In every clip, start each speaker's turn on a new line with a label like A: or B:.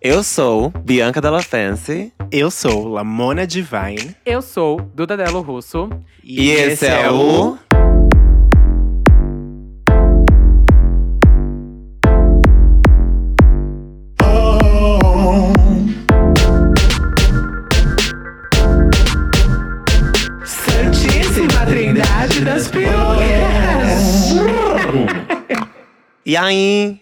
A: Eu sou Bianca Della Fancy.
B: Eu sou Lamona Divine.
C: Eu sou Duda Delo Russo.
A: E, esse é o.
D: Santíssima Trindade das Perucas.
A: E aí?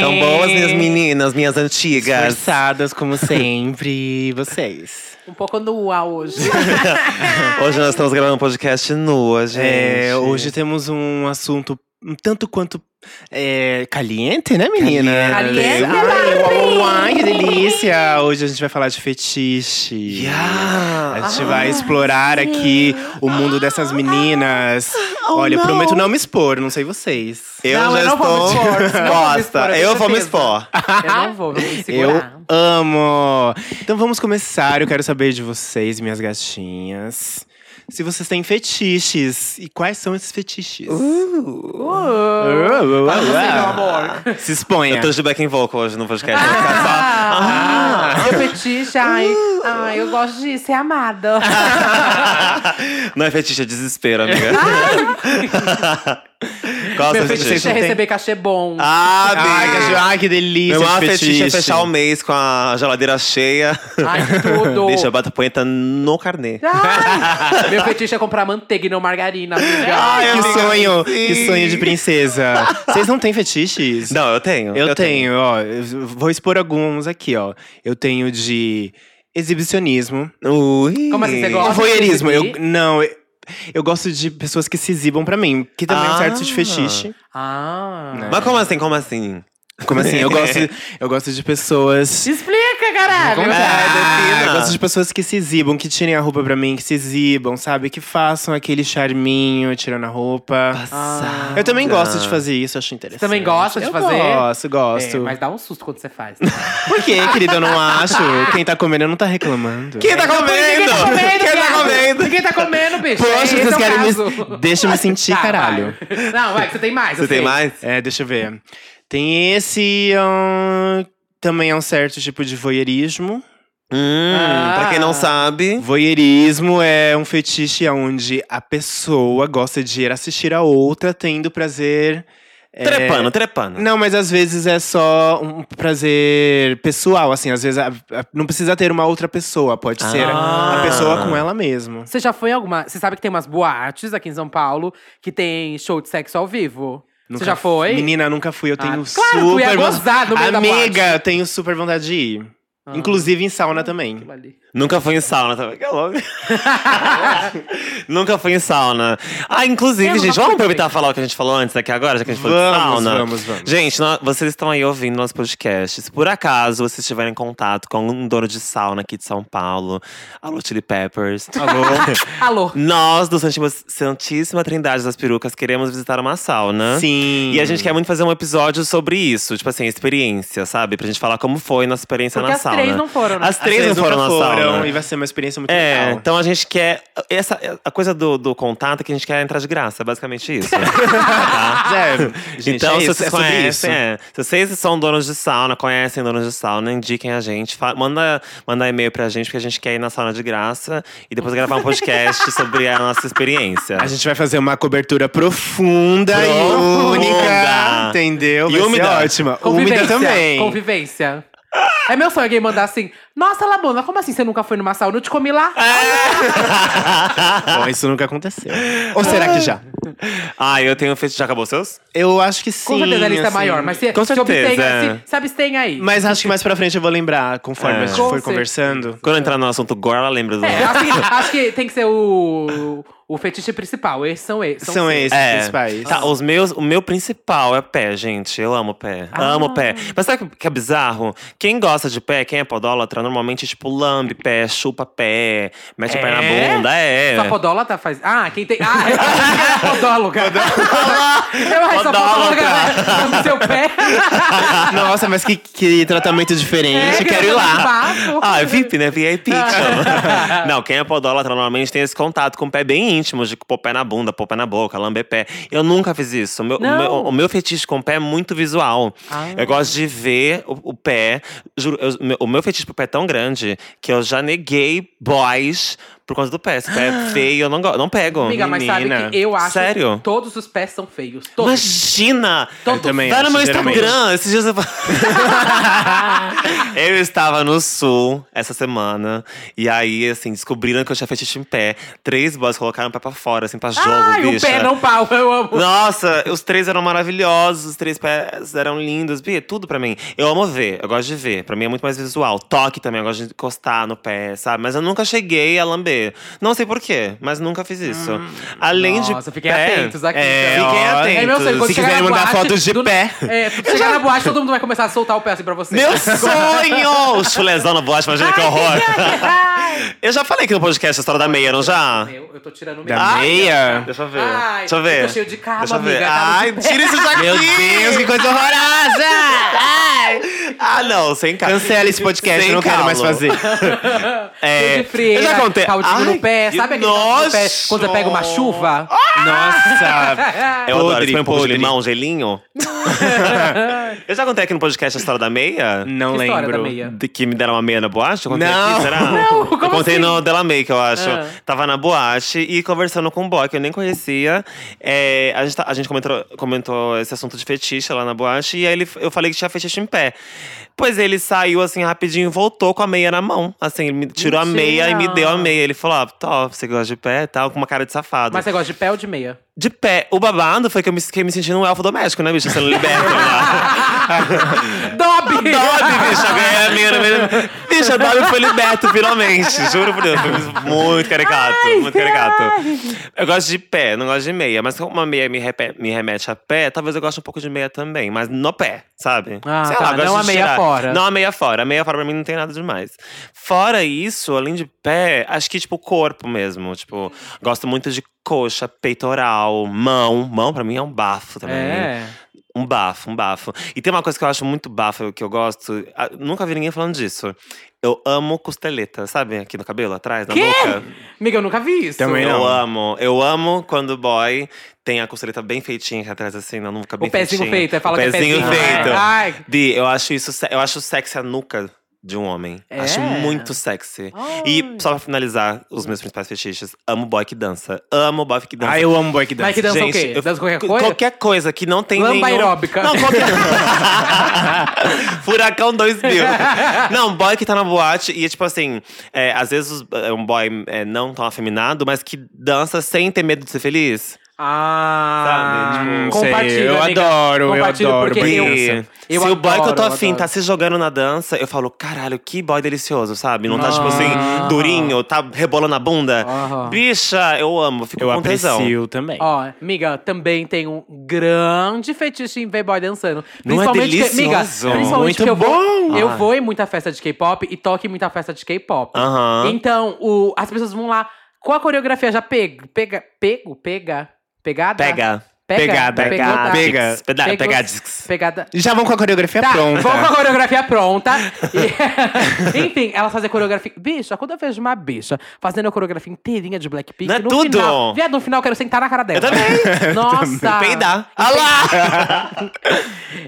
A: Tão boas, minhas meninas, minhas antigas.
B: Esforçadas, como sempre, e vocês.
C: Um pouco no A hoje.
A: Hoje nós estamos gravando um podcast nua, gente.
B: É, hoje temos um assunto um tanto quanto é, caliente, né, menina?
C: Caliente,
B: Ai,
C: papi!
B: uau, uau, que delícia! Hoje a gente vai falar de fetiche.
A: Yeah.
B: A gente vai
A: Ah.
B: explorar aqui o mundo dessas meninas. Olha, eu prometo não me expor, não sei vocês.
A: Eu
C: Não,
A: já
C: eu não vou me
A: estou
C: expor, não vou me expor,
A: exposta.
C: com
A: Eu vou me
C: certeza.
A: expor.
C: Eu não vou, vou me
B: Eu
C: segurar.
B: amo! Então vamos começar. Eu quero saber de vocês, minhas gatinhas. Se vocês têm fetiches. E quais são esses fetiches?
C: Uh,
B: Fala
C: assim, meu
B: amor. Ah, Se exponha.
A: Eu tô de back in vocal hoje no podcast. vou ficar
C: Ah, ah, fetiche, ai, ai, Ah, eu gosto de ser amada. Ah.
A: só- Não é fetiche, é desespero, amiga.
C: Ah.
A: Qual é o
C: Meu
A: seu
C: fetiche é
A: fetiche?
C: receber cachê bom.
A: Ah,
B: Ai, que,
A: bicho.
B: ai, que delícia!
A: Meu
B: esse
A: maior fetiche é
B: fetiche.
A: fechar o mês com a geladeira cheia.
C: Ai, tudo.
A: Deixa eu bater a punheta no carnê.
C: Ai, meu fetiche é comprar manteiga e não margarina, amiga.
A: Ai,
B: Ah, Que
A: amiga,
B: sonho!
A: sim.
B: Que sonho de princesa! Vocês não têm fetiches?
A: Não, eu tenho.
B: Eu, tenho, ó. eu vou expor alguns aqui, ó. Eu tenho de exibicionismo.
A: Ui.
C: Como assim, você
B: Ó,
C: gosta?
B: voyeurismo.
C: de
B: Eu,
C: exibir?
B: não, eu, eu gosto de pessoas que se exibam pra mim, que também é um certo de
A: Ah.
B: fetiche.
C: Ah.
A: Mas como assim, como assim?
B: Como assim? Eu gosto, eu gosto de pessoas.
C: Explica,
B: Como
C: caralho.
B: é?
A: defina.
B: eu gosto de pessoas que se exibam, que tirem a roupa pra mim, que se exibam, sabe? Que façam aquele charminho tirando a roupa.
C: Ah.
A: Passada.
B: Eu também gosto de fazer isso, acho interessante.
C: Você também gosta de
B: Eu
C: fazer?
B: Gosto, gosto.
C: É, mas dá um susto quando você faz. né?
B: Por quê, querida? Eu não acho. Quem tá comendo não tá reclamando.
A: Quem tá
C: Ninguém tá
A: comendo? Quem
C: comendo,
A: tá
C: viado.
A: comendo?
C: Ninguém tá comendo, bicho.
B: Poxa,
C: Esse
B: vocês
C: é o
B: querem
C: caso.
B: me. Deixa eu me sentir,
C: Tá,
B: caralho.
C: vai. Não, vai, que você tem mais.
A: Você
C: eu
A: tem
C: sei.
A: mais?
B: É, deixa eu ver. Tem esse. ahn, também é um certo tipo de voyeurismo.
A: Hum,
C: Ah.
A: pra quem não sabe.
B: Voyeurismo é um fetiche onde a pessoa gosta de ir assistir a outra tendo prazer. é,
A: Trepando, trepando.
B: Não, mas às vezes é só um prazer pessoal, assim. Às vezes a- a- não precisa ter uma outra pessoa, pode ser
A: Ah.
B: a pessoa com ela mesma.
C: Você já foi em alguma. Você sabe que tem umas boates aqui em São Paulo que tem show de sexo ao vivo? você
B: Nunca
C: já foi?
B: Menina, nunca fui. Eu
C: Ah,
B: tenho super.
C: claro, tu ia
B: von-
C: gozar no meio da
B: Amiga, eu tenho super vontade de ir.
C: Ah,
B: Inclusive em sauna também.
C: aquilo ali.
A: Nunca fui em sauna também. Que é louco. Nunca fui em sauna. Ah, inclusive,
C: Eu nunca
A: gente,
C: fui
A: vamos
C: também.
A: aproveitar e falar o que a gente falou antes aqui agora, já que a gente falou de
B: Vamos,
A: sauna.
B: vamos, vamos.
A: Gente, nó- vocês estão aí ouvindo nosso podcast. Se por acaso vocês tiverem contato com um dono de sauna aqui de São Paulo, alô Chili Peppers. Alô.
C: Alô.
A: Nós, do Santíssima, Santíssima Trindade das Perucas, queremos visitar uma sauna.
B: Sim.
A: E a gente quer muito fazer um episódio sobre isso, tipo assim, experiência, sabe? Pra gente falar como foi nossa experiência
C: Porque
A: na
C: as
A: sauna.
C: três não foram, né?
A: As três não
B: nunca
A: foram na sauna.
B: E vai ser uma experiência muito
A: É,
B: legal.
A: então a gente quer. Essa, a coisa do, do contato é que a gente quer entrar de graça, é basicamente isso. Tá?
B: É, gente,
A: então,
B: é
A: se
B: isso,
A: vocês
B: é sobre
A: conhecem,
B: isso.
A: é, se vocês são donos de sauna, conhecem donos de sauna, indiquem a gente. fa- manda, manda e-mail pra gente, porque a gente quer ir na sauna de graça e depois gravar um podcast sobre a nossa experiência.
B: A gente vai fazer uma cobertura profunda,
A: Profunda.
B: e única. Entendeu?
A: E
B: Vai
A: úmida.
B: ser ótima.
C: Convivência.
B: Úmida também.
C: Convivência. É meu sonho alguém mandar assim: Nossa, Labona, como assim você nunca foi numa sauna? Eu te comi lá.
B: É, Bom, isso nunca aconteceu. Ou será que já?
A: Ah, eu tenho feito. Já acabou os seus?
B: Eu acho que sim.
C: Com certeza a lista é
B: assim.
C: maior, mas se,
A: Com
C: se obtém,
A: certeza,
C: se, se abstém aí.
B: Mas acho que mais pra frente eu vou lembrar, conforme
A: É.
B: a gente
C: Com
B: for
C: certeza.
B: conversando.
A: Quando eu entrar no assunto agora, ela lembra do.
C: É, acho que, acho que tem que ser o, o fetiche principal. Esses são esses.
B: São,
C: seis.
B: esses os principais.
A: Tá, os meus, o meu principal é pé, gente. Eu amo pé.
C: Ah.
A: Amo pé. Mas sabe o que é bizarro? Quem gosta de pé, quem é podólatra, normalmente, tipo, lambe pé, chupa pé, mete o pé na
C: É?
A: bunda. É.
C: Só podólatra faz. Ah, quem tem. Ah, eu acho que era podóloga. eu acho que só podóloga. né? No seu pé.
B: Nossa, mas que, que tratamento diferente.
C: É,
B: Quero ir
C: que
B: lá.
C: bafo.
A: Ah, é VIP, né? VIP que chama. Não, quem é podólatra normalmente tem esse contato com o pé bem íntimos de pôr pé na bunda, pôr pé na boca, lamber pé. Eu nunca fiz isso. O meu, o
C: Não.
A: meu, o meu fetiche com o pé é muito visual.
C: Ah.
A: Eu gosto de ver o, o pé. Juro, eu- meu- o meu fetiche pro pé é tão grande que eu já neguei boys por conta do pé. Esse pé é feio, eu não, go- não pego.
C: Amiga, mas sabe
A: Menina,
C: que eu acho
A: Sério?
C: que todos os pés são feios. Todos.
A: Imagina!
C: Todos.
B: Eu também
A: Tá no
B: acho,
A: meu
B: geralmente.
A: Instagram, esses dias eu... eu estava no sul essa semana. E aí, assim, descobriram que eu tinha fetiche em pé. Três boys colocaram o pé pra fora, assim, pra jogo,
C: Ai, o
A: bicha.
C: pé não pau, eu amo.
A: Nossa, os três eram maravilhosos, os três pés eram lindos. Bia, tudo pra mim. Eu amo ver, eu gosto de ver. Pra mim é muito mais visual. Toque também, eu gosto de encostar no pé, sabe? Mas eu nunca cheguei a lamber. Não sei porquê, mas nunca fiz isso.
C: Hum.
A: Além de.
C: Nossa, fiquem
A: pé,
C: atentos aqui,
A: É,
C: então.
A: fiquem
B: Ó,
A: atentos.
C: É meu sonho, quando
B: Se
C: chegar
B: quiserem
C: na
B: mandar
C: boate,
B: fotos de
C: do-
B: pé.
C: É, quando chegar na boate, todo mundo vai começar a soltar o pé assim pra você.
A: Meu sonho! Os chulezão na boate, imagina que é horror. eu já falei aqui no podcast a história da meia, não já?
C: Meu, eu tô tirando o meu.
B: Da
A: Ai,
B: meia.
A: Deixa eu ver.
C: Ai,
A: Deixa eu
C: eu
A: ver.
C: tô cheio de karma,
A: Deixa eu ver.
C: amiga, karma
A: Ai,
C: de-
A: tira isso daqui!
B: Meu Deus, que coisa horrorosa! Ai.
A: Ah, não, sem cara.
B: Cancela esse podcast,
A: Sem
B: eu não quero mais
A: calo.
B: fazer.
A: É,
C: Cheio de freira,
A: eu já contei.
C: caldinho
A: Ai,
C: no pé.
A: que-
C: Sabe aquele caldinho no pé
A: nossa!
C: quando você pega uma chuva? É.
B: Nossa!
A: Eu adoro,
B: Podre,
A: você põe um pouco de
B: podre.
A: limão, gelinho. eu já contei aqui no podcast a história da meia?
B: Não
C: Que história da
B: lembro.
C: meia?
A: De que me deram uma meia na boate? Eu contei
B: Não.
A: aqui, será?
C: Não, como
A: Eu contei
C: assim?
A: no Delamay, que eu acho.
C: Ah.
A: Tava na boate e conversando com um boy que eu nem conhecia. É, a gente, tá- a gente comentou, comentou esse assunto de fetiche lá na boate. E aí ele, eu falei que tinha fetiche em pé. Pois ele saiu assim rapidinho e voltou com a meia na mão. Assim, ele me tirou a meia e me deu a meia. Ele falou: "Ah, tá, ó, top, você gosta de pé e tal, com uma cara de safado.
C: Mas você gosta de pé ou de meia?
A: De pé, o babado foi que eu me, fiquei me sentindo um elfo doméstico, né, bicho? Sendo liberto, né?
C: Dobe!
A: Dobby, bicho, eu ganhei a minha, minha. Bicho, o Dobby foi liberto finalmente. Juro por Deus. Foi muito caricato. muito caricato. Eu gosto de pé, não gosto de meia. Mas como uma meia me, repe- me remete a pé, talvez eu goste um pouco de meia também. Mas no pé, sabe?
C: Ah,
A: Sei lá,
C: tá,
A: eu gosto
C: não
A: de
C: a meia
A: tirar.
C: fora.
A: Não a meia fora. A meia fora pra mim não tem nada demais. Fora isso, além de pé, acho que, tipo, corpo mesmo. Tipo, gosto muito de coxa, peitoral, mão. Mão pra mim é um bafo também.
C: É.
A: Um bafo, um bafo. E tem uma coisa que eu acho muito bafo, que eu gosto. ah, Nunca vi ninguém falando disso. Eu amo costeleta, sabe? Aqui no cabelo, atrás, na
C: Quê?
A: boca.
C: Amiga, eu nunca vi isso.
B: Também
A: Eu
B: não.
A: amo. Eu amo quando o boy tem a costeleta bem feitinha aqui atrás, assim, na nuca bem
C: O pezinho
A: feitinha.
C: feito, é fala
A: o
C: que é
A: pezinho
C: pezinho, né?
A: feito.
C: Ai.
A: Bi, eu acho isso. se- Eu acho sexy a nuca de um homem.
C: É?
A: Acho muito sexy. E só pra finalizar, os meus principais fetiches. Amo boy que dança. Amo boy que dança.
B: Ai, Ah, eu amo boy que dança.
C: Mas que dança o
A: Gente,
C: quê?
A: eu-
C: Dança qualquer coisa?
A: Qualquer coisa que não tem
C: Lamba
A: nenhum...
C: aeróbica.
A: Não, qualquer... Furacão 2000. Não, boy que tá na boate e, é tipo assim… é, às vezes os- é um boy é, não tão afeminado, mas que dança sem ter medo de ser feliz.
C: Ah,
A: Sabe, tipo,
B: sei,
C: compartilha,
B: eu
C: amiga.
B: adoro, eu
C: Compartilha,
B: adoro,
C: porque
B: porque
C: eu-
A: E
C: eu
A: se o boy que eu tô
C: adoro,
A: afim
C: adoro.
A: tá se jogando na dança, eu falo, caralho, que boy delicioso, sabe? Não tá, tipo
C: Ah.
A: assim, durinho, tá rebolando a bunda.
C: Aham.
A: Bicha, eu amo, fico
B: Eu
A: com Um tesão.
B: aprecio também.
C: Ó, amiga, também tem um grande fetiche em ver boy dançando.
A: Não é
C: Principalmente que-
A: delicioso?
C: amiga, principalmente
B: Muito
C: que eu
B: bom!
C: Vou, eu
A: Ai.
C: vou em muita festa de K-pop e toco em muita festa de K-pop.
A: Aham.
C: Então, o, as pessoas vão lá com a coreografia já pego, pega, pego, pega, pegada?
A: Pega.
C: Pega,
B: Pegada.
C: pegou, tá?
B: Pega.
A: Pega.
C: Pegou-
A: Pega. discs.
C: Pegada.
B: Já vão com a coreografia
C: Tá,
B: É pronta.
C: vamos com a coreografia pronta. E- Enfim, elas fazem coreografia. Bicha, quando eu vejo uma bicha fazendo a coreografia inteirinha de Blackpink,
A: Não é
C: no
A: tudo!
C: final. Viado, no final eu quero sentar na cara
A: Eu
C: dela.
A: também.
C: Nossa!
A: Peidar. Ah lá!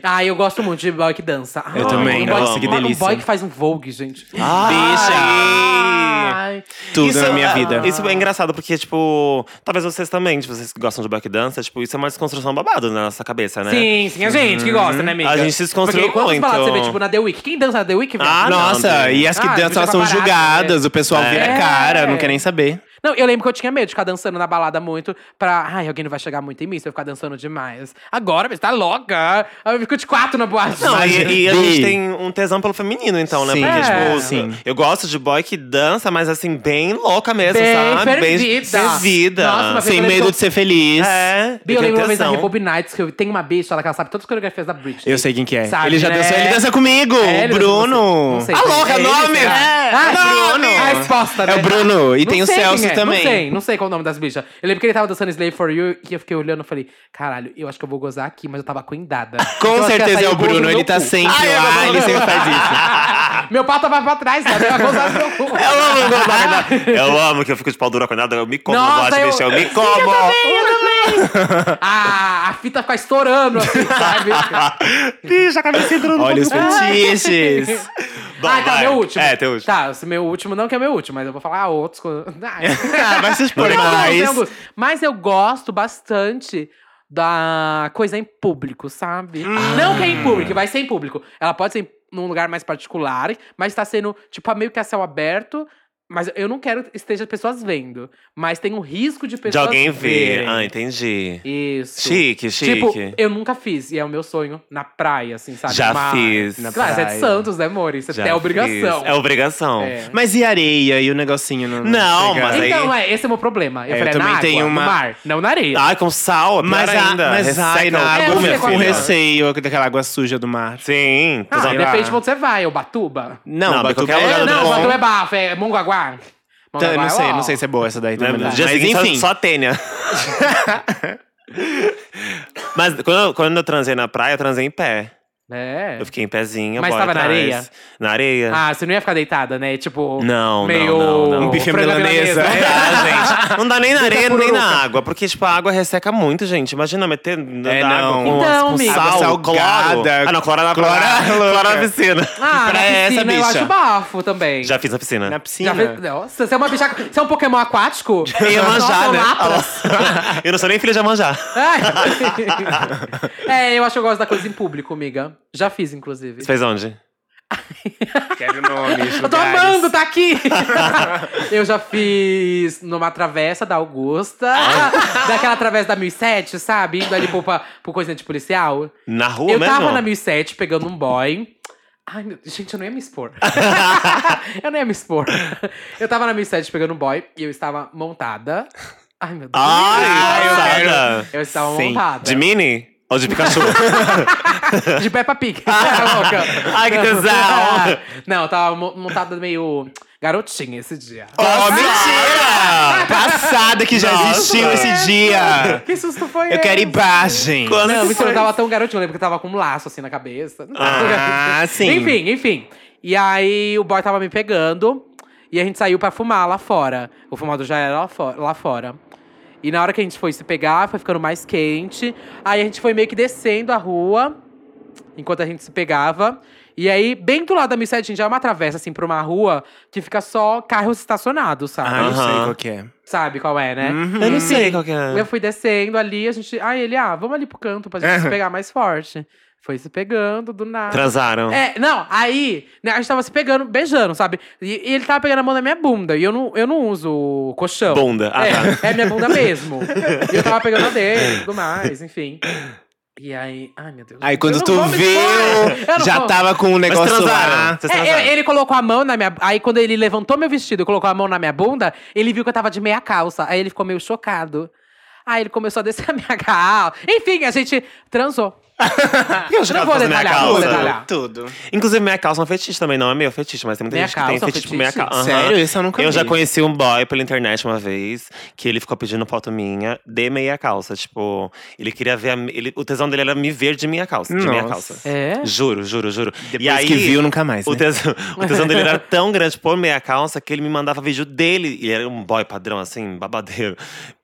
C: Ah, eu gosto muito de boy que dança. Ah,
B: Eu também,
C: um boy,
B: nossa, que
C: Um boy
B: delícia.
C: que faz um Vogue, gente.
A: Ah, tá. Bicha!
C: Ai.
B: Tudo
A: é Isso-
B: na minha vida.
A: Isso é engraçado, porque, tipo, talvez vocês também, tipo, vocês que gostam de back dance, tipo, isso é uma desconstrução babado na nossa cabeça, né?
C: Sim, sim, a gente que gosta, né, amiga?
A: A gente se desconstruiu
C: Porque quantas
A: muito.
C: baladas você vê, tipo, na The Week? Quem dança na The Week, velho?
A: Ah, não.
B: Nossa,
A: Deus.
B: e as que
C: Ah,
B: dançam, elas
C: bicha
B: são
C: paparazzi,
B: julgadas,
C: né?
B: o pessoal
A: É.
B: vira a cara, não quer nem saber.
C: Não, eu lembro que eu tinha medo de ficar dançando na balada muito pra. Ai, alguém não vai chegar muito em mim se eu ficar dançando demais. Agora, mas tá louca. Aí Eu fico de quatro na boate.
A: Não,
B: Mas,
A: e, e a
B: Bi-
A: gente tem um tesão pelo feminino, então, né?
B: Sim.
A: Porque,
C: É.
A: tipo,
B: Sim.
A: eu gosto de boy que dança, mas assim, bem louca mesmo,
C: Bem
A: sabe? Bem
C: fervida.
A: servida.
C: Nossa, mas-
B: Sem
C: eu
B: medo
C: lembro-
B: de ser feliz.
A: É,
C: Bi,
A: tenho
C: eu lembro uma vez da
A: tesão.
C: Revob Nights que eu tem uma bicha, ela que ela sabe todas as coreografias da Britney.
B: Eu sei quem que é.
C: Sabe,
B: ele já
C: né?
B: dançou, ele dança comigo,
C: É,
B: o
C: ele dança com
B: Bruno.
C: você. Não sei.
A: Ah, louca,
C: É ele,
A: nome!
C: será?
A: É,
C: Ah,
A: nome!
C: Bruno! A resposta,
B: É
C: né?
B: o Bruno, e
C: Não
B: tem o
C: sei quem
B: Celso
C: é.
B: Slave também.
C: Não sei, não sei qual é o nome das bichas. Eu lembro que ele tava dançando Slave for You e eu fiquei olhando e falei, caralho, eu acho que eu vou gozar aqui, mas eu tava coendada. Eu
B: Com
C: acho que essa
B: certeza
C: aí
B: é
C: eu
B: o
C: gozo no
B: Bruno,
C: meu
B: ele tá
C: cu.
B: sempre
A: Ai, eu
B: lá,
A: não-
B: ele sempre faz isso.
C: Meu pau tava pra trás, sabe? Eu ia gozar no meu cu.
A: Eu amo que eu fico de pau dura com nada. Eu me como,
C: Nossa,
A: Nossa,
C: eu-
A: bicho, eu me
C: Sim,
A: como.
C: Ah, a fita fica estourando, assim, sabe?
A: Bicho,
B: tá
A: a cabeça entrou no
B: Olha os
A: corpo.
B: fetiches.
A: Bom,
C: ah, tá,
A: vai.
C: meu último.
A: É, teu último.
C: Tá, esse meu último não que é meu último, mas eu vou falar outros. co- Ah,
B: Ah, vai se expor
C: Tem alguns, tem
B: mais.
C: alguns. Mas eu gosto bastante da coisa em público, sabe?
A: Hum.
C: Não que é em público, vai ser em público. Ela pode ser em- num lugar mais particular, mas tá sendo, tipo, meio que a céu aberto. Mas eu não quero que esteja pessoas vendo. Mas tem um risco de pessoas
A: De alguém ver.
C: verem.
A: Ah, entendi.
C: Isso.
A: Chique, chique.
C: Tipo, eu nunca fiz. E é o meu sonho na praia, assim, sabe?
A: Já
C: Mas-
A: fiz.
B: Na
C: Claro, você é de
B: praia.
C: Santos, né, Mori? Você
A: Já
C: tem a obrigação.
A: fiz. É obrigação.
C: É.
B: Mas e areia e o negocinho? Não,
A: Não, mas aí-
C: Então, é, esse é o meu problema. Eu
B: É, eu
C: falei, é na
B: também
C: água,
B: tenho uma- Ah,
C: no mar, não na areia.
A: Ai, com sal, é pior
B: Mas, a,
A: ainda.
B: mas ai,
A: Resseca
B: na
A: o
B: água
A: cu,
B: eu
C: minha
B: fico com
A: filha.
C: filha.
B: receio daquela água suja do mar.
A: assim, né? Sim.
C: Ah,
A: cuzão.
B: eu-
C: depende de onde você vai, Ubatuba.
B: Não,
A: Não,
B: não
A: porque
B: Batuba
A: ela-
B: é
C: É,
A: Ela
B: lado
C: não,
B: bom.
C: Ubatuba é bafo, é Mongaguá.
B: Tá,
C: Mongaguá é
B: não sei,
C: ó.
B: não sei se é boa essa daí
A: Né,
B: também.
A: no
B: Mas
A: dia seguinte,
B: enfim,
A: só, só tênia. Mas quando, eu- quando eu transei na praia, eu transei em pé.
C: É.
A: Eu fiquei em pezinho,
C: Mas
A: boy
C: tava na
A: atrás.
C: areia?
A: Na areia.
C: Ah, você não ia ficar deitada, né? Tipo,
A: Não, não,
C: meio...
A: não, não.
B: um bife à
C: franga
B: milanesa.
A: Não
C: né?
A: dá, Ah, gente. Não dá nem na
B: tá
C: Muita
A: areia, nem na
C: pururuca.
A: água. Porque, tipo, a água resseca muito, gente. Imagina meter na
B: É,
A: água
B: não.
A: com,
C: Então,
A: com
C: amiga.
A: sal,
B: Água salgada.
A: cloro. Ah, não, cloro na
B: é Cloro
A: praia.
B: é louca.
A: Cloro na piscina.
C: Ah,
B: Pra
C: na
B: essa
C: piscina eu
B: bicha.
C: acho bafo também.
A: Já fiz na piscina.
B: Na
C: Já
B: piscina.
C: fez... Nossa, você é uma bicha... Você é um Pokémon aquático?
A: Eu
C: Nossa, é
A: manjar,
C: um
A: né?
C: Lapras.
A: Eu não sou nem filha de manjar.
C: Ai. é, eu acho que eu gosto da coisa em público, amiga. Já fiz, inclusive.
A: Você fez onde?
B: Quero nomes,
C: Eu tô
B: lugares.
C: amando, tá aqui! eu já fiz numa travessa da Augusta, daquela travessa da 1007, sabe? Indo ali pro, pra- pro coisinha de policial.
A: Na rua
C: eu
A: mesmo?
C: tava na 1007 pegando um boy. Ai, meu, gente, eu não ia me expor. eu não ia me expor. Eu tava na 1007 pegando um boy e eu estava montada. Ai, meu Deus.
A: Ai,
B: Ah, eu
A: passada.
C: eu estava
B: Sim.
C: montada.
A: De mini? Ou de Pikachu?
C: De Peppa Pig.
B: Ah,
C: Tá louca?
A: Ai, que tesão.
C: Não, eu tava mo- montada meio garotinha esse dia.
B: Oh, mentira! Passada que já
A: Nossa.
B: existiu esse dia.
C: Que susto foi
B: Eu quero
C: esse?
B: imagem.
A: Quando é?
C: Não,
A: que
C: mas
A: foi?
C: eu não tava tão garotinho, eu lembro que eu tava com um laço assim na cabeça.
B: Ah, sim.
C: Enfim, enfim. E aí o boy tava me pegando e a gente saiu pra fumar lá fora. O fumador já era lá fo- lá fora. E na hora que a gente foi se pegar, foi ficando mais quente. Aí a gente foi meio que descendo a rua enquanto a gente se pegava. E aí, bem do lado da 1007, a gente já é uma travessa, assim, pra uma rua que fica só carros estacionados, sabe?
B: Ah, Uhum. eu sei
A: Aham.
B: qual que é.
C: Sabe qual é, né?
A: Eu não sei qual que
C: Eu
A: é.
C: fui descendo ali, a gente. Aí ele, ah, vamos ali pro canto pra
B: É.
C: gente se pegar mais forte. Foi se pegando do nada.
A: Transaram.
C: É, não, aí né, a gente tava se pegando, beijando, sabe? E, e ele tava pegando a mão da minha bunda. E eu não, eu não uso colchão.
A: Bunda. Ah,
C: é,
A: tá.
C: é minha bunda mesmo. e eu tava pegando a dele e tudo mais, enfim. E aí. Ai, meu Deus.
B: Aí
C: gente, eu
B: quando
C: não
B: tu
C: vou me expor! Eu
B: viu,
C: não
B: já
C: vou.
B: tava com um negócio
A: transaram.
B: lá.
A: Vocês
C: É,
A: transaram.
C: ele- ele colocou a mão na minha. Aí quando ele levantou meu vestido e colocou a mão na minha bunda, ele viu que eu tava de meia calça. Aí ele ficou meio chocado. Aí ele começou a descer a minha calça. Enfim, a gente transou.
A: eu já
C: não vou
A: faço minha
C: detalhar, não vou
A: calça?
C: detalhar.
B: Tudo.
A: Inclusive, minha calça é um fetiche também, não é meu fetiche, mas tem muita
C: Meia
A: gente que
C: calça é
A: tem
C: um
A: fetiche com minha
C: fetiche?
A: calça.
B: Sério? Isso eu nunca
A: Eu já
B: vi.
A: conheci um boy pela internet uma vez, que ele ficou pedindo foto minha de meia calça. Tipo, ele queria ver. a mi- ele- o tesão dele era me ver de minha calça. De meia
B: Nossa.
A: calça.
C: É?
A: Juro, juro, juro.
B: Depois que viu, nunca mais,
A: O
B: né?
A: tesão, o tesão dele era tão grande por meia calça que ele me mandava vídeo dele. Ele era um boy padrão, assim, babadeiro.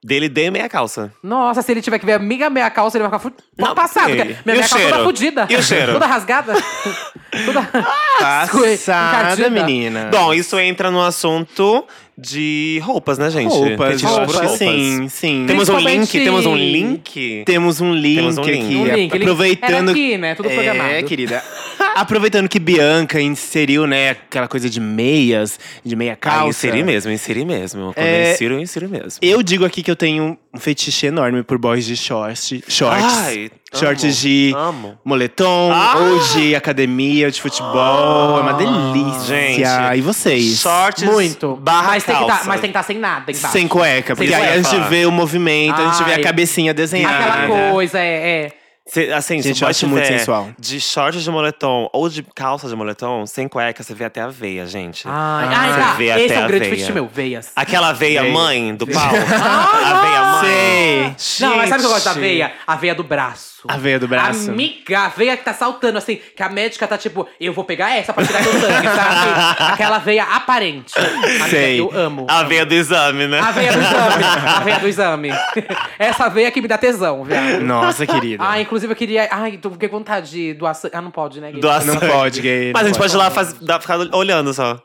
A: Dele de meia calça.
C: Nossa, se ele tiver que ver a minha meia calça, ele vai ficar fudido.
A: Não,
C: passado.
A: e-
C: porque
A: e
C: Minha
A: o
C: meia calça toda
A: cheiro?
C: fudida.
A: E o cheiro?
C: Toda rasgada. toda.
B: Passada,
C: Encardida.
B: menina.
A: Bom, isso entra no assunto de roupas, né, gente?
B: roupas,
A: Fetiche por
B: roupas, sim, sim.
A: Temos um
C: Principalmente-
A: link, temos um link.
B: Temos um link,
A: Temos um link.
B: aqui.
A: Um
C: link, ele-
B: Aproveitando.
C: era aqui, né? Tudo programado.
B: É, querida. Aproveitando que Bianca inseriu, né, aquela coisa de meias, de meia calça.
A: Ah, inseri mesmo, inseri mesmo. Quando
B: É,
A: eu insiro, eu insiro mesmo.
B: Eu digo aqui que eu tenho um fetiche enorme por boys de short, shorts.
A: Ai, amo,
B: shorts de
A: amo.
B: moletom,
A: Ah!
B: ou de academia, de futebol. é uma delícia.
A: gente.
B: e vocês?
A: Shorts
C: Muito.
A: barra
C: mas, tem que
A: calça.
C: tá, mas tem que estar sem nada embaixo.
B: Sem cueca, porque
A: Sem
B: aí a
A: cueca.
B: gente vê o movimento, a gente vê
C: Ai.
B: a cabecinha desenhada.
C: Aquela coisa, é. é.
A: Cê, assim,
B: Gente,
A: se o
B: eu
A: boy
B: acho muito
A: tiver
B: sensual.
A: De short de moletom ou de calça de moletom, sem cueca, você vê até a veia, gente.
C: Ai,
A: Ah.
C: ai,
A: Você
C: tá.
A: vê
C: Esse
A: até
C: é um
A: a
C: grande
A: veia.
C: fetiche meu, veias.
A: Aquela veia
B: Veia.
A: mãe do pau.
C: Ah,
A: a veia mãe. Sei.
C: Não, mas sabe o que eu gosto da veia? A veia do braço.
B: A veia do braço.
C: Amiga, a veia que tá saltando, assim, que a médica tá tipo, eu vou pegar essa pra tirar teu sangue, sabe? Aquela veia aparente. Amiga,
B: Sei.
C: Eu amo.
A: A veia do exame, né?
C: A veia do exame. A veia do exame. Essa veia que me dá tesão, viado.
B: Nossa, querida.
C: Ah, inclusive eu queria. Ai, tô com vontade de doar sangue. Ah, não pode, né, gay?
A: Do
B: Não
A: açaí.
B: pode, gay.
A: Mas a
B: não
A: gente pode ir lá faz- dar- ficar olhando só.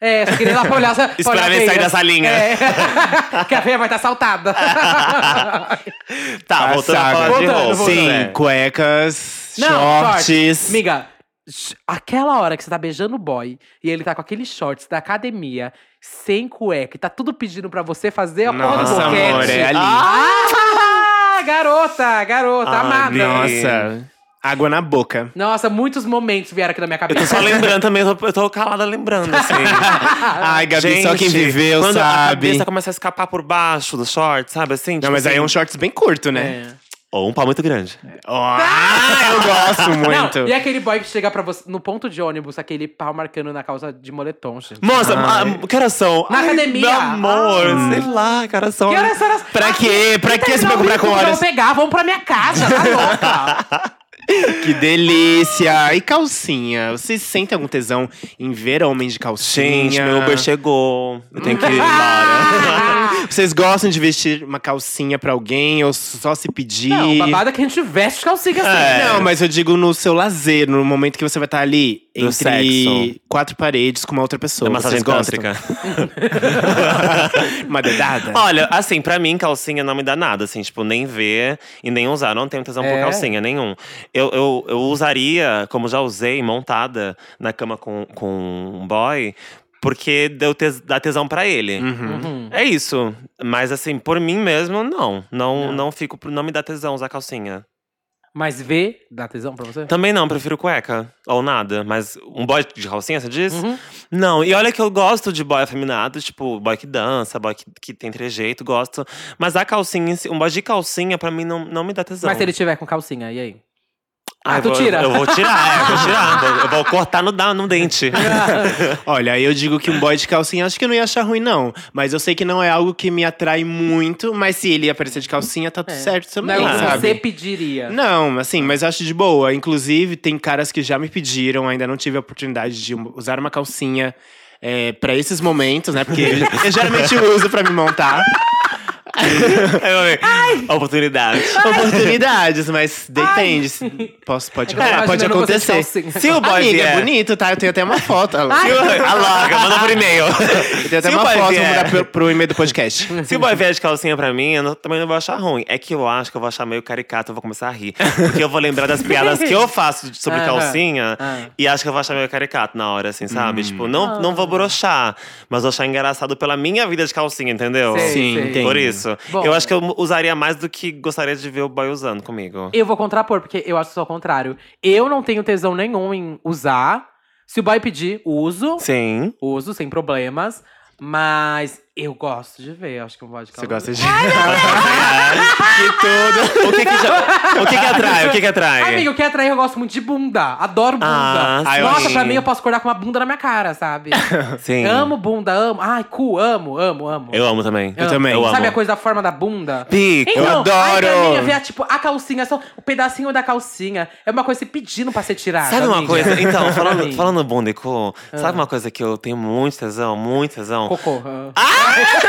C: É, só queria ir lá pra olhar. pra olhar
A: Esperar
C: a
A: ele
C: veia.
A: sair da salinha.
C: É. que a veia vai estar saltada.
A: Tá,
B: Ah,
A: voltando a
B: saga.
A: falar de
C: Voltando,
A: roupa.
C: voltando.
B: Sim,
A: É.
B: cuecas,
C: Não,
B: shorts.
C: shorts. Miga, sh- aquela hora que você tá beijando o boy e ele tá com aqueles shorts da academia, sem cueca, e tá tudo pedindo pra você fazer a porra do
B: Nossa,
C: boquete.
B: amor, é ali.
C: Ah, garota, garota,
A: Ah,
C: amada.
A: nossa.
B: Nossa, água na boca.
C: Nossa, muitos momentos vieram aqui na minha cabeça.
A: Só lembrando também, eu tô, eu tô calada lembrando, assim.
B: Ai, Gabi, só quem
A: Gente,
B: viveu
A: quando a
B: sabe.
A: cabeça começa a escapar por baixo do short, sabe assim?
B: Não,
A: Tipo
B: mas aí é
A: assim,
B: um shorts bem curto, né?
C: É.
A: Ou um pau muito grande.
B: Ah, eu gosto muito.
C: Não, e aquele boy que chega pra você no ponto de ônibus, aquele pau marcando na calça de moletom, gente.
A: Nossa, ah, que horas são?
C: Na
A: Ai,
C: academia. Ah.
A: Meu amor, sei lá, que horas são?
C: Que horas são as-
B: Pra
C: Ah,
A: assim,
B: quê? Pra
C: quem
B: quê se
C: terminar o
B: preocupar
C: bico
B: com
C: que
B: horas?
C: Eu vou pegar, vão pra minha casa, tá louca.
B: Que delícia! E calcinha? Vocês sentem algum tesão em ver homem de calcinha?
A: Gente, meu Uber chegou. Eu tenho que ir embora.
C: Ah.
B: Vocês gostam de vestir uma calcinha pra alguém ou só se pedir?
C: Não, o babado é que a gente veste calcinha assim.
A: É.
B: Não, mas eu digo no seu lazer, no momento que você vai estar ali
A: Do
B: entre
A: sexo.
B: quatro paredes com uma outra pessoa.
A: É massagem
B: Vocês gostam?
A: tântrica.
B: uma dedada?
A: Olha, assim, pra mim, calcinha não me dá nada, assim, tipo, nem ver e nem usar. Não tenho tesão por
C: É?
A: calcinha nenhum. Eu, eu, eu usaria, como já usei, montada na cama com, com um boy, porque deu tes, dá tesão pra ele.
B: Uhum.
C: Uhum.
A: É isso. Mas assim, por mim mesmo, não. Não, não. fico. Não me dá tesão usar calcinha.
C: Mas vê, dá tesão pra você?
A: Também não, prefiro cueca. Ou nada. Mas um boy de calcinha, você diz?
C: Uhum.
A: Não, e olha que eu gosto de boy afeminado, tipo, boy que dança, boy que, que tem trejeito, gosto. Mas a calcinha, em si- um boy de calcinha, pra mim, não, não me dá tesão.
C: Mas se ele tiver com calcinha, e aí?
A: Ai,
C: Ah, tu
A: vou-
C: tira.
A: Eu, vou tirar, é, eu vou tirar. Vou- eu vou cortar no, da- no dente.
B: Olha, eu digo que um boy de calcinha acho que eu não ia achar ruim, não. Mas eu sei que não é algo que me atrai muito. Mas se ele aparecer de calcinha, tá tudo
C: É.
B: certo
C: Não
B: também,
C: é né? o que
B: sabe?
C: você pediria.
B: Não, assim, mas eu acho de boa. Inclusive, tem caras que já me pediram, ainda não tive a oportunidade de usar uma calcinha é, para esses momentos, né? Porque eu, eu geralmente uso pra me montar.
A: Ai. Oportunidade.
B: Oportunidades, mas depende. se- Posso, pode,
C: Eu tava
B: é, pode
C: imaginando você de
B: acontecer.
C: calcinha.
B: Se o boy
A: Amiga,
B: vier-
A: é
B: bonito, tá? Eu tenho até uma foto. Olha lá.
A: Se o- Ah, logo, manda por e-mail.
B: Eu tenho até
A: Se o
B: uma
A: boy
B: foto, vou
A: vier-
B: mandar pro, pro e-mail do podcast.
A: Se o boy vier de calcinha pra mim, eu não- também não vou achar ruim. É que eu acho que eu vou achar meio caricato, eu vou começar a rir. Porque eu vou lembrar das piadas que eu faço de- sobre
C: Aham.
A: calcinha
C: Ah.
A: e acho que eu vou achar meio caricato na hora, assim,
B: Hum.
A: sabe? Tipo, não, não vou brochar, mas vou achar engraçado pela minha vida de calcinha, entendeu?
C: Sei,
B: Sim,
C: sei.
B: entendo.
A: Por isso.
C: Bom.
A: eu acho que eu usaria mais do que gostaria de ver o boy usando comigo.
C: Eu vou contrapor, porque eu acho que sou ao contrário. Eu não tenho tesão nenhum em usar. Se o boy pedir, uso.
A: Sim.
C: Uso, sem problemas. Mas eu gosto de ver, eu acho que um boy de
B: Você
C: calcinha.
B: gosta de.
A: O que que, já- o que que atrai? O que que atrai?
C: Amigo, quer atrair, eu gosto muito de bunda. Adoro bunda.
A: Ah, sim.
C: Nossa, pra mim, eu posso acordar com uma bunda na minha cara, sabe?
A: Sim.
C: Amo bunda, amo. Ai, cu, amo, amo, amo.
A: Eu amo também.
B: Eu também.
A: Eu
C: Sabe
A: amo.
C: a coisa da forma da bunda?
A: Pico,
C: Então,
B: eu adoro.
C: Ai, pra mim, ver, tipo, a calcinha, só o pedacinho da calcinha. É uma coisa que você pedindo pra ser tirada.
A: Sabe uma
C: amiga.
A: coisa? Então,
C: Pra
A: falando,
C: mim.
A: falando bom de cu, sabe
C: Ah.
A: uma coisa que eu tenho muito tesão, muito tesão?
C: Cocô.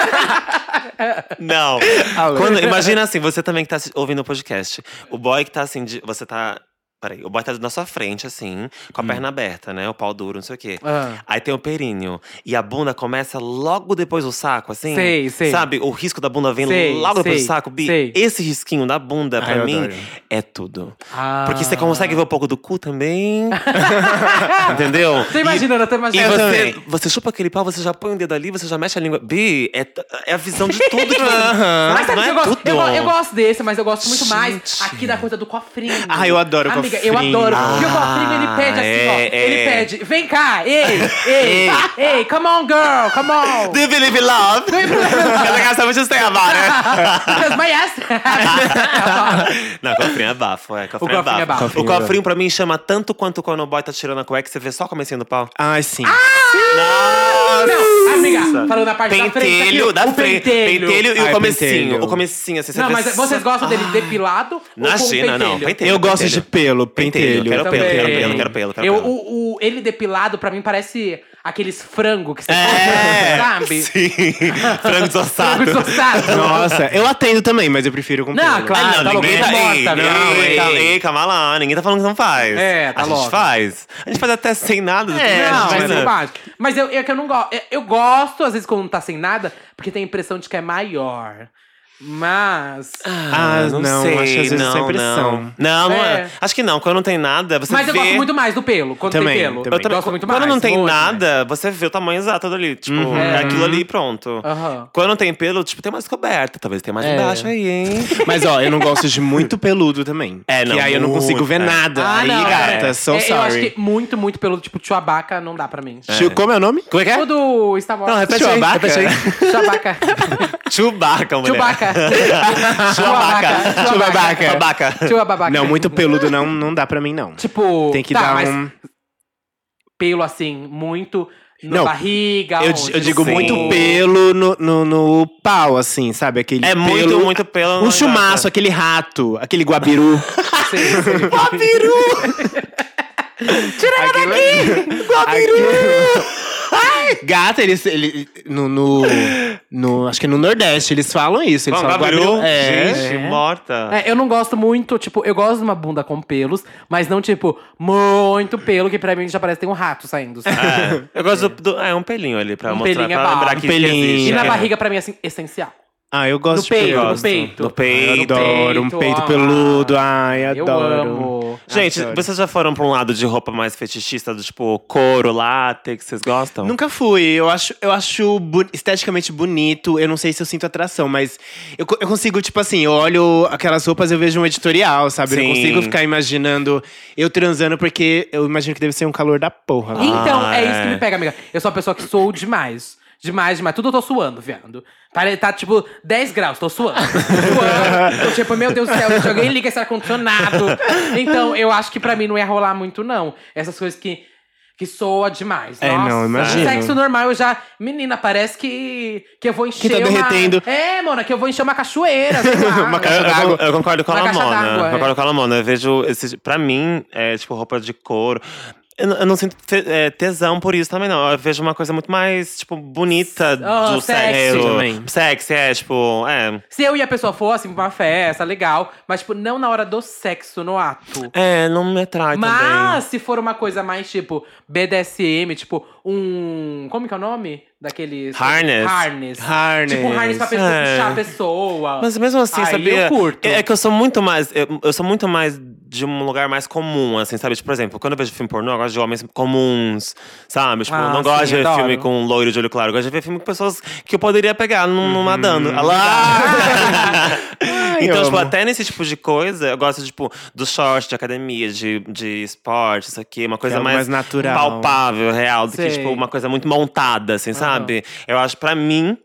A: Não.
B: Alô.
A: Quando- imagina assim, você também que tá assi- ouvindo o podcast. O boy que tá assim, de- você tá. Peraí, o boy tá na sua frente, assim,
C: Hum.
A: com a perna aberta, né? O pau duro, não sei o quê.
C: Ah.
A: Aí tem o períneo. E a bunda começa logo depois do saco, assim.
C: Sei, sei.
A: Sabe? O risco da bunda vem
C: Sei,
A: logo depois
C: sei,
A: do saco. Bi,
C: sei.
A: esse risquinho da bunda,
B: Ai,
A: pra
B: eu
A: mim,
B: adoro.
A: é tudo.
C: Ah.
A: Porque você consegue ver um pouco do cu também. entendeu?
C: Tô imaginando, eu tô
A: E
C: imaginando.
A: você, você chupa aquele pau, você já põe o dedo ali, você já mexe a língua. Bi, é, t- é a visão de tudo. que
B: Aham.
A: Mas
C: Mas sabe
A: não
C: que
A: é
C: eu gosto?
A: tudo.
C: Eu, go- eu gosto desse, mas eu gosto muito mais
A: Gente.
C: aqui da coisa do cofrinho.
B: Ah, eu adoro o
C: Amiga, amiga, eu
B: Cofrinho.
C: adoro. Porque o
A: Ah,
C: cofrinho, ele pede assim, ó.
A: é,
C: Ele
A: é.
C: pede, vem cá, ei, ei, ei, come on, girl, come on.
A: Do you believe in love? Ela gasta muito sem abar, né?
C: Because my ass.
A: Não, cofrinho é bafo, é. Cofrinho
C: O cofrinho
A: é
C: é bafo.
A: bafo.
B: Cofrinho
A: O
B: é
A: cofrinho pra mim chama tanto quanto quando o boy tá tirando a cueca, você vê só o comecinho do pau.
B: Ai, sim.
A: Ah, Nossa!
C: Ah, Não, amiga, falando da parte da frente. tá
A: Pentelho,
C: aqui,
A: da
C: o
A: frente.
C: pentelho.
A: Pentelho e
B: Ai,
A: o comecinho.
B: pentelho.
A: O comecinho, assim, você
C: Não,
A: vê
C: mas
A: só-
C: vocês gostam dele depilado? ou com
A: Imagina,
C: pentelho?
A: não. Pentelho.
B: Eu gosto
A: pentelho.
B: de pelo, pentelho.
A: Pentelho, quero pelo,
C: Também.
A: quero pelo, quero pelo, quero
C: Eu-
A: pelo.
C: o- o- ele depilado, pra mim, parece aqueles frango que você
A: É!
C: come, sabe?
A: Sim, frango
C: Frango
A: desossado.
C: tossado.
B: Nossa, eu atendo também, mas eu prefiro com
C: Não,
B: pelo.
C: claro.
A: Ah,
C: tá
A: não,
C: louco,
A: ninguém tá.
C: ninguém é
A: Ei,
C: morta, não,
A: ei,
C: ei.
A: ei, calma lá, ninguém tá falando que não faz.
C: É, tá
A: A gente
C: louco.
A: faz. A gente faz até sem nada.
C: É,
A: a gente
C: não,
A: faz,
C: mas,
A: né?
C: eu acho. mas eu, é que eu não gosto. Eu, eu gosto, às vezes, quando não tá sem nada, porque tem a impressão de que é maior. Mas.
B: Ah, não, acho que às vezes
A: não,
B: sempre
A: não.
B: são.
A: é Não, não é.
C: É.
A: Acho que não, quando não tem nada, você
C: mas
A: vê...
C: eu gosto muito mais do pelo, quando
B: Também,
C: tem pelo.
B: também.
A: Eu também-
C: gosto muito mais.
A: Quando não tem
C: muito né? mais.
A: nada, você vê o tamanho exato dali. Tipo, é
C: É.
A: aquilo ali e pronto.
C: Aham.
A: Quando não tem pelo, tipo, tem mais coberta. Talvez tenha mais
B: É.
A: embaixo aí, hein?
B: Mas ó, eu não gosto de muito peludo também.
A: É, não,
B: Que aí eu não
A: muito,
B: consigo ver
A: é.
B: nada.
C: Ah,
B: aí,
C: não.
B: gata,
C: é.
B: so
C: É, Eu acho
B: sorry.
C: que muito, muito pelo tipo Chewbacca não dá pra mim.
B: Chu- Como é o nome? Como é que
C: O do Star Wars.
A: Não, repete aí,
B: Chewbacca?
A: repete aí.
C: Chewbacca.
A: Chewbacca, mulher.
C: Chewbacca.
A: Chewbacca.
B: Chewbacca.
A: Chewbacca.
C: Chewbacca.
B: Não, muito peludo não, não dá pra mim, não.
C: Tipo,
B: Tem que
C: tá,
B: dar
C: mas
B: um.
C: pelo assim, muito na
B: Não,
C: barriga.
B: Eu,
C: onde?
B: eu digo
A: Sim.
B: muito pelo no, no, no pau, assim, sabe? Aquele
A: É muito,
B: pelo-
A: muito pelo. não
B: Um
A: dá,
B: chumaço,
A: tá?
B: aquele rato, aquele guabiru.
C: Sim, sim.
B: Aquilo é- Aquilo- Gata, eles. Ele, no, no, no- Acho que é no Nordeste, eles falam isso. Eles
A: Bom,
B: falam
A: Gabiru,
B: guabiru. É.
A: gente, morta.
C: É, eu não gosto muito, tipo, eu gosto de uma bunda com pelos, mas não, tipo, muito pelo, que pra mim já parece que tem um rato saindo. sabe?
A: É, Eu gosto do, do- É um pelinho ali pra
C: Um
A: mostrar,
C: pelinho é
A: pra
C: bala.
A: lembrar
C: Um
A: que
B: pelinho.
A: que existe.
C: E na
A: É.
C: barriga, pra mim, é assim, essencial.
B: Ah, eu gosto
C: No
B: de
C: peito,
B: peludo.
C: no peito.
A: No peito.
B: Eu adoro um peito
C: ah.
B: peludo. Ai,
C: Eu
B: adoro.
C: amo.
A: Gente,
B: Adoro.
A: vocês já foram pra um lado de roupa mais fetichista, do tipo couro, látex, vocês gostam?
B: Nunca fui. Eu acho, eu acho bu- esteticamente bonito. Eu não sei se eu sinto atração, mas eu, co- eu consigo, tipo assim, eu olho aquelas roupas, eu vejo um editorial, sabe? Eu não
A: Sim.
B: consigo ficar imaginando eu transando, porque eu imagino que deve ser um calor da porra. né?
C: Então,
A: Ah,
C: é isso que
A: é.
C: me pega, amiga. Eu sou uma pessoa que sou demais. Demais, demais. Tudo eu tô suando, viado. Pare- Tá, tipo, 10 graus, tô suando. Tô suando. Tô tipo, meu Deus do céu, gente, alguém liga esse ar-condicionado. Então, eu acho que pra mim não ia rolar muito, não. Essas coisas que, que soa demais.
B: É,
C: Nossa.
B: não, imagino.
C: Sexo normal, eu já... Menina, parece que, que eu vou encher
B: tá
C: uma-
B: derretendo.
C: É, mona, que eu vou encher uma cachoeira, sei lá.
B: Uma
A: Eu,
B: caixa
A: eu
B: d'água.
A: con- eu concordo com a
C: Na caixa
A: Lamona.
C: d'água, é.
A: Concordo com a Lamona. Eu vejo esse. Pra mim, é tipo roupa de couro. Eu, não- eu não sinto te- é, tesão por isso também, não. Eu vejo uma coisa muito mais, tipo, bonita
C: Ah,
A: do
C: sexy.
A: sexo.
B: Também.
A: Sexy, é, tipo, é.
C: Se eu e a pessoa fossem pra uma festa, legal. Mas, tipo, não na hora do sexo, no ato.
A: É, não me atrai
C: Mas se for uma coisa mais tipo BDSM, tipo um. Como que é o nome? Daqueles.
A: Harness.
C: Harness.
B: Harness.
C: Tipo um harness pra pessoa
A: É.
C: puxar a pessoa.
A: Mas mesmo assim,
C: Aí
A: sabia?
C: Eu curto.
A: É que eu sou muito mais. Eu, eu sou muito mais de um lugar mais comum, assim, sabe? Tipo, por exemplo, quando eu vejo filme pornô, eu gosto de homens comuns, sabe? Tipo, eu
C: Ah,
A: não gosto
C: sim,
A: de ver
C: adoro.
A: filme com loiro de olho claro. Eu gosto de ver filme com pessoas que eu poderia pegar num-
C: Uhum.
A: numa dando. Alá!
B: eu
A: então, tipo,
B: amo.
A: até nesse tipo de coisa, eu gosto, tipo, do short, de academia, de, de esporte, isso aqui. Uma
C: é
A: coisa
B: algo
A: mais,
B: mais natural.
A: palpável, real, do que,
C: Sei.
A: tipo, uma coisa muito montada, assim,
C: Aham.
A: sabe? Eu acho, pra mim,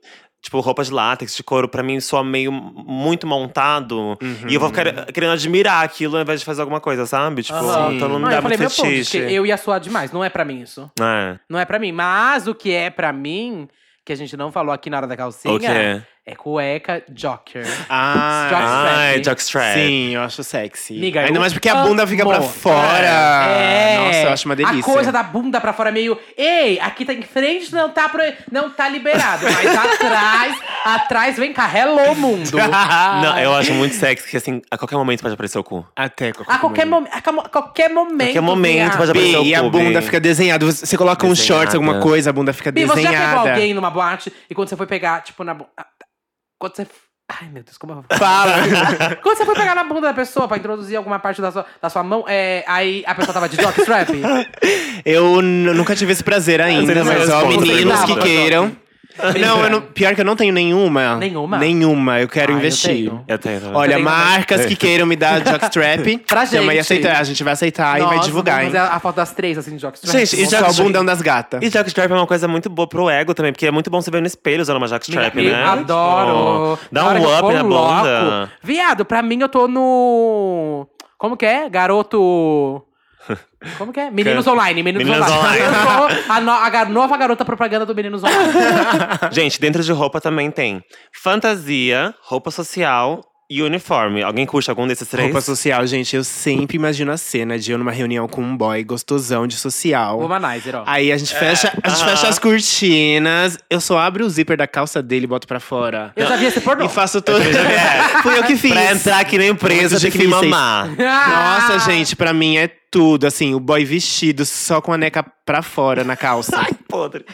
A: tipo, roupas de látex, de couro, pra mim soa meio muito montado. E eu
C: Uhum.
A: vou ficar querendo admirar aquilo ao invés de fazer alguma coisa, sabe? Tipo,
C: Aham.
A: então não me
C: Ah,
A: dá
C: eu falei,
A: muito
C: meu ponto, de
A: fetiche.
C: que eu ia suar demais. Não é pra mim isso.
A: É.
C: Não é pra mim. Mas o que é pra mim, que a gente não falou aqui na hora da calcinha,
A: O quê?
C: é cueca joker.
B: Ah,
C: Jockstrap.
A: Ai, jockstrap.
B: sim, eu acho sexy.
C: Miga,
B: Ainda
C: eu
B: mais porque a bunda fica pra
C: amo.
B: fora.
C: É.
B: Nossa, eu acho uma delícia.
C: A coisa da bunda pra fora é meio. Ei, aqui tá em frente, não tá, pro... não tá liberado. Mas atrás, atrás, vem cá, hello mundo.
A: Não, eu acho muito sexy, que assim, a qualquer momento pode aparecer o cu.
B: Até
C: A qualquer, mom... a camo- qualquer momento.
A: Qualquer momento
C: viado.
A: pode
B: Bi,
A: aparecer o cu.
B: e a bunda
A: Bi.
B: fica desenhada. Você você coloca um
A: Desenhada.
B: shorts, alguma coisa, a bunda fica
C: Bi, você já pegou
B: desenhada.
C: alguém numa boate e quando você foi pegar, tipo, na. bu- ah, tá. Quando você. Ai, meu Deus, como eu vou
B: Fala.
C: Quando você foi pegar na bunda da pessoa pra introduzir alguma parte da sua, da sua mão, é, aí a pessoa tava de jockstrap?
B: eu n- nunca tive esse prazer ainda,
A: Mas
B: mas ó,
A: responde,
B: meninos
A: pergunta.
B: que queiram. Não, eu não- pior que eu não tenho nenhuma.
C: Nenhuma?
B: Nenhuma, eu quero
C: Ah, eu
B: investir.
C: tenho.
A: Eu tenho também.
B: Olha,
C: tenho também.
B: marcas que queiram me dar jockstrap.
C: Pra
B: chama aí,
C: gente.
B: aceita- a gente vai aceitar e
C: Nossa,
B: vai divulgar, hein?
C: vamos fazer a foto das três, assim, de Jockstrap.
A: Gente, e
B: Só
A: jockstrap-
B: o bundão das gatas.
A: E jockstrap é uma coisa muito boa pro ego também, porque é muito bom você ver no espelho usando uma jockstrap,
C: Me-
A: né?
C: Adoro.
A: Tipo, dá
C: Na hora que eu
A: um up na
C: coloco-
A: bunda.
C: Viado, pra mim eu tô no. Como que é? Garoto. Como que é? Meninos
A: Cara,
C: Online, Meninos,
A: Meninos
C: Online.
A: Online.
C: Eu sou a, no- a gar- nova garota propaganda do Meninos Online.
A: Gente, dentro de roupa também tem fantasia, roupa social e uniforme. Alguém curte algum desses três?
B: Roupa social, gente, eu sempre imagino a cena de eu numa reunião com um boy gostosão de social.
C: Womanizer, ó.
B: Aí a gente fecha, a gente
A: aham.
B: fecha as cortinas, eu só abro o zíper da calça dele e boto pra fora.
C: Eu já vi esse pornô.
B: E
A: É
B: faço É. todo. Fui eu que fiz.
A: Pra entrar que nem presa,
B: Muito
A: tem que me
B: difíceis.
A: mamar.
B: Nossa, gente, pra mim é tudo. Assim, o boy vestido só com a neca pra fora na calça.
A: Podre.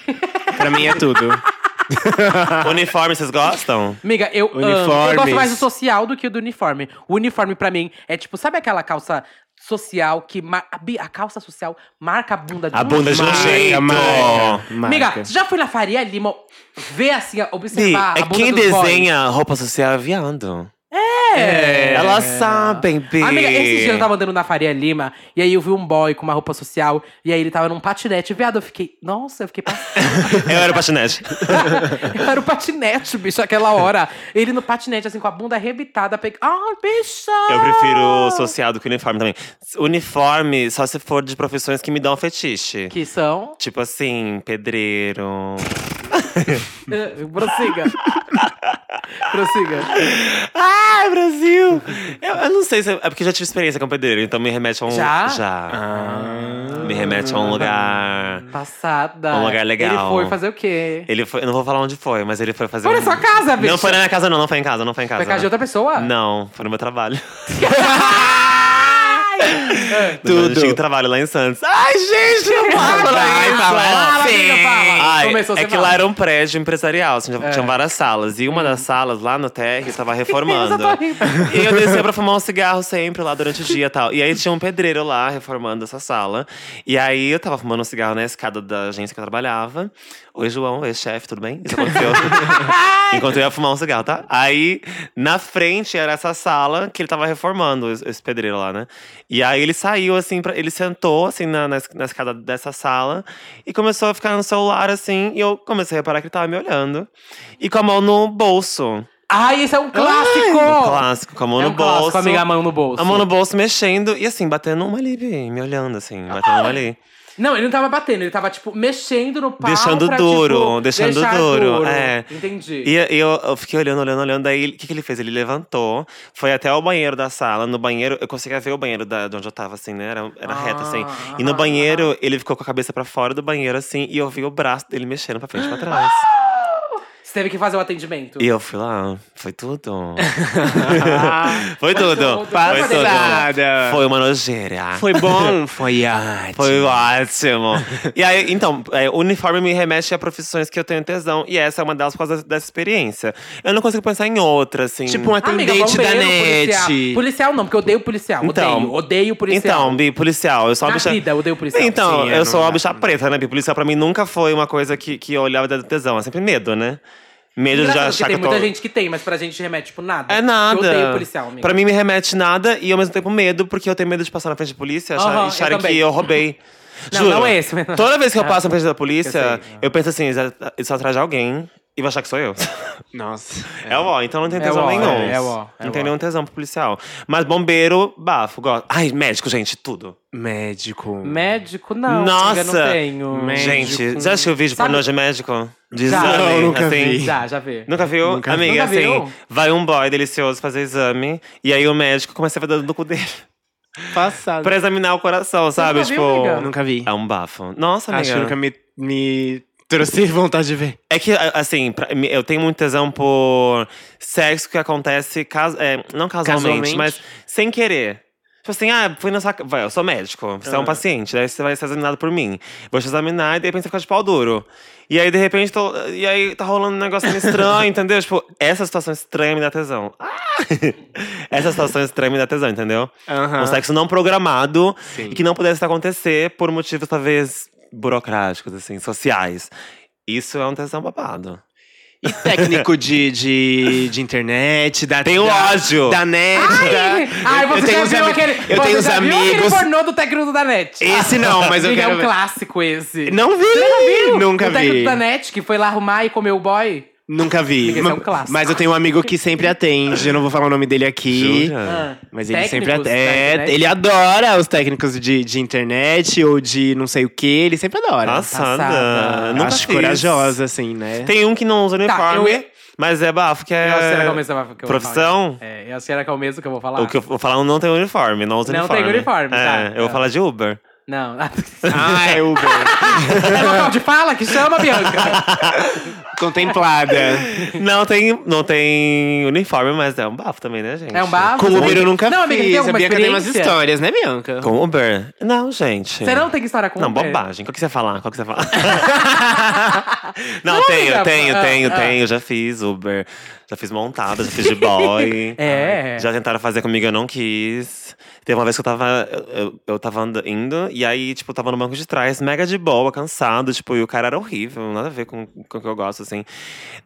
B: pra mim é tudo.
A: uniforme, vocês gostam?
C: Amiga, eu amo. Eu
B: Uniformes.
C: gosto mais do social do que do uniforme. O uniforme, pra mim, é tipo, sabe aquela calça social que. mar- A, bi- a calça social marca a bunda de
A: A
C: um
A: bunda de um
C: jeito.
A: jeito.
B: marca,
C: Amiga,
B: marca.
C: você já foi na Faria Lima ver assim, ó,
A: Bi,
C: observar a
A: é
C: bunda
A: quem
C: dos boys?
A: desenha roupa social é viado.
C: É.
A: Elas sabem, Bi.
C: Amiga, esses dias eu tava andando na Faria Lima e aí eu vi um boy com uma roupa social e aí ele tava num patinete. Viado, eu fiquei. Nossa, eu fiquei passada.
A: Eu era patinete.
C: eu era o patinete, bicho, aquela hora. Ele no patinete, assim, com a bunda arrebitada. Pe... Ah, bicho!
A: Eu
C: Ah.
A: prefiro social do que uniforme também. Uniforme, só se for de profissões que me dão fetiche.
C: Que são.
A: Tipo assim, pedreiro.
C: Eh, Prossiga. Prossiga. Ah,
A: Ai, Brasil! Eu, eu não sei se. É porque eu já tive experiência com pedreiro, então me remete a um.
C: Já?
A: Me remete a um lugar.
C: Passada.
A: Um lugar legal.
C: Ele foi fazer o quê?
A: Ele foi. Eu não vou falar onde foi, mas ele foi fazer.
C: Foi na
A: um-
C: sua casa, bicho.
A: Não foi na minha casa, não, não foi em casa, não foi em casa.
C: Foi casa de outra pessoa?
A: Não, foi no meu trabalho. No meu
B: Tudo.
A: antigo trabalho lá em Santos. Ai, gente, não fala
B: Vai,
A: isso.
B: fala,
C: fala, amiga, fala.
A: Ai,
C: Começou,
A: é
C: você
A: que
C: fala. É. Hum.
A: lá era um prédio empresarial, assim, tinha- tinha várias salas. E uma das salas, lá no TR, estava reformando.
C: Eu já tô rindo.
A: e eu descia pra fumar um cigarro sempre lá durante o dia e tal. E aí tinha um pedreiro lá, reformando essa sala. E aí eu tava fumando um cigarro na escada da agência que eu trabalhava. Oi, João, oi, chefe, tudo bem? Isso aconteceu. Enquanto eu ia fumar um cigarro, tá? Aí, na frente era essa sala que ele tava reformando, es- esse pedreiro lá, né? E aí ele saiu, assim, pra- ele sentou, assim, na, na, es- na escada dessa sala e começou a ficar no celular, assim. E eu comecei a reparar que ele tava me olhando. E com a mão no bolso.
C: Ai, esse é um clássico!
A: Um clássico, com a mão
C: é
A: no
C: um
A: bolso.
C: clássico, amiga, a mão no bolso.
A: A mão no bolso mexendo e assim, batendo uma ali, Bi, me olhando assim, batendo uma ali.
C: Não, ele não tava batendo, ele tava, tipo, mexendo no pau
A: Deixando
C: pra,
A: duro,
C: tipo,
A: deixando
C: deixar
A: duro, é.
C: Entendi.
A: E eu- eu, eu fiquei olhando, olhando, olhando. Daí, o que, que ele fez? Ele levantou, foi até o banheiro da sala. No banheiro, eu conseguia ver o banheiro da, de onde eu tava, assim, né? Era, era
C: Ah,
A: reto, assim. E no
C: aham,
A: banheiro, ele ficou com a cabeça pra fora do banheiro, assim. E eu vi o braço dele mexendo pra frente e pra trás.
C: Você teve que fazer o atendimento.
A: E eu fui lá, foi tudo. foi tudo.
C: tudo,
A: Foi tudo.
B: Passada.
A: Foi uma nojeira.
B: Foi bom? Foi arte.
A: Foi ótimo. e aí, então, é, o uniforme me remete a profissões que eu tenho tesão. E essa é uma delas por causa dessa experiência. Eu não consigo pensar em outra, assim.
B: Tipo um
C: Amiga,
B: atendente da
C: bombeiro,
B: net.
C: Policial. policial não, porque eu odeio policial.
A: Então,
C: odeio, odeio policial.
A: Então, bi, policial. Eu sou uma
C: Na
A: bicha...
C: vida, eu odeio policial.
A: Então,
B: Sim,
A: eu
B: não
A: sou uma
B: dá.
A: bicha preta, né, bi? Policial pra mim nunca foi uma coisa que, que eu olhava e dava tesão. É sempre medo, né? Medo de
C: Engraçado,
A: achar
C: porque
A: que
C: tem
A: eu tô...
C: muita gente que tem, mas pra gente remete, tipo, nada.
A: É
C: Eu odeio
A: nada.
C: policial, amiga.
A: Pra mim me remete nada e ao mesmo tempo medo, porque eu tenho medo de passar na frente da polícia e achar-
C: Aham, eu
A: acharem que
C: também.
A: eu roubei.
C: Não,
A: Juro.
C: não é esse, mas-
A: Toda vez que eu passo na frente da polícia,
C: sei.
A: eu, penso assim, isso é- isso é atrás de alguém e vai achar que sou eu.
B: Nossa.
A: É o ó, então não tem
C: É
A: tesão
C: o ó,
A: nenhum.
C: é, é o ó, é
A: não
C: o
A: tem
C: ó.
A: nenhum tesão pro policial. Mas bombeiro, bafo, gosto. Ai, médico, gente, tudo.
B: Médico.
C: Médico, não.
A: Nossa!
C: amiga, não tenho.
A: Gente, já assistiu o vídeo
C: Sabe-
A: pornô de médico? De
C: Já.
A: exame,
B: Não, nunca
A: assim?
B: vi.
C: Já, já vi.
A: Nunca viu?
B: Nunca vi.
A: Amiga,
C: Nunca
A: assim,
C: viu?
A: vai um boy delicioso fazer exame e aí o médico começa a ver dando no cu dele.
B: Passado.
A: pra examinar o coração, sabe?
C: nunca viu,
A: tipo.
C: amiga?
B: Nunca vi.
A: é um bafo. Nossa, amiga.
B: Acho que nunca me, me trouxe vontade de ver.
A: É que, a- assim, pra mim, eu tenho muito tesão por sexo que acontece, cas... é, não casualmente,
B: Casualmente?
A: mas sem querer. Tipo assim, ah, fui na sua. ca- Vai, eu sou médico, você é um paciente, daí você vai ser examinado por mim. Vou te examinar e de repente você fica de pau duro. E aí, de repente, tô- e aí tá rolando um negócio meio estranho, entendeu? Tipo, essa situação estranha me dá tesão. Ah! essa situação estranha me dá tesão, entendeu?
B: Aham.
A: Um sexo não programado e que não pudesse acontecer por motivos, talvez, burocráticos, assim, sociais. Isso é um tesão babado.
B: E técnico de, de, de internet, da
A: Tem um o
B: da-
A: ódio.
B: Da net.
C: Ai,
B: da-
C: ai,
B: Tá? eu-
C: você
B: eu tenho
C: já
B: uns
C: viu
B: ami-
C: aquele.
B: Eu
C: você
B: tenho uns
C: já viu aquele
B: amigos.
C: pornô do técnico da net.
B: Esse não, mas eu
C: Amiga,
B: quero
C: é um
B: ver.
C: é clássico é um esse.
B: Não vi,
C: Você
B: nunca
C: o técnico
B: vi.
C: da net que foi lá arrumar e comeu o boy?
B: Nunca vi.
C: Esse é um
B: Ma-
C: clássico.
B: Mas eu tenho um amigo que sempre atende. Eu não vou falar o nome dele aqui.
A: Jura?
C: Ah,
B: Mas ele sempre
C: técnicos da
B: atende.
C: internet?
B: Ele adora os técnicos de, de internet ou de não sei o que. Ele sempre adora.
A: Passada. Nunca
B: Ah,
A: fiz.
B: Acho corajosa, assim, né?
A: Tem um que não usa uniforme,
C: Tá, eu-
A: mas é bafo, que é.
C: Eu acho que era com o mesmo que eu vou falar.
A: Profissão?
C: É, eu acho que era com o mesmo que eu vou falar.
A: O que eu vou falar não tem uniforme, não usa
C: Não tem
A: uniforme.
C: uniforme,
A: é,
C: tá.
A: Eu vou
C: Tá.
A: falar de Uber.
C: Não.
B: Ah, é Uber.
C: é local de fala que chama, Bianca.
B: Contemplada.
A: não, tem, não tem uniforme, mas é um bafo também, né, gente?
C: É um bafo.
B: Com Uber eu nunca
C: Não, amiga, tem
B: fiz. a
C: alguma
B: Bianca tem umas
C: experiência?
B: histórias, né, Bianca?
A: Com Uber? Não, gente.
C: Você não tem história com
A: Não,
C: Uber?
A: bobagem. Qual que você vai falar? Qual que você vai falar? não,
C: Não,
A: tenho,
C: amiga,
A: tenho,
C: ah,
A: tenho,
C: ah.
A: tenho. Já fiz Uber. Já fiz montada, já fiz de boy.
C: É.
A: Já tentaram fazer comigo, eu não quis. Teve uma vez que eu tava. Eu, eu- eu tava anda- indo, e aí, tipo, eu tava no banco de trás, mega de boa, cansado, tipo, e o cara era horrível, nada a ver com, com o que eu gosto, assim.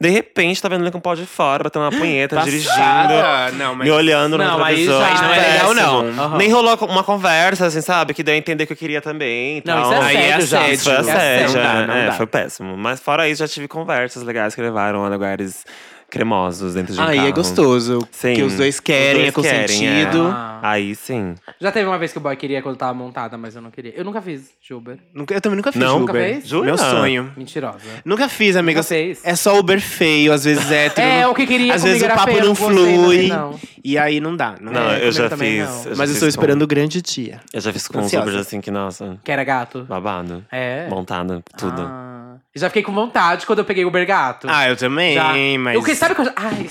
A: De repente, tava vendo ele com o pau de fora, batendo uma
B: tá
A: punheta,
C: Tá
A: dirigindo.
B: Passada. Ah, Não, mas...
A: Me olhando no
C: Não, aí
A: retrovisor.
C: já
A: Isso
C: é
B: péssimo.
C: Aham.
A: Nem rolou uma conversa, assim, sabe? Que deu a entender que eu queria também. e
C: Não,
A: tal.
C: isso é
B: Aí é
C: assédio,
B: assédio.
C: gente.
A: Isso foi
B: Não
A: assédio,
B: dá,
A: é,
B: não
A: é,
B: dá.
A: foi péssimo. Mas fora isso, já tive conversas legais que levaram a lugares cremosos dentro de um
B: Aí
A: carro.
B: é gostoso.
A: Sim.
B: Que os dois querem,
A: Os dois
B: é
A: querem, é.
B: consentido.
C: Ah.
A: Aí sim.
C: Já teve uma vez que o boy queria quando tava montada, mas eu não queria. Eu nunca fiz de Uber.
B: Nunca- Eu também nunca fiz
A: Não?
B: Uber.
A: Nunca
C: fez?
A: Jura?
B: Meu sonho.
C: Mentirosa.
B: Nunca fiz, amiga.
C: Nunca fez.
B: É só Uber feio, às vezes hétero.
C: É,
B: não-
C: o que queria
B: Às
C: comigo
B: vezes o
C: era
B: papo
C: feio, eu
B: não
C: não gostei
B: flui.
C: também, não.
B: E aí não dá. Não,
A: Não,
B: é.
A: eu já
C: também
A: fiz.
C: não.
A: já
B: Mas eu
A: fiz
B: estou
A: com-
B: esperando o grande dia.
A: Eu já fiz com os
B: Ansiosa.
A: Ubers assim que, nossa,
C: Que era gato.
A: babado.
C: É.
A: Montada, tudo.
C: Ah. Eu já fiquei com vontade quando eu peguei o Uber gato.
B: Ah, eu também,
C: Já.
B: mas.
C: Eu que- sabe o que eu já... Ai.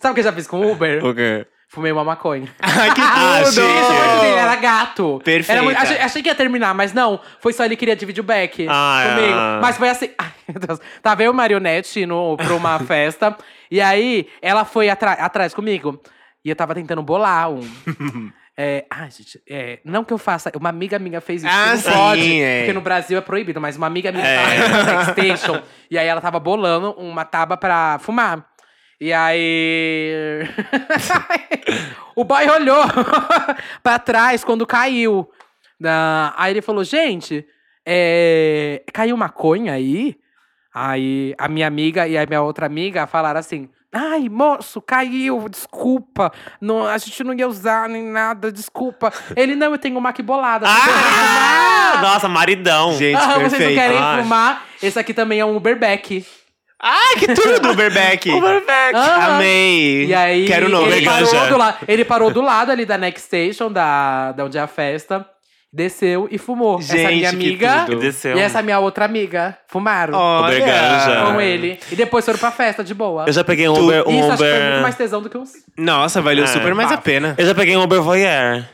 C: sabe o que eu já fiz com o Uber?
A: O quê?
C: Fumei uma maconha.
B: Ai, que
A: Ah,
B: tudo!
A: chique.
C: Isso, mas ele era gato.
B: Perfeita.
C: Era muito- achei, achei que ia terminar, mas não. Foi só ele queria dividir o back
A: Ah,
C: comigo.
A: é.
C: Mas foi assim. Ai, meu Deus. Tava eu e Marionete no, pra uma festa. E aí, ela foi atra- atrás comigo. E eu tava tentando bolar um. É, ai, gente, é, não que eu faça. Uma amiga minha fez isso.
B: Ah,
C: que não
B: sim,
C: pode,
B: é.
C: porque no Brasil é proibido, mas uma amiga minha tava na PlayStation. e aí ela tava bolando uma taba pra fumar. E aí. o boy olhou pra trás quando caiu. Na- Aí ele falou: gente, é, caiu maconha aí? Aí a minha amiga e a minha outra amiga falaram assim: Ai, moço, caiu, desculpa. Não, a gente não ia usar nem nada, desculpa. Ele, não, eu tenho uma que bolada. vocês querem
A: Ah!
C: fumar?"
A: Nossa, maridão.
B: Gente,
C: Ah, vocês não
B: perfeito.
C: querem
A: Ai.
C: fumar? Esse aqui também é um Uberback.
B: Ai, que Ah! tudo do Uberback! Uberback!
C: Aham.
B: Amei!
C: E aí,
B: Quero um o nome.
C: ele,
A: Legal,
C: parou
A: já.
C: do la- ele parou do lado ali da Next Station, da, da onde é a festa, desceu e fumou. essa
B: Gente,
C: minha
B: que
C: amiga
A: E
B: tudo.
A: desceu.
C: e essa minha outra amiga fumaram
B: Olha.
A: Uberganja.
C: com ele. E depois foram pra festa, de boa.
A: É. Eu já peguei um Uber. Um
C: Isso acho que foi muito
A: Uber...
C: mais tesão do que uns...
B: Nossa, valeu
A: É.
B: super mais a pena.
A: Eu já peguei um Uber Voyeur.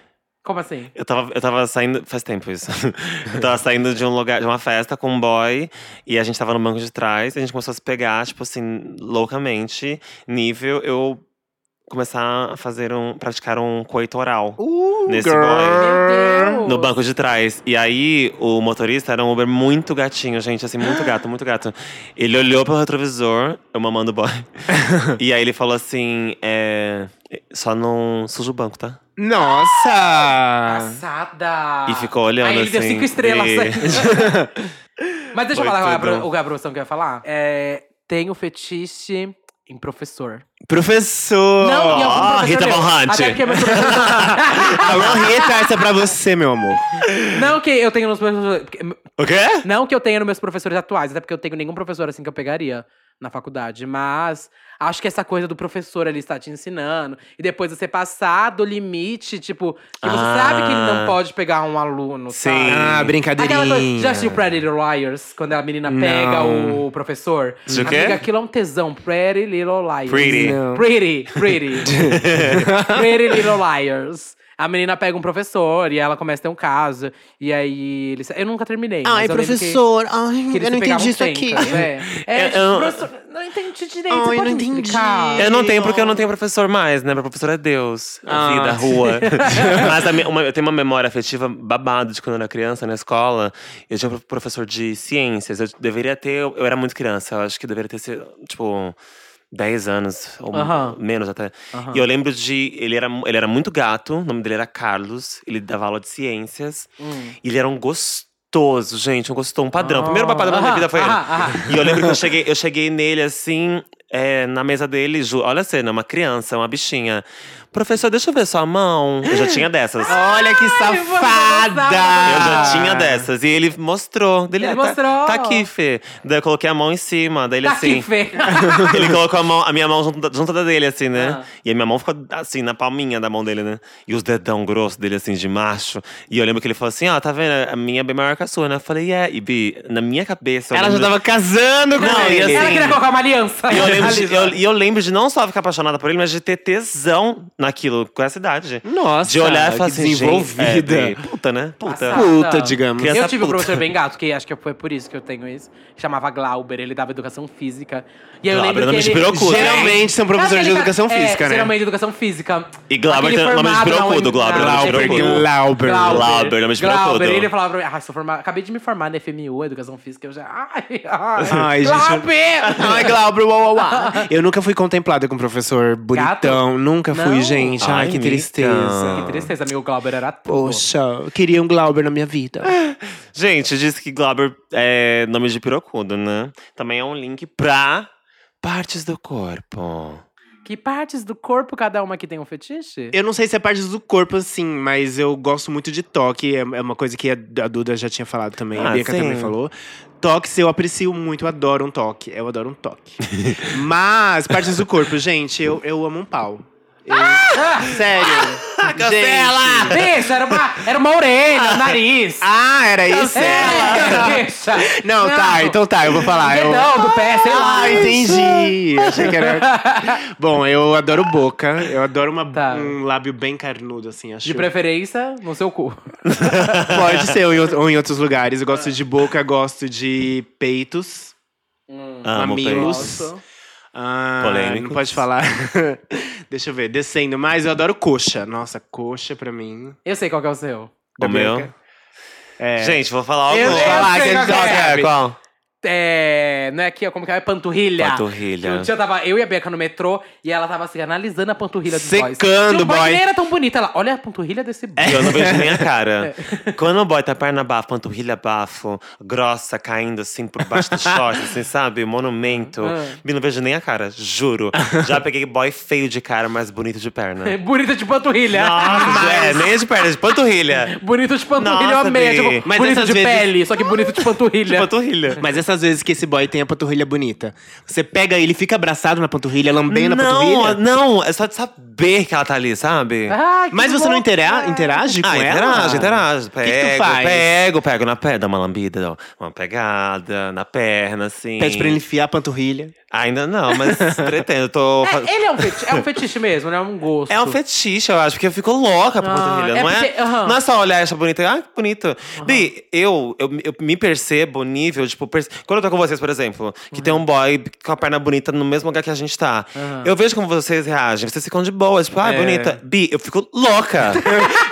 C: Como assim?
A: Eu tava, eu tava saindo. Faz tempo isso. Eu tava saindo de um lugar, de uma festa com um boy. E a gente tava no banco de trás. E a gente começou a se pegar, tipo assim, loucamente. Nível eu começar a fazer um. praticar um coito oral
B: Uh,
A: Nesse
B: girl.
A: boy.
C: Meu Deus.
A: É. no banco de trás. E aí, o motorista era um Uber muito gatinho, gente, assim, muito gato, muito gato. Ele olhou pelo retrovisor, eu mamando o boy. e aí ele falou assim: é, só não suja o banco, tá?
B: Nossa!
C: Passada!
A: E ficou olhando
C: Ah. Aí ele deu
A: assim,
C: cinco estrelas. assim.
A: e-
C: Mas deixa eu
A: Foi
C: falar a,
A: tudo.
C: pro- a profissão que eu ia falar. É, tem o fetiche em professor.
B: Professor!
C: Não, e algum
A: Ah,
C: professor
A: Rita
C: meu.
A: Von Hunt.
C: Até porque é meu professor...
B: Alô, Rita, essa é pra você, meu amor.
C: Não que eu tenho nos professores... porque-
A: O quê?
C: Não que eu tenha nos meus professores atuais, até porque eu tenho nenhum professor assim que eu pegaria na faculdade. Mas acho que essa coisa do professor ali estar te ensinando e depois você passar do limite, tipo, que você
A: Ah.
C: sabe que ele não pode pegar um aluno,
A: Sim.
C: sabe?
B: Ah, brincadeirinha.
C: Aquela coisa, já assistiu Pretty Little Liars? Quando a menina pega
B: Não.
C: o professor?
A: Isso o quê?
C: Amiga, aquilo é um tesão. Pretty Little Liars.
A: Pretty.
B: Não.
C: Pretty, pretty. pretty Little Liars. A menina pega um professor e ela começa a ter um caso. E aí eles. Eu nunca terminei.
E: Ai,
C: mas eu lembro que-
E: professor, ai,
C: que eles
E: eu não
C: se pegavam
E: entendi isso aqui.
C: pencas, É, é
A: Eu- eu-
C: professor, não entendi direito. você
E: Ai, não
C: pode me
E: entendi.
C: explicar?
A: Eu não tenho porque eu não tenho professor mais, né? Meu professor é Deus, a
B: Ah.
A: vida, a rua. Mas a mi- uma- eu tenho uma memória afetiva babado de quando eu era criança na escola. Eu tinha um professor de ciências. Eu deveria ter. Eu era muito criança, eu acho que deveria ter sido, tipo. 10 anos, ou
C: Aham.
A: menos até. E eu lembro de. Ele era, ele era muito gato, o nome dele era Carlos, ele dava aula de ciências. E ele era um gostoso, gente, um gostoso, um padrão. O primeiro padrão da minha vida foi ele.
C: Ah, ah,
A: E eu lembro que eu cheguei, eu cheguei nele assim, é, na mesa dele, ju, olha a cena, uma criança, uma bichinha. Professor, deixa eu ver sua mão. Eu já tinha dessas.
B: Olha que
A: Eu já
B: safada!
A: tinha dessas. E ele mostrou. Dele,
C: Ah. Ele
A: "Ah, tá-
C: mostrou."
A: Tá aqui, Fê. Daí eu coloquei a mão em cima. Daí ele
C: Tá
A: assim.
C: aqui, Fê.
A: ele colocou a, mão, a minha mão junto, da- junto da dele, assim, né?
C: Ah.
A: E a minha mão ficou assim, na palminha da mão dele, né? E os dedão grosso dele, assim, de macho. E eu lembro que ele falou assim: ó, tá vendo? A minha é bem maior que a sua, né? Eu falei, é. E Bi, na minha cabeça. eu
B: Ela já
A: lembro-
B: tava casando com
A: Não, e
B: ele.
C: Ela
A: assim-
C: queria colocar uma aliança.
A: e eu, lembro de, eu- e eu lembro de não só ficar apaixonada por ele, mas de ter tesão naquilo, com essa idade.
B: Nossa,
A: de olhar e falar
B: que
A: assim,
B: desenvolvida.
A: gente, é, puta, né? Puta.
C: Passada.
B: Puta, digamos.
A: Criança
C: eu tive um
A: puta.
C: professor bem gato, que acho que foi por isso que eu tenho isso. Chamava Glauber, ele dava educação física. E aí eu
A: Glauber, é um
C: lembro
A: nome
C: que
A: de né?
C: ele...
A: pirocudo.
B: Geralmente são professores
C: Sabe aquele
B: de educação
C: ca-
B: física,
C: é,
B: né?
C: Geralmente de educação física.
A: E Glauber
C: Aquele é
A: tem um nome de
C: formado na
A: pirocudo,
C: Uni-
A: Glauber,
C: na-
A: nome de
B: Glauber,
A: pirocudo.
B: Glauber.
A: Glauber, nome de
C: Glauber,
A: pirocudo.
C: ele falava pra mim, ah, sou formado, acabei de me formar na FMU, educação física, eu já... Ai, ai,
B: Ai, gente,
C: Glauber!
B: Ai, Glauber, uau, uau, uau. Eu nunca fui contemplada com um professor bonitão. Nunca fui,
C: Não? então.
B: gente. Ai,
A: Ai,
B: que
A: amiga.
B: tristeza.
C: Que tristeza, amigo Glauber era tudo.
B: Poxa, eu queria um Glauber na minha vida.
A: Gente, diz que Glauber é nome de pirocudo, né? Também é um link pra partes do corpo.
C: Que partes do corpo cada uma que tem um fetiche?
B: Eu não sei se é parte do corpo, assim, mas eu gosto muito de toque. É é uma coisa que a a Duda já tinha falado também, a
A: Ah,
B: Bianca
A: sim.
B: também falou. Toques eu aprecio muito, eu adoro um toque. Eu adoro um toque. mas, partes do corpo, gente, eu, eu amo um pau. Eu- Ah! Sério. Ah,
A: Cancela!
B: Gente.
C: Bicho, era uma, era uma orelha, um nariz.
B: Ah, era isso?
C: É, bicha.
B: Não, tá, então tá, eu vou falar. Eu...
C: Dedão do pé, sei lá.
B: Ah, entendi. Achei que era. Bom, eu adoro boca. Eu adoro uma,
C: Tá.
B: um lábio bem carnudo, assim, acho.
C: De preferência, no seu cu.
B: Pode ser, ou em, out- ou em outros lugares. Eu gosto de boca, gosto de peitos.
A: Amo
B: Mamilos.
A: peitos.
B: Ah,
A: Polêmicos.
B: Não pode falar. Deixa eu ver, descendo mais, eu adoro coxa. Nossa, coxa pra mim.
C: Eu sei qual que é o seu.
A: O meu.
B: Bianca. É.
A: Gente, vou falar algo.
B: eu vou falar que
C: sei
B: é
C: qual que
B: toca.
C: é.
B: Qual?
C: É. Não é aqui, ó, como que é? Panturrilha.
A: Panturrilha.
C: Que Um dia tava eu e a Bianca no metrô e ela tava assim, analisando a panturrilha dos boys.
B: Secando
C: Tipo,
B: o boy. É,
C: mas nem era tão bonita. Ela, olha a panturrilha desse boy.
A: Eu não vejo nem a cara. Quando o boy tá perna bafo, panturrilha bafo, grossa, caindo assim por baixo do short, assim, sabe? Monumento. Eu não vejo nem a cara, juro. Já peguei boy feio de cara, mas bonito de perna.
C: Bonita de panturrilha.
A: Nossa, é, nem de perna, de panturrilha.
C: Bonito de panturrilha, eu
A: Nossa,
C: amei.
A: Bi.
C: Tipo,
B: Mas
C: bonito
B: essas
C: de
B: vezes-
C: pele, só que bonito de
A: De
C: panturrilha.
A: panturrilha.
B: Mas essas vezes que esse boy tem a panturrilha bonita, você pega ele, fica abraçado na panturrilha, lambendo a
A: Não,
B: panturrilha.
A: não, é só de saber que ela tá ali, sabe?
C: Ai, que
B: Mas você não
C: louca.
B: intera- interage Ah, com
A: Ah,
B: ela?
A: interage, interage.
B: que tu
A: Pego,
B: faz?
A: pego, pego na perna, dá uma lambida, dá uma pegada na perna, assim.
B: Pede pra ele enfiar a panturrilha.
A: Ainda não, mas pretendo. Tô... fa-
C: É, ele é um fetiche, é um fetiche mesmo, né? É um gosto.
A: É um fetiche, eu acho, porque eu fico louca por
C: Ah,
A: panturrilha.
C: é
A: não, é,
C: porque- aham.
A: não é só olhar e achar bonita. Ah, que bonito. Bi, eu, eu, eu me percebo o nível, tipo, perce- quando eu tô com vocês, por exemplo, que tem
C: Uhum.
A: um boy com a perna bonita no mesmo lugar que a gente tá. Eu vejo como vocês reagem. Vocês ficam de boa, tipo, ah,
B: É.
A: bonita. Bi, eu fico louca.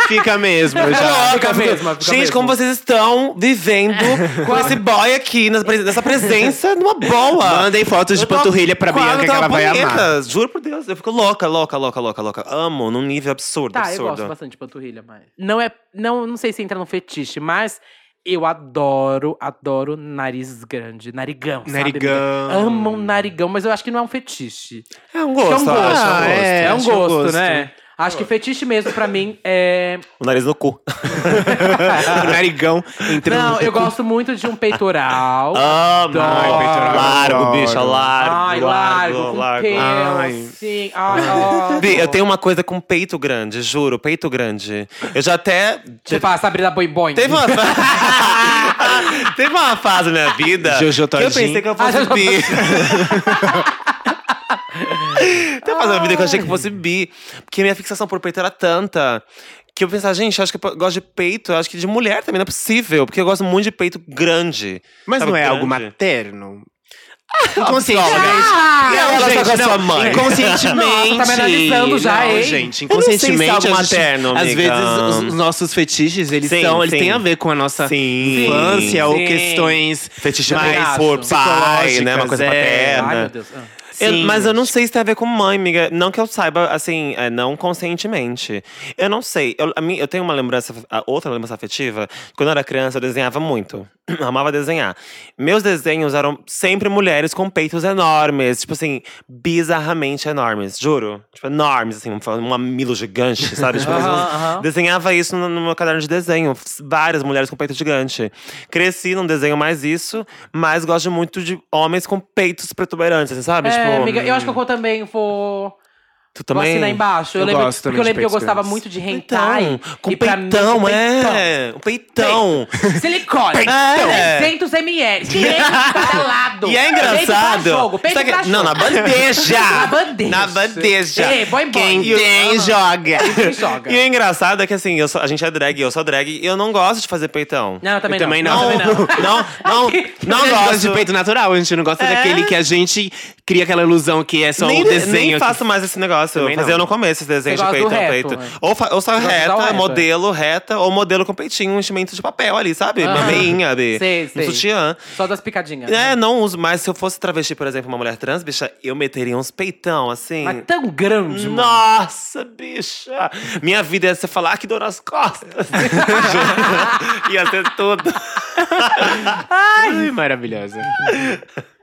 B: Fica mesmo,
A: Eu
B: já.
A: já-
C: Fica
A: eu fico-
C: mesmo, fica
A: gente,
C: mesmo.
A: como vocês estão vivendo com esse boy aqui, nas presen- nessa presença, numa boa.
B: Mandem fotos de
A: Eu tô-
B: panturrilha pra
A: Claro,
B: Bianca
A: eu
B: que
A: tô
B: ela vai
A: bonita,
B: amar.
A: Juro por Deus, eu fico louca, louca, louca, louca, louca. Amo num nível absurdo,
C: Tá, eu
A: absurdo.
C: gosto bastante de panturrilha, mas. Não é. Não, não sei se entra no fetiche, mas eu adoro, adoro nariz grande. Narigão. sabe,
B: Narigão.
C: amiga? Amo um narigão, mas eu acho que não é um fetiche.
A: É um
C: Que
A: gosto,
C: é um gosto.
A: acho,
B: Ah,
A: um
B: é,
A: gosto.
C: um
B: acho que é um
C: gosto,
B: gosto.
C: né? Acho que fetiche mesmo pra mim é.
A: O nariz no cu.
B: o narigão entrando.
C: Não,
B: no-
C: eu gosto muito de um peitoral.
A: Amo.
C: Ai, peitoral.
A: largo, bicha, largo.
C: Ai, largo, com
A: largo.
C: pelo,
B: Ai.
C: assim. Ai, ó.
A: Bi, eu tenho uma coisa com peito grande, juro, peito grande. Eu já até.
C: Tipo, a Sabrina Boi Boing.
A: Teve uma, fa- Teve uma fase na minha vida
B: Jojo
A: que eu
B: Todinho.
A: pensei que eu fosse
C: Ah, Jojo
A: bi. Até fazendo uma vida que eu achei que fosse bi. Porque minha fixação por peito era tanta. Que eu pensava, gente, eu acho que eu gosto de peito, eu acho que de mulher também, não é possível. Porque eu gosto muito de peito grande.
B: Mas
A: Sabe,
B: não é
A: grande?
B: algo materno? Inconscientemente.
C: Ah!
A: Ela
B: Não,
A: tá com a sua mãe.
B: Inconscientemente.
C: Nossa, tá me analisando já,
B: não,
C: hein?
B: gente.
A: Eu não sei se é
B: Inconscientemente.
A: algo
B: a gente-
A: materno,
B: às
A: amiga.
B: vezes os, os nossos fetiches, eles
A: Sim,
B: são. Eles
A: sim.
B: têm a ver com a nossa
A: Sim.
B: infância ou
C: Sim.
B: questões.
A: Fetiche
B: mais
A: mais por pai, né? Uma coisa
B: psicológicas, é.
A: paterna.
C: Ai, meu Deus. Ah.
A: Eu-
B: Sim,
A: mas eu não
B: gente.
A: sei se tem a ver com mãe, amiga. Não que eu saiba, assim, é, não conscientemente. Eu não sei. Eu, a mim- eu tenho uma lembrança, a outra lembrança afetiva. Quando eu era criança, eu desenhava muito. Amava desenhar. Meus desenhos eram sempre mulheres com peitos enormes. Tipo assim, bizarramente enormes, juro. Tipo, enormes, assim, um, um mamilo gigante, sabe? Tipo,
C: Aham,
A: assim,
C: aham.
A: Desenhava isso no, no meu caderno de desenho. F- Várias mulheres com peito gigante. Cresci, não desenho mais isso, mas gosto muito de homens com peitos protuberantes, assim, sabe?
C: É,
A: tipo,
C: amiga, eu acho que eu vou também vou,
A: tu
C: vou
A: também.
C: assinar embaixo. Eu,
B: Eu
C: lembro,
B: gosto também
C: porque eu
B: de
C: lembro que eu
B: peitos
C: gostava
B: grandes.
C: muito de hentai.
A: Então, com
C: e pra mim,
A: peitão,
C: com
A: é. Um peitão.
C: peitão. Silicone.
A: É.
C: 300 ml. Peito pra lado.
A: E é
C: Peito pra
A: engraçado.
C: jogo. Peito
A: Sabe que-
C: pra jogo.
A: Não, na bandeja.
C: Na bandeja.
A: Na bandeja.
C: É, boy, boy.
A: Quem
C: E o-
A: tem,
C: Aham. Então,
A: joga.
C: Quem joga.
A: E o engraçado é que assim, eu sou- a gente é drag, eu sou drag, e eu não gosto de fazer peitão.
C: Não, eu também,
B: Eu também
C: não.
B: não.
C: Eu também não.
A: não, não, não
B: Não gosta
A: gosto
B: de peito natural, a gente não gosta
A: É.
B: daquele que a gente cria aquela ilusão que é só
A: nem,
B: o desenho.
A: nem faço mais esse negócio.
B: Também
A: Fazia
B: não.
A: no começo esse desenho
C: Você
A: de
C: gosta do
A: peito a
C: reto,
A: peito.
C: né?
A: Ou, fa- ou só
C: de dar
A: reta,
C: o reto. é.
A: modelo reta, ou modelo com peitinho, um enchimento de papel ali, sabe?
C: Aham.
A: Mameinha, Bi.
C: Ah, Sei,
A: Um
C: sei.
A: sutiã.
C: Só das picadinhas.
A: É, não uso mais. Se eu fosse travesti, por exemplo, uma mulher trans, bicha, eu meteria uns peitão, assim.
C: Mas tá tão grande, mano.
A: Nossa, bicha! Minha vida ia ser falar "Ah, que dor nas costas. ia ser tudo.
B: Ai, maravilhosa.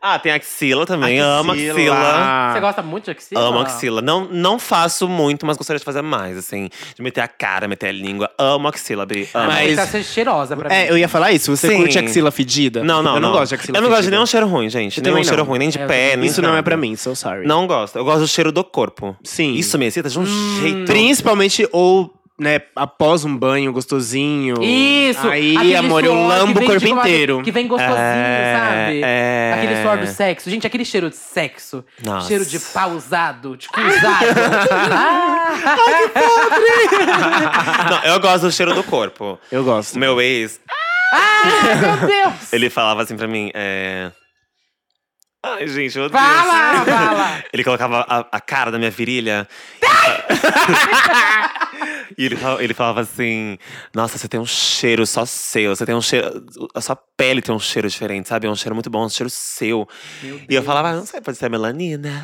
A: Ah, tem axila também. Amo axila.
C: Ah. Você
B: Axila.
C: gosta muito de axila?
A: Amo axila. Não, não faço muito, mas gostaria de fazer mais, assim. De meter a cara, meter a língua. Amo axila, Bi. Amo.
B: Mas-
C: Mas... Tá sendo cheirosa pra
B: É,
C: mim.
B: eu ia falar isso. Você
A: Sim.
B: curte axila fedida?
A: Não, não,
B: Eu não, gosto de axila
A: Eu não gosto de
B: fedida.
A: nenhum cheiro ruim, gente.
B: Eu
A: Nenhum
B: também não.
A: cheiro ruim, nem de
C: Eu
A: pé, nem
B: Isso
A: de
B: não é
A: nada.
B: pra mim, so sorry.
A: Não gosto. Eu gosto do cheiro do corpo.
B: Sim. Hum.
A: Isso me excita de um jeito.
B: Principalmente ou, né, após um banho gostosinho.
A: Tipo,
C: Isso!
B: Aí,
C: Aquele
B: amor, eu
C: suor que
B: lambo o
C: vem,
B: corpo
C: tipo,
B: inteiro.
C: Que vem gostosinho,
A: É,
C: sabe?
A: é.
C: Aquele suor do sexo. Gente, aquele cheiro de sexo.
A: Nossa.
C: Cheiro de pausado, de cruzado. ah,
A: Não, eu gosto do cheiro do corpo.
B: Eu
A: O
B: gosto.
A: meu ex,
C: Ah, meu Deus!
A: ele falava assim pra mim, é... Ai, gente, eu odeio
C: Fala,
A: isso.
C: fala.
A: Ele colocava a, a cara da minha virilha. e ele, fal- ele falava assim: Nossa, você tem um cheiro só seu. Você tem um cheiro. A sua pele tem um cheiro diferente, sabe? É um cheiro muito bom, um cheiro seu. E eu falava: Não sei, pode ser melanina.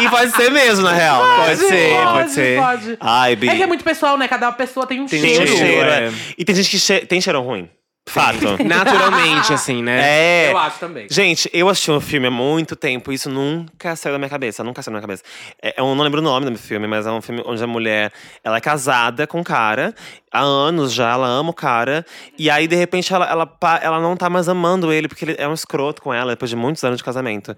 A: e pode ser mesmo, na real.
B: Pode ser, pode
C: pode
B: ser.
C: Pode.
A: Ai, Bi.
C: É que é muito pessoal, né? Cada pessoa tem um
B: Tem um
A: Tem um
C: cheiro.
A: cheiro, é.
B: é.
A: E tem gente que che- tem cheiro ruim. Fato.
B: Naturalmente, assim, né?
A: é.
C: Eu acho também.
A: Gente, eu assisti um filme há muito tempo, e isso nunca saiu da minha cabeça, nunca saiu da minha cabeça. É, eu não lembro o nome do filme, mas é um filme onde a mulher, ela é casada com um cara, há anos já, ela ama o cara, e aí de repente ela, ela, pa- ela não tá mais amando ele, porque ele é um escroto com ela, depois de muitos anos de casamento.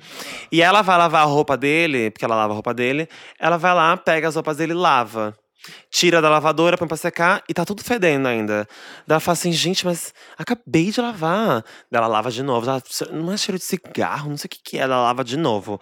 A: E ela vai lavar a roupa dele, porque ela lava a roupa dele, ela vai lá, pega as roupas dele e lava. Tira da lavadora, põe pra secar e tá tudo fedendo ainda. Daí ela fala assim, gente, mas acabei de lavar. Daí ela lava de novo. Ela, não é cheiro de cigarro, não sei o que que é. Ela lava de novo.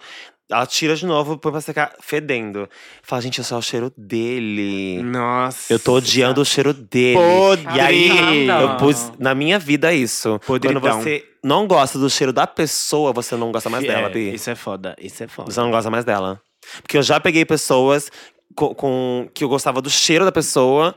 A: Ela tira de novo, põe pra secar, fedendo. Fala, gente, é só o cheiro dele.
B: Nossa.
A: Eu tô odiando o cheiro dele.
B: Podre.
A: E aí,
C: Ah,
A: eu
C: não.
A: pus na minha vida é isso.
B: Podridão.
A: Quando você não gosta do cheiro da pessoa, você não gosta mais dela,
B: É,
A: Bi.
B: Isso é foda, isso é foda.
A: Você não gosta mais dela. Porque eu já peguei pessoas co- com, que eu gostava do cheiro da pessoa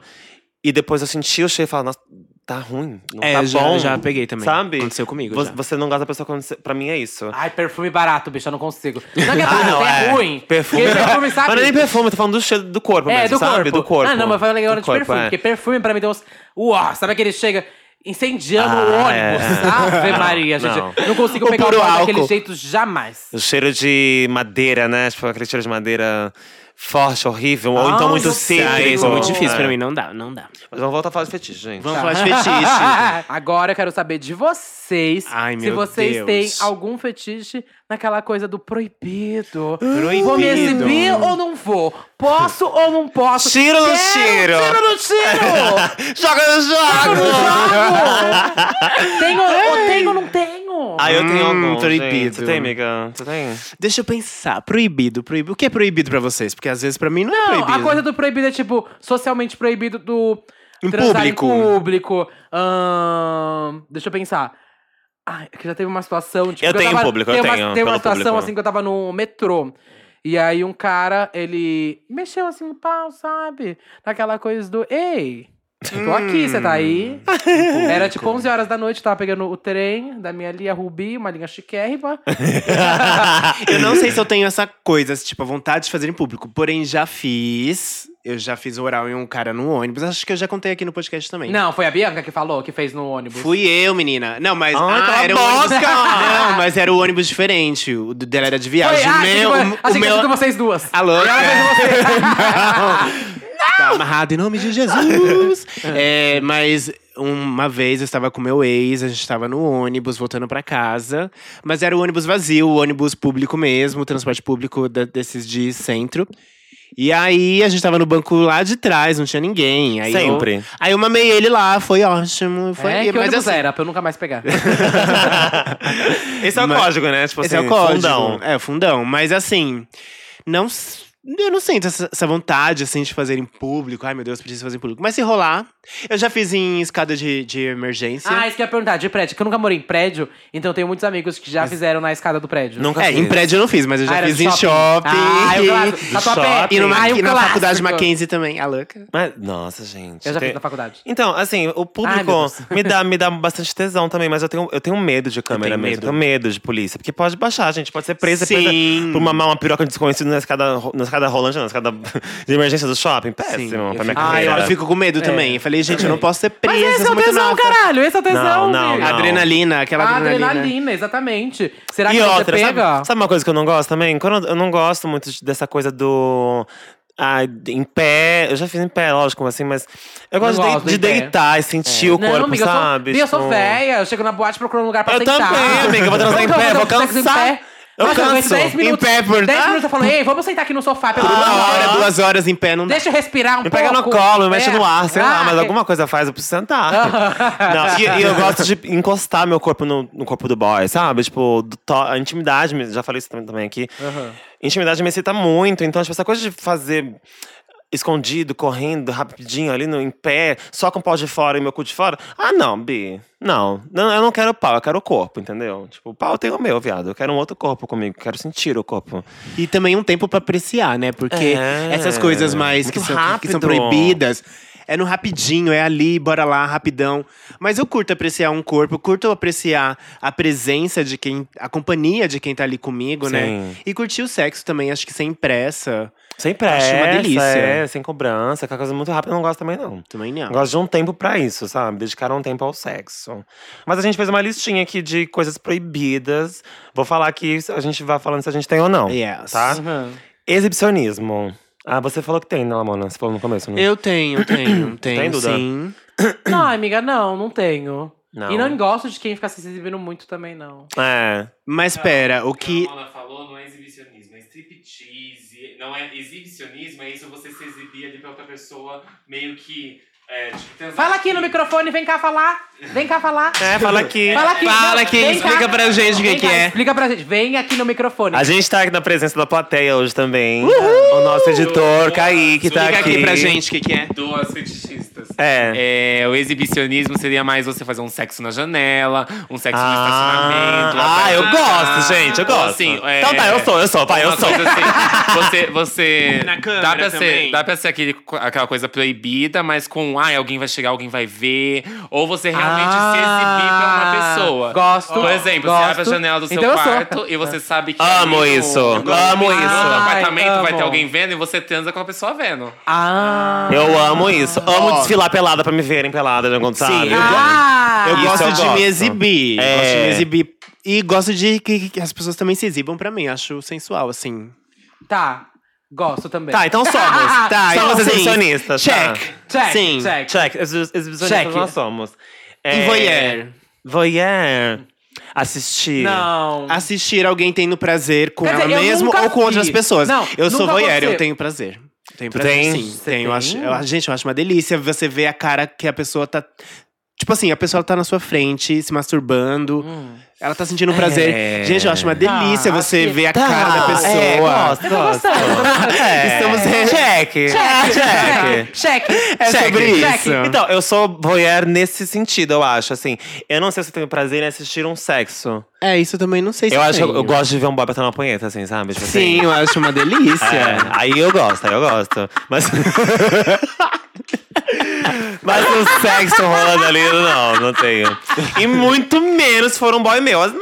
A: e depois eu senti o cheiro e falava, nossa, tá ruim, não
B: É,
A: tá
B: já,
A: bom.
B: já peguei também.
A: Sabe?
B: Aconteceu comigo
A: Vo-
B: já. Ah,
A: você, não gosta da pessoa quando você, pra mim é isso.
C: Ai, perfume barato, bicho, eu não consigo. Não é que é
A: Ah,
C: barato,
A: não,
C: é,
A: é.
C: ruim.
A: Perfume.
C: Porque perfume, sabe?
A: Mas não é nem perfume, eu tô falando do cheiro do corpo
C: É,
A: mesmo,
C: do
A: sabe?
C: corpo.
A: Do corpo.
C: Ah, não, mas eu falei agora
A: Do
C: de perfume.
A: é.
C: Porque perfume pra mim tem uns. Uau, sabe aquele que chega incendiando o
A: Ah, é.
C: ônibus? Ave Maria,
A: Não.
C: gente. Não, consigo
B: O
C: pegar o
B: puro
C: pau daquele
B: álcool.
C: jeito jamais.
A: O cheiro de madeira, né? Tipo, aquele cheiro de madeira forte, horrível. Ou então
C: Ah,
A: muito
C: não sei.
A: seco.
B: Ah, isso é muito difícil
A: É.
B: pra mim, não dá, não dá.
A: Mas vamos voltar a falar de fetiche, gente.
B: Vamos falar de fetiche.
C: Agora eu quero saber de vocês
B: Ai,
C: se
B: meu
C: vocês
B: Deus.
C: têm algum fetiche naquela coisa do proibido.
B: Proibido.
C: Vou me exibir ou não vou? Posso ou não posso?
A: Tiro ou não
C: Quero
A: tiro?
C: Tiro no tiro!
A: Joga no
C: Eu
A: jogo!
C: jogo! tenho ou tenho ou não tenho? algum.
A: Ah, eu tenho
B: Hum,
A: algum,
B: proibido.
A: gente. Você tem, amiga? Você tem?
B: Deixa eu pensar. Proibido, proibido. O que é proibido pra vocês? Porque às vezes pra mim não, é
C: Não,
B: proibido.
C: a coisa do proibido é tipo, socialmente proibido do.
B: Em
C: transar
B: público.
C: Em público. Ahn, deixa eu pensar. Ai, é que já teve uma situação. Tipo,
A: Eu
C: que
A: tenho em
C: tava-
A: público, eu
C: teve
A: tenho,
C: Uma, teve uma
A: pelo
C: situação
A: público.
C: assim que eu tava no metrô. E aí um cara, ele mexeu assim no pau, sabe? Naquela coisa do. Ei! eu Tô aqui, você tá aí?
A: Hum.
C: Era tipo 11 horas da noite, tava pegando o trem da minha linha Rubi, uma linha chiquérrima.
B: eu não sei se eu tenho essa coisa, esse tipo, a vontade de fazer em público. Porém, já fiz. Eu já fiz oral em um cara no ônibus. Acho que eu já contei aqui no podcast também.
C: Não, foi a Bianca que falou, que fez no ônibus.
B: Fui eu, menina. Não, mas.
A: Ai, cala
B: ah,
A: a
B: era um
A: boca!
B: ônibus. Não, mas era o ônibus diferente. O do- dela era de
C: Foi,
B: viagem.
C: ah,
B: o
C: achei
B: meu.
C: que-
B: o- o
C: achei que
B: meu...
C: tinha sido vocês duas.
B: Alô?
C: E ela fez você.
B: Tá amarrado em nome de Jesus. É, mas uma vez eu estava com meu ex, a gente estava no ônibus voltando para casa, mas era o ônibus vazio, o ônibus público mesmo, o transporte público da- desses de centro. E aí a gente tava no banco lá de trás, não tinha ninguém. Aí eu-
A: Sempre.
B: aí eu mamei ele lá, foi ótimo. Foi,
C: é, que
B: mas
C: ônibus
B: assim,
C: era, pra eu nunca mais pegar.
A: Esse é o
B: Mas-
A: código, né? Tipo
B: Esse
A: assim,
B: é o código.
A: fundão.
B: É, fundão. Mas assim, não. s- Eu não sinto essa, essa vontade, assim, de fazer em público. Ai, meu Deus, preciso fazer em público. Mas se rolar, eu já fiz em escada de, de emergência.
C: ah, isso que eu ia perguntar, de prédio. Que eu nunca morei em prédio, então eu tenho muitos amigos que já fizeram na escada do prédio.
A: Nunca
B: é,
A: fiz.
B: em prédio eu não fiz, mas eu já
C: Ah, era
B: fiz
C: de
B: em shopping.
C: Ah, eu clássico. Tatuapé.
A: shopping.
B: E numa,
C: Ah, eu
B: e na
C: clássico.
B: faculdade de Mackenzie também, a louca.
A: Mas, nossa, gente.
C: Eu já
A: tem-
C: fiz na faculdade.
A: Então, assim, o
C: Ai,
A: público
C: meu Deus.
A: me, dá, me dá bastante tesão também, mas eu tenho, eu tenho medo de câmera
B: tenho
A: mesmo.
B: medo.
A: Eu tenho medo de polícia. Porque pode baixar, gente. Pode ser presa
B: Sim.
A: presa por mamar uma piroca desconhecida na escada, ro- na escada rolante, não, na escada de emergência do shopping.
B: Sim,
A: Péssimo
B: eu
A: pra minha
B: fico-
A: carreira.
B: Ah, eu fico com medo também. Eu falei, gente, eu não posso ser presa.
C: É. Esse é
B: sou
C: o
B: muito
C: tesão,
B: nova.
C: caralho! Esse é o tesão,
A: não,
C: amigo.
A: não.
B: Adrenalina, aquela
C: A
B: adrenalina.
C: Ah, adrenalina, exatamente. Será que
A: e
C: você
A: outra,
C: pega?
A: Sabe, sabe uma coisa que eu não gosto também? Quando eu- eu não gosto muito de- dessa coisa do. Ah, em pé, eu já fiz em pé, lógico, assim, mas eu
C: Não
A: gosto de,
C: gosto
A: de
C: em pé. É.
A: deitar e sentir o
C: Não,
A: corpo,
C: amiga, eu sou-
A: sabe?
C: Bia, Eu sou,
A: Tipo-
C: véia, eu chego na boate procurando um lugar pra
A: Eu
C: sentar.
A: também, amiga, eu vou transar em
C: Nunca
A: pé,
C: fazer
A: vou
C: um sexo em
A: cansar.
C: pé.
A: Eu
C: Nossa, aguento
A: canso.
C: 10
A: Em
C: minutos,
B: pé por-
C: 10
B: Ah.
C: minutos eu falo, ei, vamos sentar aqui no sofá pelo
B: Uma hora,
C: amor.
B: duas horas em pé não dá.
C: Deixa eu respirar um
A: Me
C: pouco.
A: pega no colo, me mexe
C: É.
A: no ar, sei lá,
C: Ah,
A: mas
C: é. Ah.
A: alguma coisa faz, eu preciso sentar. Não, e, e eu gosto de encostar meu corpo no, no corpo do boy, sabe? Tipo, do to- a intimidade, me- já falei isso tam- também aqui. Intimidade me excita muito, então, tipo, essa coisa de fazer escondido, correndo, rapidinho ali no, em pé, só com o pau de fora e meu cu de fora. Ah, não, Bi. Não, não, eu não quero pau, eu quero o corpo, entendeu? Tipo, o pau tem o meu, viado. Eu quero um outro corpo comigo, quero sentir o corpo.
B: E também um tempo pra apreciar, né? Porque
A: É,
B: essas coisas mais que
A: muito
B: são, que- que são
A: rápido.
B: proibidas. É no rapidinho, é ali, bora lá, rapidão. Mas eu curto apreciar um corpo, curto apreciar a presença de quem. a companhia de quem tá ali comigo, né?
A: Sim.
B: E curtir o sexo também, acho que sem pressa.
A: Sem
B: Acho
A: pressa,
B: uma delícia.
A: É, sem cobrança, aquela coisa muito rápida, eu não gosto também, não.
B: Também não.
A: Gosto de um tempo pra isso, sabe? Dedicar um tempo ao sexo. Mas a gente fez uma listinha aqui de coisas proibidas. Vou falar aqui, a gente vai falando se a gente tem ou não.
B: Yes.
A: Tá?
C: Uhum.
A: Exibicionismo. Ah, você falou que tem, né, Lamona? Você falou no começo, né?
B: Eu tenho, tenho, tenho.
A: Tem, Duda?
B: sim.
C: Não, amiga, não, não tenho.
A: Não.
C: E não gosto de quem fica se exibindo muito também, não.
A: É.
B: Mas pera, o que.
E: a Mona falou não é exibicionismo, é striptease. Não é exibicionismo, é isso você se exibir ali pra outra pessoa meio que. É, tipo, transar
C: Fala aqui no microfone, vem cá falar. Vem cá falar.
A: É, fala aqui.
C: Fala aqui.
B: Fala
C: não,
B: aqui,
C: vem
B: explica
C: cá.
B: pra gente o que
C: Vem
B: que
C: cá,
B: é.
C: Explica pra gente. Vem aqui no microfone.
A: A gente tá aqui na presença da plateia hoje também. O nosso editor, Kaique, tá
B: Explica
A: aqui.
B: aqui pra gente o que, que é.
E: Duas fetichistas.
A: É.
E: o exibicionismo seria mais você fazer um sexo na janela, um sexo no
A: Ah,
E: estacionamento.
A: ah, eu
E: lá pra cá.
A: gosto, gente, eu
E: Ou
A: gosto.
E: assim, é,
A: Então tá, eu sou, eu sou, vai, eu
E: Uma
A: sou.
E: coisa assim, você, você.
B: Na câmera
E: dá pra ser,
B: também.
E: dá pra ser aquele, aquela coisa proibida, mas com ai, alguém vai chegar, alguém vai ver. Ou você realmente se exibir pra uma
C: Ah,
E: pessoa.
C: Gosto.
E: Por exemplo,
C: gosto.
E: você abre a janela do seu
C: Então eu sou.
E: quarto e você sabe que.
A: Amo
E: ali no-
A: isso,
E: no-
A: amo
E: No
A: isso.
E: Um apartamento
C: Ai,
E: vai ter
C: amo.
E: alguém vendo e você transa com a pessoa vendo.
C: Ah.
A: Eu amo isso. Amo
B: Ó.
A: desfilar pelada pra me verem pelada, né, quando sabe?
B: eu gosto.
C: Ah.
B: Eu
A: Isso
B: gosto
A: eu
B: de
A: gosto.
B: me exibir.
A: É.
B: Gosto de me exibir. E gosto de que, que as pessoas também se exibam pra mim. Acho sensual, assim.
C: Tá. Gosto também.
A: Tá, então
C: Ah,
A: somos.
B: Tá,
A: somos
B: então sim.
C: assim.
A: exibicionistas. tá?
B: Check.
C: Check,
B: Sim.
C: check.
A: Check. Exi- Exibicionistas
C: Check.
A: nós somos.
B: E
A: É,
B: voyeur.
A: Voyeur. Assistir.
C: Não.
B: Assistir alguém tendo prazer com
C: Quer
B: ela
C: dizer, eu
B: mesma
C: nunca
B: ou com outras
C: fiz.
B: pessoas.
C: Não,
B: eu sou
C: nunca
B: voyeur,
C: aconteceu.
B: eu tenho prazer. Tenho
A: Tu
B: prazer,
A: tem?
B: sim.
A: Você
B: Tenho, eu
A: tem?
B: acho, eu acho- gente, eu acho uma delícia você ver a cara que a pessoa tá Tipo assim, a pessoa tá na sua frente, se masturbando.
C: Hum.
B: Ela tá sentindo um prazer.
A: É.
B: Gente, eu acho uma delícia
C: Ah,
B: você
C: assim,
B: ver a cara da pessoa.
A: É, gosto, gosto. É.
B: Estamos re-
A: Cheque. Cheque.
C: Cheque! Cheque!
B: É
A: Cheque.
B: sobre
A: Cheque.
B: isso.
A: Então, eu sou voyeur nesse sentido, eu acho. Assim, eu não sei se eu tenho prazer em assistir um sexo.
B: É, isso eu também não sei se
A: Eu acho que eu,
B: tenho.
A: eu gosto de ver um boy batendo uma punheta, assim, sabe? Tipo
B: Sim,
A: assim.
B: eu acho uma delícia.
A: É, aí eu gosto, aí eu gosto. Mas. Mas o sexo rolando ali, não, não tenho. E muito menos se for um boy meu. Mas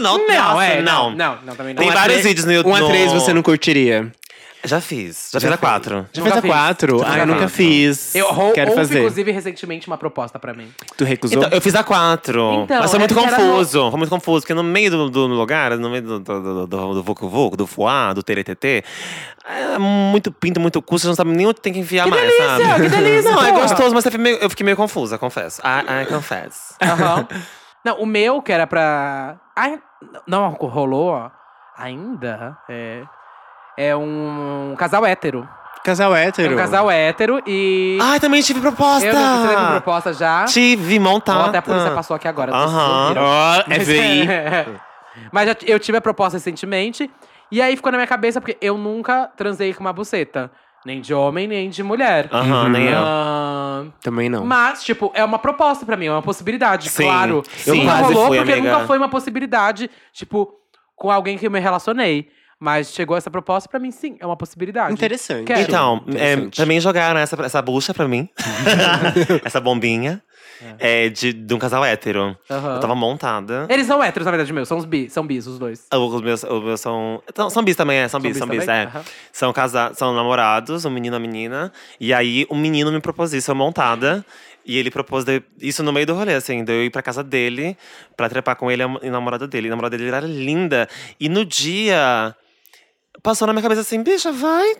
A: não,
C: Não,
A: nossa,
C: é. Não,
A: não.
C: não, não, também não. é
A: Tem
B: Um a
A: vários
B: três-
A: vídeos no
B: Um a
A: YouTube.
B: três você não curtiria.
A: Já fiz. Já, fiz a quatro.
C: Nunca
B: Já fez a
C: fiz.
B: quatro?
A: Nunca
B: Ah, eu nunca fiz.
C: Eu hou-
B: Quero
C: houve,
B: fazer.
C: inclusive, recentemente uma proposta pra mim.
B: Tu recusou?
A: Então, eu fiz a quatro.
C: Então,
A: mas foi
C: é
A: muito
C: que era
A: confuso. Foi muito confuso, porque no meio do, do lugar, no meio do, do, do, do, do Vucu Vucu, do Fuá, do TLTT, é muito pinto, muito custo, você não sabe nem onde tem que enfiar mais,
C: delícia,
A: sabe?
C: que delícia,
A: Não, é
C: porra.
A: gostoso, mas eu fiquei meio, eu fiquei meio confusa, confesso. Ah, I, I confess.
C: Aham. não, o meu, que era pra. Ai, não, rolou, ó. Ainda. É. É um casal hétero.
B: Casal
C: É
B: hétero. Ah,
C: um casal hétero e.
A: Ai, também tive proposta!
C: eu não
B: tá.
C: recebi uma proposta já.
A: Tive montada.
C: Ó, até a polícia passou aqui agora. não sei se vocês
A: Aham.
C: ouviram.
B: Ó, FBI.
C: Mas já t- eu tive a proposta recentemente. E aí ficou na minha cabeça, porque eu nunca transei com uma buceta. Nem de homem, nem de mulher.
A: Aham, nem
C: Uhum.
A: eu.
C: Ahn,
B: Também não.
C: Mas, tipo, é uma proposta pra mim, é uma possibilidade,
A: Sim,
C: claro.
A: eu
C: nunca
A: quase
C: rolou
A: fui,
C: porque
A: amiga.
C: nunca foi uma possibilidade, tipo, com alguém que eu me relacionei. Mas chegou essa proposta pra mim, sim, é uma possibilidade.
B: Interessante.
C: Quero.
A: Então, é,
B: Interessante.
A: também jogaram essa, essa bucha pra mim. essa bombinha. é, de, de um casal hétero.
C: Aham.
A: Eu tava montada.
C: Eles são héteros, na verdade, meus, são os bi, são bis, os dois.
A: Ah, Os meus, os meus são. então, São bis também, é. São bis, são bis,
C: também?
A: é.
C: Aham.
A: São, casa, são namorados, um menino e uma menina. E aí, o menino me propôs isso, eu montada. E ele propôs de- isso no meio do rolê, assim. De eu ir pra casa dele, pra trepar com ele e a e a namorada dele. E a namorada dele era linda. E no dia, passou na minha cabeça assim, bicha, vai.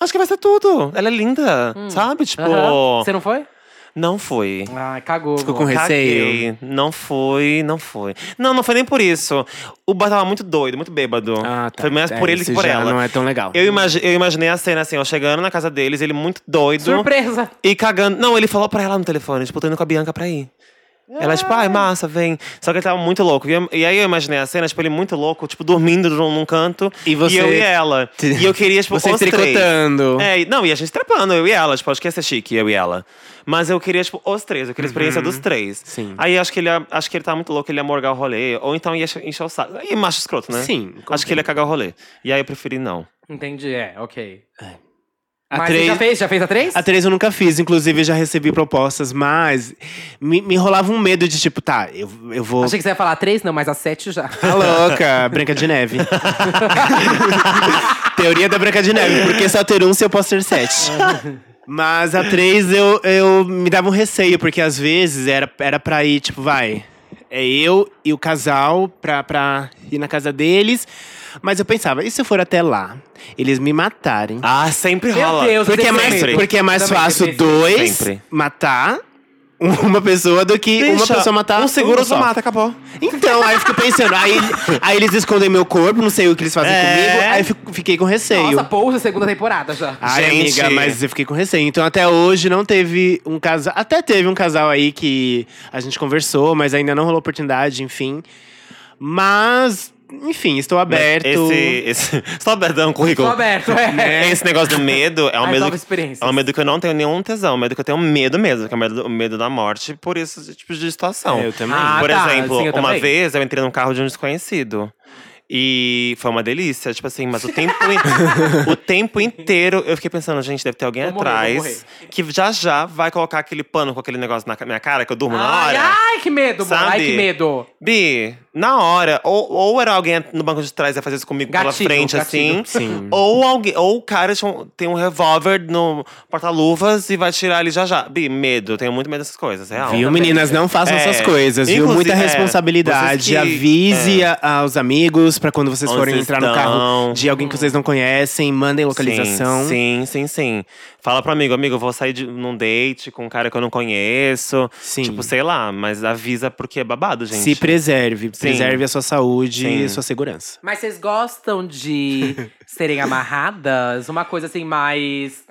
A: Acho que vai ser tudo. Ela é linda, sabe? Tipo,
C: Hum. Aham. Você não foi?
A: não foi.
C: Ah, cagou.
B: Ficou
C: amor.
B: com receio.
A: Caguei. Não foi, não foi. Não, não foi nem por isso. O bar tava muito doido, muito bêbado.
B: Ah, tá.
A: Foi mais
B: É,
A: por ele que
B: isso
A: por
B: já
A: ela.
B: Não é tão legal.
A: Eu, imagi- eu imaginei a cena assim, ó, chegando na casa deles, ele muito doido.
C: Surpresa!
A: E cagando. Não, ele falou pra ela no telefone, tipo, tô indo com a Bianca pra ir. Ela, tipo,
B: Ah.
A: ai, massa, vem. Só que ele tava muito louco. E, eu- e aí eu imaginei a cena, tipo, ele muito louco, tipo, dormindo num, num canto.
B: E você-
A: eu e ela. E eu queria, tipo,
B: Vocês
A: os três.
B: tricotando.
A: É, e- não, e a gente trepando, eu e ela. Tipo, acho que ia ser chique, eu e ela. Mas eu queria, tipo, os três. Eu queria a experiência dos três.
B: Uhum. Sim.
A: Aí acho que, ele ia- acho que ele tá muito louco, ele ia morgar o rolê. Ou então ia encher o saco. E macho escroto, né?
B: Sim,
A: Acho que ele ia cagar o rolê. E aí eu preferi não.
C: Entendi, é, ok.
B: A
C: Mas
B: três-
C: você já fez? Já fez a três?
B: A três eu nunca fiz, inclusive eu já recebi propostas, mas me, me rolava um medo de tipo, tá, eu, eu vou.
C: Achei que você ia falar a três, não, mas a sete já.
B: Tá louca, Branca de Neve. Teoria da Branca de Neve, porque só ter um se eu posso ter sete. Mas a três eu, eu me dava um receio, porque às vezes era, era pra ir, tipo, vai. É eu e o casal pra, pra ir na casa deles. Mas eu pensava, e se eu for até lá? Eles me matarem.
A: Ah, sempre
C: Meu
A: rola.
C: Deus,
B: Porque é
C: sempre.
B: mais, porque é mais
C: Também,
B: fácil
C: sempre.
B: dois
A: Sempre.
B: matar uma pessoa do que uma
A: Bicha,
B: pessoa matar.
A: um segura,
B: uma
A: outro
B: só.
A: mata, acabou.
B: Então, aí eu fico pensando, aí, aí eles escondem meu corpo, não sei o que eles fazem
A: É.
B: comigo, aí eu fico- fiquei com receio.
C: Nossa, pousa segunda temporada já.
B: Ai,
A: Gente.
B: amiga, mas eu fiquei com receio. Então, até hoje não teve um casal. Até teve um casal aí que a gente conversou, mas ainda não rolou oportunidade, enfim. Mas, enfim, estou é aberto.
A: Esse, esse, só dando um currículo.
C: Roberto, é.
A: Esse negócio do medo é um
C: As
A: medo.
C: novas experiências.
A: É um medo que eu não tenho nenhum tesão, é um medo que eu tenho medo mesmo, que é o medo, o medo da morte por esse tipo de situação.
B: É, eu também.
C: Ah,
A: Por
C: tá,
A: exemplo,
C: sim, eu
A: uma
C: também.
A: vez eu entrei num carro de um desconhecido. E foi uma delícia, tipo assim, mas o tempo, in- o tempo inteiro eu fiquei pensando, gente, deve ter alguém
C: Vou morrer,
A: atrás
C: vou morrer.
A: que já já vai colocar aquele pano com aquele negócio na ca- minha cara que eu durmo na
C: Ai,
A: hora.
C: ai, que medo, mano. Ai,
A: Sabe?
C: que medo.
A: Bi, na hora, ou, ou era alguém no banco de trás ia fazer isso comigo
C: Gatilho,
A: pela frente,
C: gatilho.
A: assim. Ou alguém, ou o cara tinha um- tem um revólver no porta-luvas e vai tirar ele já já. Bi, medo, eu tenho muito medo dessas coisas, real.
B: Viu, meninas? Não façam
A: Ah, É.
B: essas coisas, viu?
A: Inclusive,
B: Muita
A: é,
B: responsabilidade.
A: vocês que-
B: Avise a- aos amigos pra quando vocês
A: Onde
B: forem
A: vocês
B: entrar no carro
A: estão.
B: de alguém que vocês não conhecem, mandem localização.
A: Sim, sim, sim, sim. Fala pro amigo, amigo, eu vou sair de, num date com um cara que eu não conheço.
B: Sim.
A: Tipo, sei lá, mas avisa porque é babado, gente.
B: Se preserve. Preserve a sua saúde e a
A: Sim.
B: sua segurança.
C: Mas vocês gostam de serem amarradas? Uma coisa assim, mais.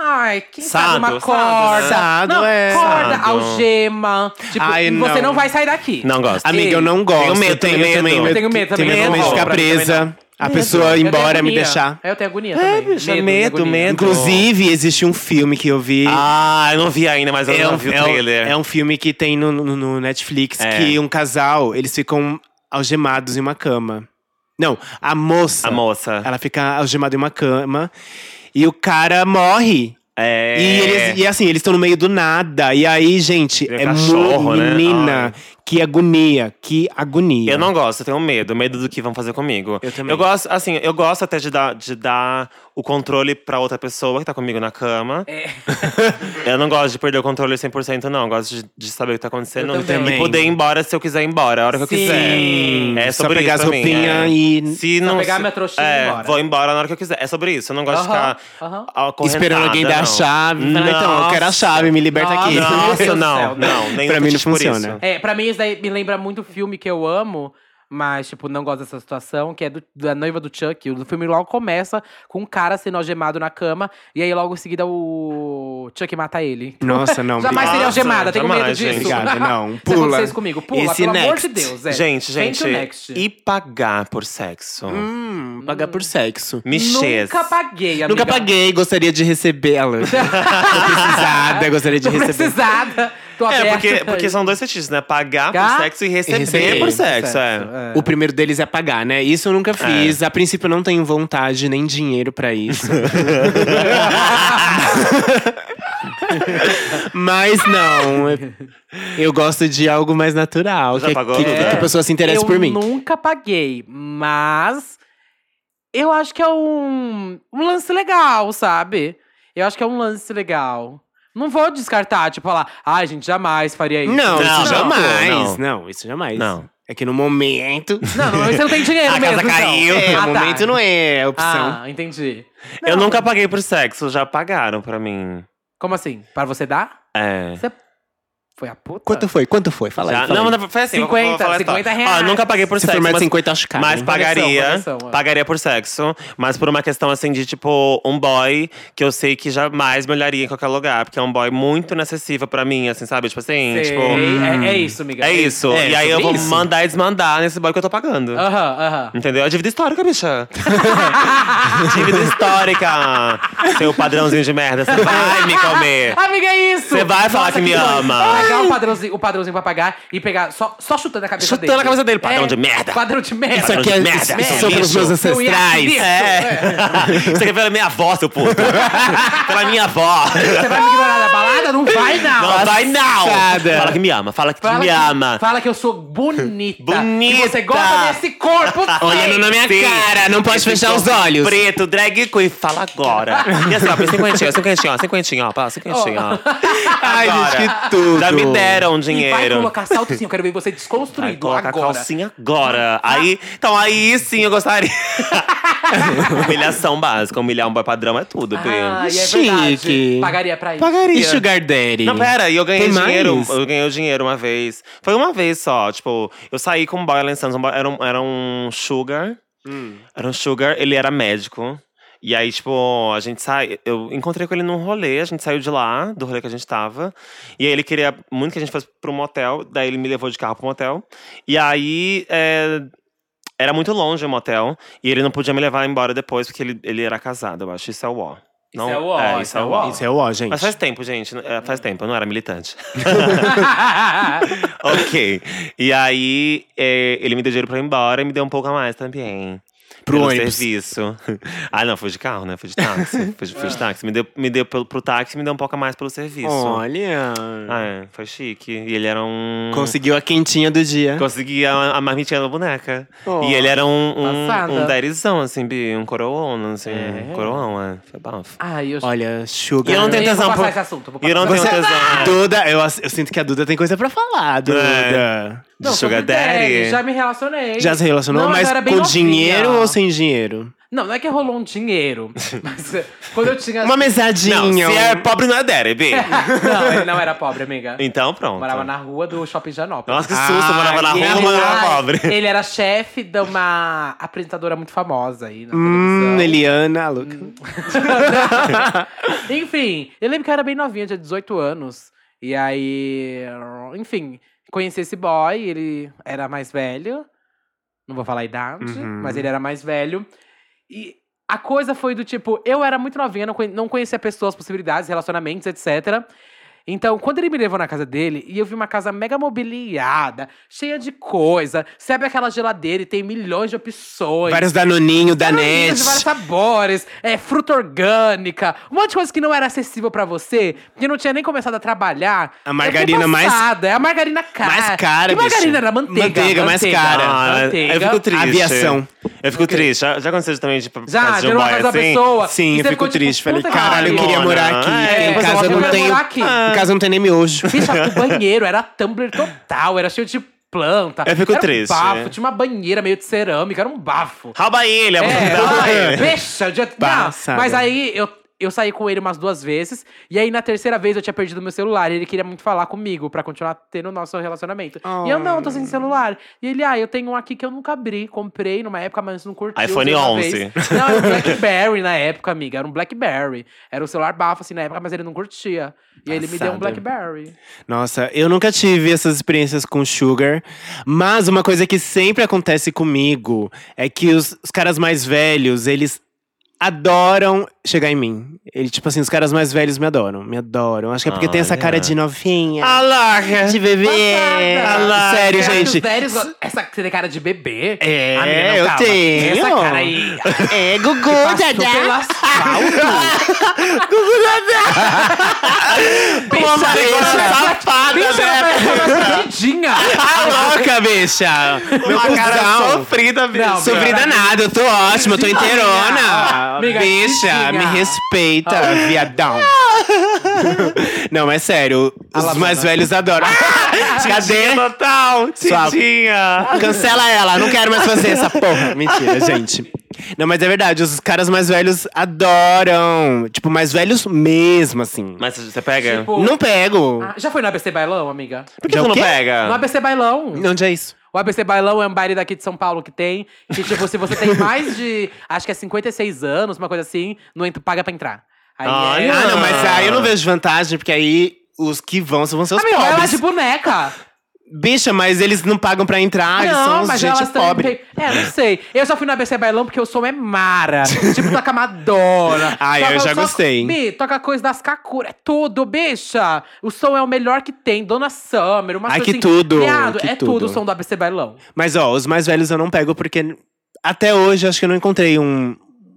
C: Ai, quem
A: Sado,
C: sabe uma
A: sado,
C: corda.
A: né?
B: Sado,
C: não,
B: é.
C: corda,
A: Sado.
C: algema. Tipo,
B: Ai,
C: você não.
B: não
C: vai sair daqui.
A: Não gosto.
B: Amiga, eu não gosto.
A: Tenho medo,
B: eu tenho
A: tenho
B: eu
A: medo.
C: Tenho medo também,
B: Tenho medo de
A: não
B: ficar
A: rola. Pra mim
B: presa. A
C: Eu
B: pessoa ir
C: tenho
B: embora, me
C: agonia.
B: deixar.
C: É, Eu tenho agonia
A: É,
C: também.
A: bicha, medo,
C: agonia.
A: medo.
B: Inclusive, existe um filme que eu vi.
A: Ah, eu não vi ainda, mas eu
B: é,
A: não
B: um,
A: vi o
B: é um-
A: trailer.
B: é um filme que tem no, no- no Netflix
A: É.
B: que um casal, eles ficam algemados em uma cama. Não, a moça.
A: A moça.
B: Ela fica algemada em uma cama. E o cara morre.
A: É.
B: E, eles- e assim, eles estão no meio do nada. E aí, gente,
A: Vira
B: é
A: cachorro,
B: muito
A: né?
B: menina. Que agonia, que agonia.
A: Eu não gosto, eu tenho medo, medo do que vão fazer comigo.
B: Né? Eu também.
A: Eu gosto, assim, eu gosto até de dar, de dar o controle pra outra pessoa que tá comigo na cama.
B: É.
A: eu não gosto de perder o controle 100%, não. Eu gosto de, de saber o que tá acontecendo
C: Eu também.
A: e poder ir embora se eu quiser ir embora, a hora que
C: Sim.
A: eu quiser. É
B: Só
A: sobre
B: pegar
A: isso
B: as
A: pra mim,
B: roupinhas
A: é.
B: e-
A: Se
C: Só
A: não,
C: pegar
A: se-
C: minha trouxinha e ir
A: é,
C: embora.
A: vou embora na hora que eu quiser. É sobre isso, eu não gosto
C: Aham,
A: de ficar
C: aham.
A: acorrentada,
B: Esperando alguém dar
A: não.
B: a chave. Falar, então, eu quero a
A: Nossa.
B: chave, me liberta
C: Nossa.
B: aqui.
C: Meu Deus
A: Nossa,
C: do
A: não,
C: céu,
A: não, nem
B: Pra mim não
A: fetiche por
B: funciona.
A: isso.
C: É, pra mim isso daí me lembra muito um filme que eu amo, mas, tipo, não gosto dessa situação, que é do- da noiva do Chuck. O filme logo começa com um cara sendo algemado na cama, e aí logo em seguida o Chuck mata ele.
B: Nossa, não.
C: Jamais seria
B: obrigado.
A: Nossa,
C: algemada, tenho medo
A: jamais,
C: disso.
A: gente.
B: Obrigado, não.
C: Se
B: Pula.
C: acontecer isso comigo, pula,
B: Esse
C: pelo amor
B: next.
C: de Deus. É.
A: Gente,
C: Vem to
A: gente,
C: next.
A: e pagar por sexo?
B: Hum, pagar por sexo.
A: Mexer.
C: Nunca paguei, amiga.
B: Nunca paguei, gostaria de recebê-la. Tô precisada, gostaria de
C: Tô
B: receber.
C: precisada. Tô
A: É,
C: aberta.
A: porque, porque são dois fetiches, né? Pagar
C: Pagar
A: por sexo e receber,
B: receber.
A: por sexo.
C: Sexo,
A: é.
C: é.
B: O primeiro deles é pagar, né? Isso eu nunca fiz. A princípio, eu não tenho vontade nem dinheiro pra isso. Mas não. Eu gosto de algo mais natural.
A: Já
B: que, é
A: pagou, É.
B: que,
A: Duda?
B: que a pessoa se interesse
C: eu
B: por mim.
C: nunca paguei, mas eu acho que é um, um lance legal, sabe? Eu acho que é um lance legal. Não vou descartar, tipo, falar, ai, gente, jamais faria isso.
B: Não,
A: Não,
B: isso jamais. Não.
A: não.
B: isso jamais.
A: Não.
B: É que no momento.
C: Não, não, você não tem dinheiro
B: a
C: mesmo.
B: casa caiu.
C: Então.
B: É,
C: Ah,
B: o
C: tá.
B: momento não é a opção.
C: Ah, entendi.
A: Eu
C: Não.
A: nunca paguei por sexo, já pagaram pra mim.
C: Como assim? Para você dar?
A: É.
C: Você foi a puta?
B: Quanto foi? Quanto foi? Fala
A: Já,
B: aí. Fala
A: não,
B: aí.
A: mas foi assim.
C: 50,
A: vou falar a história.
C: 50 reais.
A: Ó, nunca paguei por
B: Se
A: sexo.
B: for mais de
A: mas-
B: 50, acho caro.
A: Mas
B: hein?
A: pagaria,
C: Conversão, conversão, é.
A: pagaria por sexo, mas por uma questão assim de tipo um boy que eu sei que jamais me olharia em qualquer lugar, porque é um boy muito inacessível pra mim, assim, sabe? Tipo assim,
C: Sei.
A: tipo,
C: é, é isso, amiga.
A: é isso. Ah.
B: É,
A: e aí eu
B: sobre
A: vou
B: isso.
A: mandar e desmandar nesse boy que eu tô pagando.
C: Aham, aham.
A: Entendeu? É dívida histórica, bicha. dívida histórica. Seu padrãozinho de merda, você vai me comer.
C: Amiga, é isso!
A: Você vai falar que me
C: dói.
A: ama.
C: Pegar o um padrãozinho, o padrãozinho pra pagar e pegar só, só chutando a cabeça
A: Chutando
C: dele. É,
A: a cabeça dele, padrão de merda.
C: Padrão de merda.
B: Isso aqui é,
A: Merda,
B: isso,
A: merda,
B: são pelos
A: lixo.
B: meus
C: Eu ia é.
B: ancestrais.
C: disso,
A: É. Você quer pela minha avó, seu puto? pela minha avó.
C: Você vai me ignorar da balada? Não vai, não.
A: Não, vai não!
B: Passada.
A: Fala que me ama, fala que
C: Fala
A: me
C: que-
A: ama.
C: Fala que eu sou bonita.
A: Bonita.
C: Que você gosta desse corpo. sim.
B: Olhando na É. minha
A: Sim.
B: cara, não pode
A: Esse
B: fechar os
A: corpo
B: olhos.
A: Preto, drag queen, fala agora. E assim, ó, põe cinquentinho, cinquentinho, ó, cinquentinho, ó, pá, cinquentinho, ó.
B: Ai, gente, que tudo.
A: Já me deram
C: E vai
A: dinheiro.
C: colocar salto sim. Eu quero ver você
A: Vai
C: desconstruído
A: colocar a
C: agora.
A: calcinha agora. Aí, então aí sim eu gostaria. Humilhação básica, humilhar um boy padrão é tudo, Pri.
C: Ah, e é
B: Chique.
C: verdade. Pagaria pra isso.
B: Pagaria. E Sugar Daddy?
A: Não, pera, e eu ganhei
B: Tem mais?
A: dinheiro. uh, Eu ganhei o dinheiro uma vez. Foi uma vez só. Tipo, eu saí com um boy lá em Santos. um boy- Era um, era um sugar.
B: Hum.
A: Era um sugar, ele era médico. E aí, tipo, a gente sai. Eu encontrei com ele num rolê, a gente saiu de lá, do rolê que a gente tava. E aí ele queria muito que a gente fosse pro motel. Daí ele me levou de carro pro motel. E aí. é, era muito longe o motel. E ele não podia me levar embora depois, porque ele, ele era casado, eu acho. Isso é o ó. Não,
C: é o ó,
A: É,
C: isso
A: isso
C: é
A: é
C: o
A: o
C: ó.
A: ó.
B: Isso é ó, gente.
A: Mas faz tempo, gente. É, Faz tempo, eu não era militante. ok. E aí, é, ele me deu dinheiro pra ir embora e me deu um pouco a mais também.
B: Pro
A: pelo
B: ônibus.
A: serviço. Ah, não, fui de carro, né? Fui de táxi. fui, de, fui de táxi. Me deu, me deu pelo, pro táxi e me deu um pouco a mais pelo serviço.
B: Olha.
A: Ah, é, foi chique. E ele era um.
B: Conseguiu a quentinha do dia.
A: Consegui a, a marmitinha da boneca.
B: Oh.
A: E ele era um, um,
C: Passada.
A: um derizão, assim, bi, um coroão, assim. Um coroão, é. Foi bafo.
C: Ai, eu...
B: Olha, Sugar.
A: E eu não tenho
C: Eu vou
A: tesão
C: passar
A: por-
C: esse assunto. vou
A: E eu não
C: passar.
A: tenho tesão.
B: Duda, eu, ass- eu sinto que a Duda tem coisa pra falar, Duda.
A: De
C: sobre
A: É. Sugar Daddy.
C: Já me relacionei.
B: Já se relacionou,
C: Não,
B: mas
C: eu era bem
B: com
C: novinha.
B: dinheiro ou sem dinheiro?
C: Não, não é que rolou um dinheiro. Mas eh, quando eu tinha.
B: Uma mesadinha. um
A: Não, se é pobre não é derby.
C: não, ele não era pobre, amiga.
A: então pronto.
C: Morava na rua do Shopping Janópolis.
A: Nossa, que susto,
B: Ah,
A: morava na
B: tá. que
A: rua,
C: ele,
A: morava
C: era,
A: pobre.
C: ele era chefe de uma apresentadora muito famosa aí na
B: Hum,
C: televisão.
B: Eliana, Luca.
C: Enfim, eu lembro que eu era bem novinha, tinha 18 anos. E aí, enfim, conheci esse boy, ele era mais velho. Não vou falar a idade,
B: Uhum.
C: mas ele era mais velho. E a coisa foi do tipo, eu era muito novinha, não, conhe- não conhecia pessoas, possibilidades, relacionamentos, etc. Então, quando ele me levou na casa dele, e eu vi uma casa mega mobiliada, cheia de coisa. Você abre aquela geladeira e tem milhões de opções.
B: Vários Danoninho,
C: Canarinhas
B: Danete.
C: De vários sabores, é, fruta orgânica, um monte de coisa que não era acessível pra você, que não tinha nem começado a trabalhar.
B: A margarina
C: Eu fiquei
B: mais-
C: passada, É a margarina cara.
B: mais cara,
C: Que margarina
B: bicho.
C: era manteiga.
B: Manteiga, mais cara.
A: Ah,
C: manteiga.
A: eu fico triste.
B: Aviação.
A: Eu fico triste. Já, já aconteceu também de
C: Já,
A: casa de
C: deu
A: um
C: uma
A: boy
C: casa da
A: assim?
C: pessoa.
B: Sim,
C: e você
B: eu fico
C: ficou tipo,
B: triste. Falei,
C: puta que
B: caralho, eu
C: pariu.
B: queria
A: Mona,
B: morar aqui.
A: é,
B: em,
C: eu
B: casa
C: quero
B: não
C: morar
B: tem,
C: aqui.
B: em casa não tem nem miojo.
C: Bicho, acho que o banheiro era tumbler total, era cheio de planta.
A: Eu fico
C: era um
A: triste.
C: bafo, tinha uma banheira meio de cerâmica, era um bafo.
A: Rouba ele, amor.
C: É,
A: Rouba
C: ai,
A: ele.
C: bicha, eu já- Não,
B: Passada.
C: mas aí eu, eu saí com ele umas duas vezes, e aí na terceira vez eu tinha perdido meu celular, e ele queria muito falar comigo pra continuar tendo o nosso relacionamento. E eu não, tô sem celular. E ele, ah, eu tenho um aqui que eu nunca abri, comprei numa época, mas não curti.
A: iPhone
C: usei uma
A: 11.
C: vez. Não, era um Blackberry na época, amiga, era um Blackberry. Era um celular bafo assim na época, mas ele não curtia. E aí ele me deu um
B: Passada.
C: Blackberry.
B: Nossa, eu nunca tive essas experiências com sugar, mas uma coisa que sempre acontece comigo é que os, os caras mais velhos, eles adoram chegar em mim. Ele, tipo assim, os caras mais velhos me adoram, me adoram. Acho que é porque tem
C: Ah,
B: essa
A: Olha.
B: cara de novinha.
A: Ah, Alaga.
B: de bebê.
C: Passada.
B: Alaga. Sério,
C: Cara, os
B: gente.
C: velhos, essa que você tem cara de bebê.
B: É,
C: Amiga, Ah, não,
B: eu
C: calma.
B: tenho.
C: Essa cara aí.
B: É, Gugu,
C: Passou pelo
B: Dadá.
C: asfalto.
B: Uma
C: é
B: maricona
A: safada,
C: Bicha,
A: né?
C: ela parece uma bandidinha.
B: Tá louca, bicha. Meu
A: Uma cara
B: cuzão.
A: sofrida, bicho.
C: Não,
B: Sofrida nada, eu tô ótima, eu tô
C: Amiga.
B: inteirona.
C: Amiga,
B: Bicha,
C: amiga.
B: me respeita, viadão. Não, mas sério, os
C: Alabama.
B: mais velhos adoram. Ah,
A: Cadê?
B: Cadê?
A: Total,
B: Sua-
A: Tidinha.
B: Cancela ela, não quero mais fazer essa porra. Mentira, gente. Não, mas é verdade, os caras mais velhos adoram. Tipo, mais velhos mesmo, assim.
A: Mas você pega?
C: Tipo,
B: Não pego.
C: ah, já foi no ABC Bailão, amiga?
A: Por que
B: Já
A: tu
B: o
A: não
B: quê?
C: No
A: pega?
C: ABC Bailão.
B: Onde é isso?
C: O ABC Bailão é um baile daqui de São Paulo que tem. Que, tipo, se você tem mais de, acho que é 56 anos, uma coisa assim, não entra, paga pra entrar. Aí
A: Olha!
C: é...
B: Ah, não, mas aí eu não
A: Ah.
B: vejo vantagem, porque aí os que vão são- vão ser os
C: Amiga, ela é
B: pobres.
C: de boneca.
B: Bicha, mas eles não pagam pra entrar, eles são os gente
C: elas
B: pobre.
C: também- É, não sei. Eu já fui na ABC Bailão porque o som é mara. tipo, toca Madonna.
B: Ai,
C: toca-
B: eu já
C: toca-
B: gostei.
C: Bi, toca coisa das Kakura. É tudo, bicha. O som é o melhor que tem. Dona Summer, uma
B: Ai,
C: coisa
B: que
C: assim.
B: tudo,
C: Viado,
B: que
C: é tudo.
B: tudo.
C: o som do ABC Bailão.
B: Mas ó, os mais velhos eu não pego porque até hoje acho que eu não encontrei um,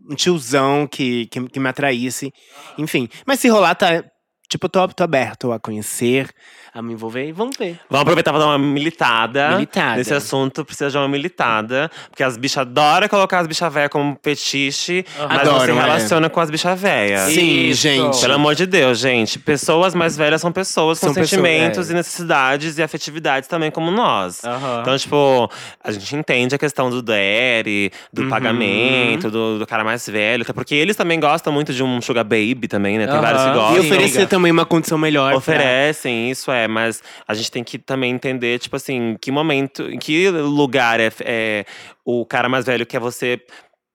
B: um tiozão que, que, que me atraísse. Enfim, mas se rolar, tá. Tipo, tô, tô aberto a conhecer, a me envolver e vamos ver.
A: Vamos aproveitar pra dar uma militada.
B: Militada.
A: Nesse assunto, precisa de uma militada. Porque as bichas adoram colocar as bichas velhas como petiche. Mas não se
B: Adoram, é.
A: relaciona com as bichas velhas.
B: Sim,
C: Isso.
B: gente.
A: É. Pelo amor de Deus, gente. Pessoas mais velhas são pessoas com
B: São pessoas,
A: sentimentos
B: é.
A: e necessidades e afetividades também, como nós. Então, tipo, a gente entende a questão do DR, do
B: Uhum.
A: pagamento, do, do cara mais velho. até Porque eles também gostam muito de um sugar baby também, né? Tem
C: Aham.
A: vários que
C: E
A: gostam.
B: e
C: Sim,
B: oferecer
C: amiga.
B: também uma condição
C: né?
B: melhor. pra-
A: Oferecem, isso é, mas a gente tem que também entender, tipo assim, em que momento, em que lugar é, é o cara mais velho quer você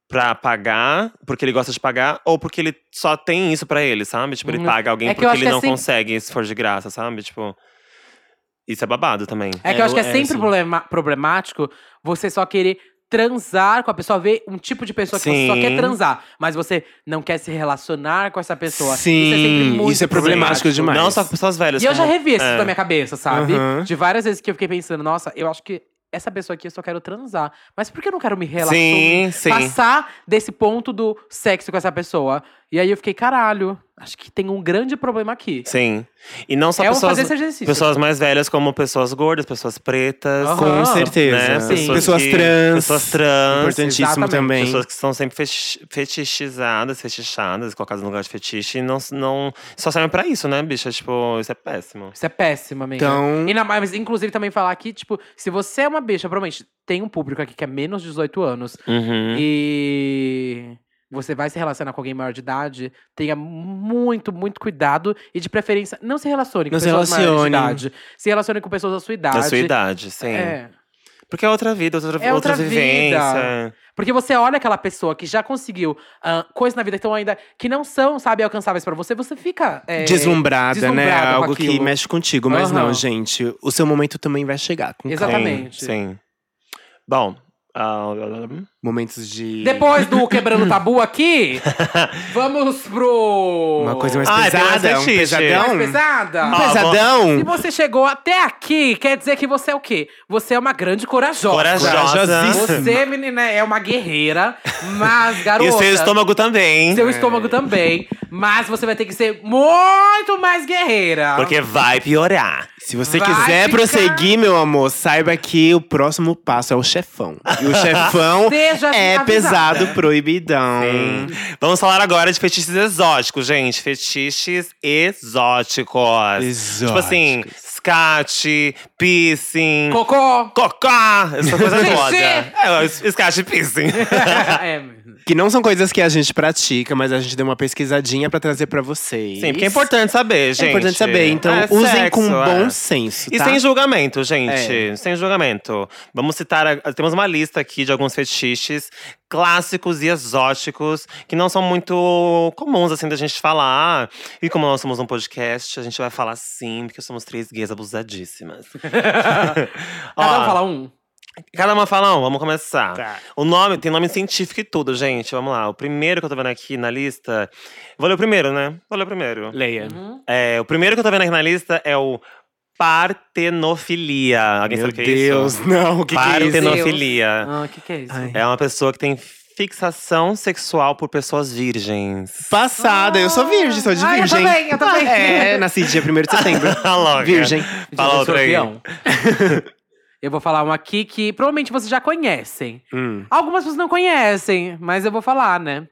A: pra pagar, porque ele gosta de pagar, ou porque ele só tem isso pra ele, sabe? Tipo, ele
C: Uhum.
A: paga alguém
C: É que eu
A: porque
C: acho
A: ele
C: que
A: não
C: assim-
A: consegue, se for de graça, sabe? Tipo, isso é babado também.
C: É que eu acho que é
B: É,
C: sempre
B: sim.
C: problema- problemático você só querer transar com a pessoa, ver um tipo de pessoa que você só
A: Sim.
C: quer transar, mas você não quer se relacionar com essa pessoa.
B: Sim,
C: isso é, sempre muito
B: isso é problemático demais.
A: Não só com pessoas velhas.
C: E eu já
A: como-
C: revi isso
A: é.
C: na minha cabeça, sabe?
B: Aham.
C: De várias vezes que eu fiquei pensando, nossa, eu acho que essa pessoa aqui eu só quero transar. Mas por que eu não quero me relacionar?
A: Sim, sim.
C: Passar desse ponto do sexo com essa pessoa. E aí eu fiquei, caralho, acho que tem um grande problema aqui.
A: Sim. E não só
C: é o
A: pessoas,
C: fazer esse exercício.
A: pessoas mais velhas, como pessoas gordas, pessoas pretas.
C: Aham.
B: Com
C: Ah,
B: certeza.
A: Né?
C: Sim.
A: Pessoas,
B: Pessoas
A: que-
B: trans.
A: Pessoas trans.
B: Importantíssimo
C: Exatamente.
B: também.
A: Pessoas que são sempre feti- fetichizadas, fetichadas, colocadas no lugar de fetiche. E não, não, só servem pra isso, né, bicha? Tipo, isso é péssimo.
C: Isso é péssimo, amiga.
B: Então-
C: E na, mas, inclusive, também falar aqui, tipo, se você é uma bicha, provavelmente tem um público aqui que é menos de 18 anos
A: Uhum.
C: e você vai se relacionar com alguém maior de idade, tenha muito, muito cuidado e, de preferência, não se relacione com
B: Não se
C: pessoas maiores de
B: relacione.
C: idade. Se relacione com pessoas da sua idade.
A: Da sua idade, sim.
C: É.
A: Porque é outra vida, outra,
C: É outra
A: vivência.
C: Porque você olha aquela pessoa que já conseguiu ah, coisas na vida que, tão ainda, que não são, sabe, alcançáveis pra você, você fica. é,
B: Deslumbrada, né?
C: deslumbrado com
B: Algo que
C: aquilo.
B: mexe contigo. Mas
C: Aham.
B: não, gente. O seu momento também vai chegar. com calma.
C: Exatamente.
A: Sim, sim. Bom. ah,
B: Momentos de.
C: Depois do Quebrando Tabu aqui, vamos pro.
B: Uma coisa mais
A: Ah, é
B: pesada.
A: mais
B: um
A: fetiche. É
B: pesadão.
C: mais pesada.
B: Um
A: Ah,
B: pesadão.
C: Se você chegou até aqui, quer dizer que você é o quê? Você é uma grande corajosa.
A: corajosa.
B: Corajosíssima.
C: Você, menina, é uma guerreira, mas, garota.
A: E o seu estômago também.
C: seu estômago também. Mas você vai ter que ser muito mais guerreira.
A: Porque vai piorar.
B: Se você
C: Vai
B: quiser
C: ficar-
B: prosseguir, meu amor, saiba que o próximo passo é o chefão. E o chefão
C: Seja
B: é
A: assim,
C: avisada.
B: pesado, proibidão.
A: Vamos falar agora de fetiches exóticos, gente. Fetiches exóticos.
B: Exóticos.
A: Tipo assim, escate, piercing,
C: Cocô!
A: cocá. Essa coisa
C: Xixi.
A: toda. É, es- escate e piercing.
C: é, menina.
B: Que não são coisas que a gente pratica, mas a gente deu uma pesquisadinha pra trazer pra vocês.
A: Sim, porque é importante saber, gente.
B: É importante saber, então
A: É
B: usem
A: sexo,
B: com
A: é.
B: bom senso,
A: E
B: tá? É.
A: sem julgamento, gente. Sem julgamento. Vamos citar. a- Temos uma lista aqui de alguns fetiches clássicos e exóticos que não são muito comuns, assim, da gente falar. E como nós somos um podcast, a gente vai falar sim, porque somos três gays abusadíssimas.
C: Cada um
A: Ó,
C: fala um.
A: Cada uma fala um, vamos começar.
B: Tá.
A: O nome, tem nome científico e tudo, gente. Vamos lá. O primeiro que eu tô vendo aqui na lista. Vou ler o primeiro, né? Vou ler o primeiro.
B: Leia.
C: Uhum.
A: É, o primeiro que eu tô vendo aqui na lista é o partenofilia. Alguém
B: Meu
A: sabe o que
B: Deus,
A: é isso?
B: não, o que, que é isso?
A: partenofilia.
C: Ah, o que, que é isso?
B: Ai.
A: É uma pessoa que tem fixação sexual por pessoas virgens.
B: Passada, eu sou virgem, sou de
C: Ah, eu
B: virgem.
C: também, eu também.
B: É, nasci dia 1 de setembro.
A: Tá louca.
B: virgem.
C: Gente, eu
A: Fala
C: sou
A: outra aí.
C: escorpião. Eu vou falar um aqui que provavelmente vocês já conhecem.
A: Hum.
C: Algumas pessoas não conhecem, mas eu vou falar, né?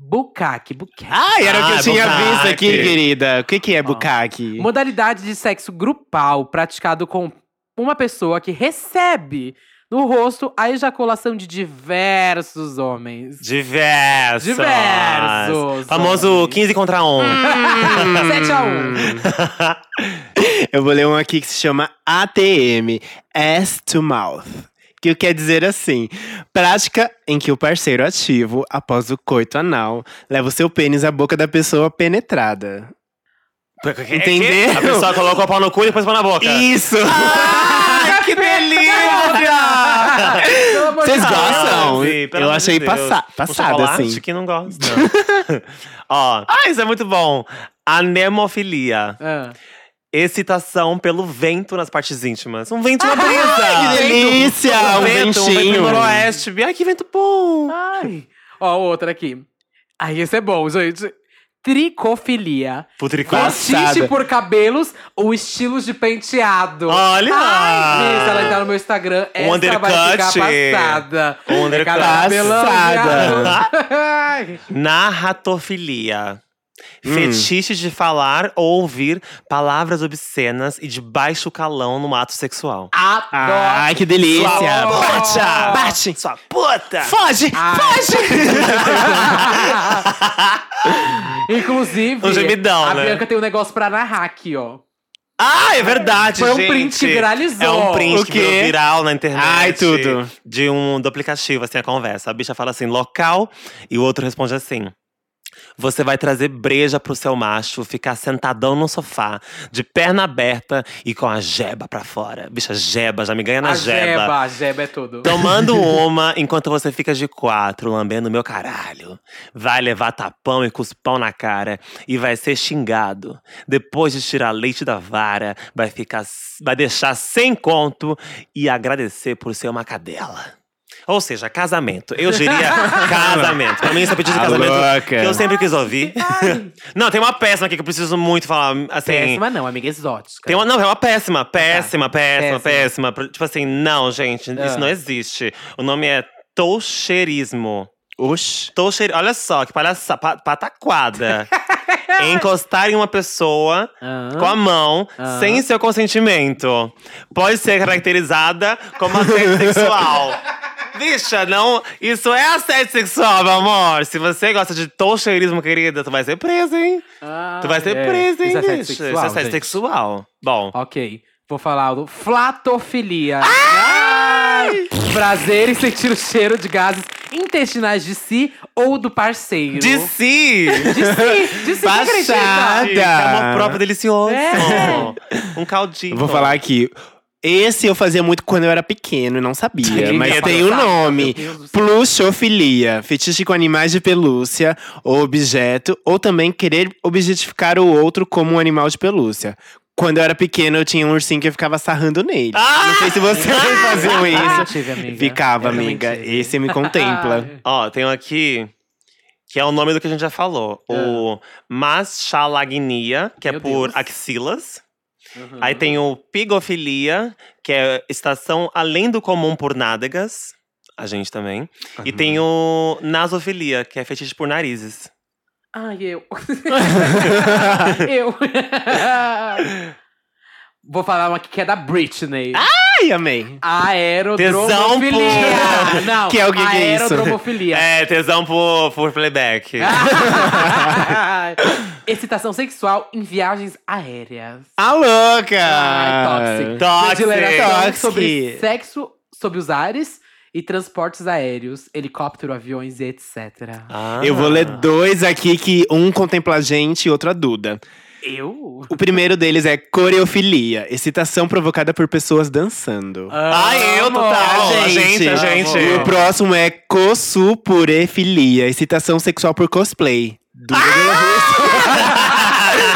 C: Bucaque, bucaque.
B: Ai, era o que eu
A: Ah,
B: tinha
A: bucaque. Ah.
B: visto aqui, querida. O que, que é bucaque?
C: Modalidade de sexo grupal praticado com uma pessoa que recebe no rosto a ejaculação de diversos homens.
A: Diversos.
C: Diversos.
A: Famoso 15 contra 1. Hum.
C: 7 a 1.
B: Eu vou ler um aqui que se chama ATM, Ass to Mouth. Que quer dizer assim, prática em que o parceiro ativo, após o coito anal, leva o seu pênis à boca da pessoa penetrada. Entendeu?
A: é A pessoa colocou o pau no cu e depois põe na boca.
B: Isso!
C: Ah,
B: Ai, que delícia!
C: Pelo amor de
B: Vocês
C: Deus.
B: gostam?
A: Sim, pelo
B: Eu
A: amor
B: achei
A: de Deus.
B: passa-
A: Um
B: passado,
A: chocolate
B: assim.
A: que não gosta. Ó, ah, isso é muito bom. Anemofilia.
C: Ah.
A: excitação pelo vento nas partes íntimas. Um vento na brisa!
B: Que Ah, delícia! Um
A: um vento no
B: ventinho.
A: noroeste. Ai, que vento bom!
C: Ai. Ó, outra aqui. Ai, esse é bom, gente. Tricofilia.
A: Putricó.
C: Fetiche por cabelos ou estilos de penteado.
A: Olha! Um
C: Ai, se ela entrar no meu Instagram, essa vai
A: undercut.
C: ficar passada.
A: Um undercut.
C: cabelão,
B: Passada.
C: viado. Ai.
A: Narratofilia. Hum. Fetiche de falar ou ouvir palavras obscenas e de baixo calão no ato sexual.
C: Adoro.
B: Ai, que delícia!
A: Sua
B: Bate! ah. Bate!
A: Sua puta!
B: Ah. Foge!
C: Inclusive,
A: Um gemidão,
C: a
A: né?
C: Bianca tem um negócio pra narrar aqui, ó.
A: Ah, é verdade,
C: Foi um
A: gente.
C: print que viralizou.
A: É um print
B: O
A: que
B: quê?
A: virou viral na internet.
B: Ai, tudo.
A: De um, do aplicativo, assim, a conversa. A bicha fala assim, local. E o outro responde assim… Você vai trazer breja pro seu macho, ficar sentadão no sofá, de perna aberta e com a jeba pra fora. Bicha, jeba, já me ganha na
C: a
A: jeba.
C: Jeba, a Jeba é tudo.
A: Tomando uma enquanto você fica de quatro, lambendo meu caralho. Vai levar tapão e cuspão na cara e vai ser xingado. Depois de tirar leite da vara, vai ficar, vai deixar sem conto e agradecer por ser uma cadela. Ou seja, casamento. Eu diria casamento. Pra mim, esse é o pedido de
B: A
A: casamento
B: louca.
A: que eu sempre quis ouvir. não, tem uma péssima aqui que eu preciso muito falar. Assim,
C: Péssima não, amiga exótica.
A: Tem uma, não, é uma péssima, péssima, péssima,
C: Ah, tá. Péssima.
A: péssima. Tipo assim, não, gente,
C: Ah.
A: isso não existe. O nome é toucheirismo.
B: Oxi.
A: Toucheir, olha só, que palhaça, pa- pataquada. É Encostar em uma pessoa
C: Ah.
A: com a mão,
C: Ah.
A: sem seu consentimento. Pode ser caracterizada como assédio sexual. Bicha, não. Isso é assédio sexual, meu amor. Se você gosta de toucheirismo, querida, tu vai ser presa, hein?
C: Ah,
A: Tu vai ser
C: é.
A: presa, hein,
C: Isso é assédio
A: bicho?
C: sexual,
A: Isso é assédio
C: gente.
A: sexual. Bom.
C: Ok. Vou falar do flatofilia. Prazer em sentir o cheiro de gases intestinais de si ou do parceiro.
A: De si!
C: De si, de si, você acredita?
B: Baixada.
A: Chique, Amor próprio delicioso.
C: É.
A: Um caldinho.
B: Vou falar aqui. Esse eu fazia muito quando eu era pequeno e não sabia,
A: Ninguém
B: mas
A: fala.
B: tem o nome.
C: Meu Deus do céu.
B: Pluxofilia, fetiche com animais de pelúcia ou objeto, ou também querer objetificar o outro como um animal de pelúcia. Quando eu era pequeno, eu tinha um ursinho que eu ficava sarrando nele.
A: Ah!
B: Não sei se vocês faziam
C: Ah,
B: isso.
C: tive, amiga.
B: Ficava,
C: Eu também
B: amiga.
C: tive.
B: Esse é me contempla.
A: Ó, tem um aqui que é o nome do que a gente já falou. O maschalagnia, que é
C: Meu
A: por
C: Deus.
A: axilas.
C: Uhum.
A: Aí tem o pigofilia, que é estação além do comum por nádegas. A gente também. E tem o nasofilia, que é fetiche por narizes.
C: Ai, eu. eu. Vou falar uma aqui que é da Britney.
B: Ai, amei.
A: Tesão
C: Aerodromofilia.
A: por-
C: Não,
B: Que é o que que é isso? É.
C: aerodromofilia.
A: É, tesão por, por playback.
C: Excitação sexual em viagens aéreas.
B: A louca!
C: Ai, tóxico.
A: Tóxico.
C: Predileção
B: Ah, Tóxico.
C: sobre sexo, sobre os ares e transportes aéreos, helicóptero, aviões e etc.
A: Ah.
B: Eu vou ler dois aqui que um contempla a gente e outro a Duda.
C: Eu?
B: O primeiro deles é coreofilia, excitação provocada por pessoas dançando.
C: Ah.
A: Ai, eu
C: tá.
A: total.
B: Ah,
A: A gente, a gente.
B: E o próximo é cossupurefilia, excitação sexual por cosplay. Duda
C: Ah!
B: Dela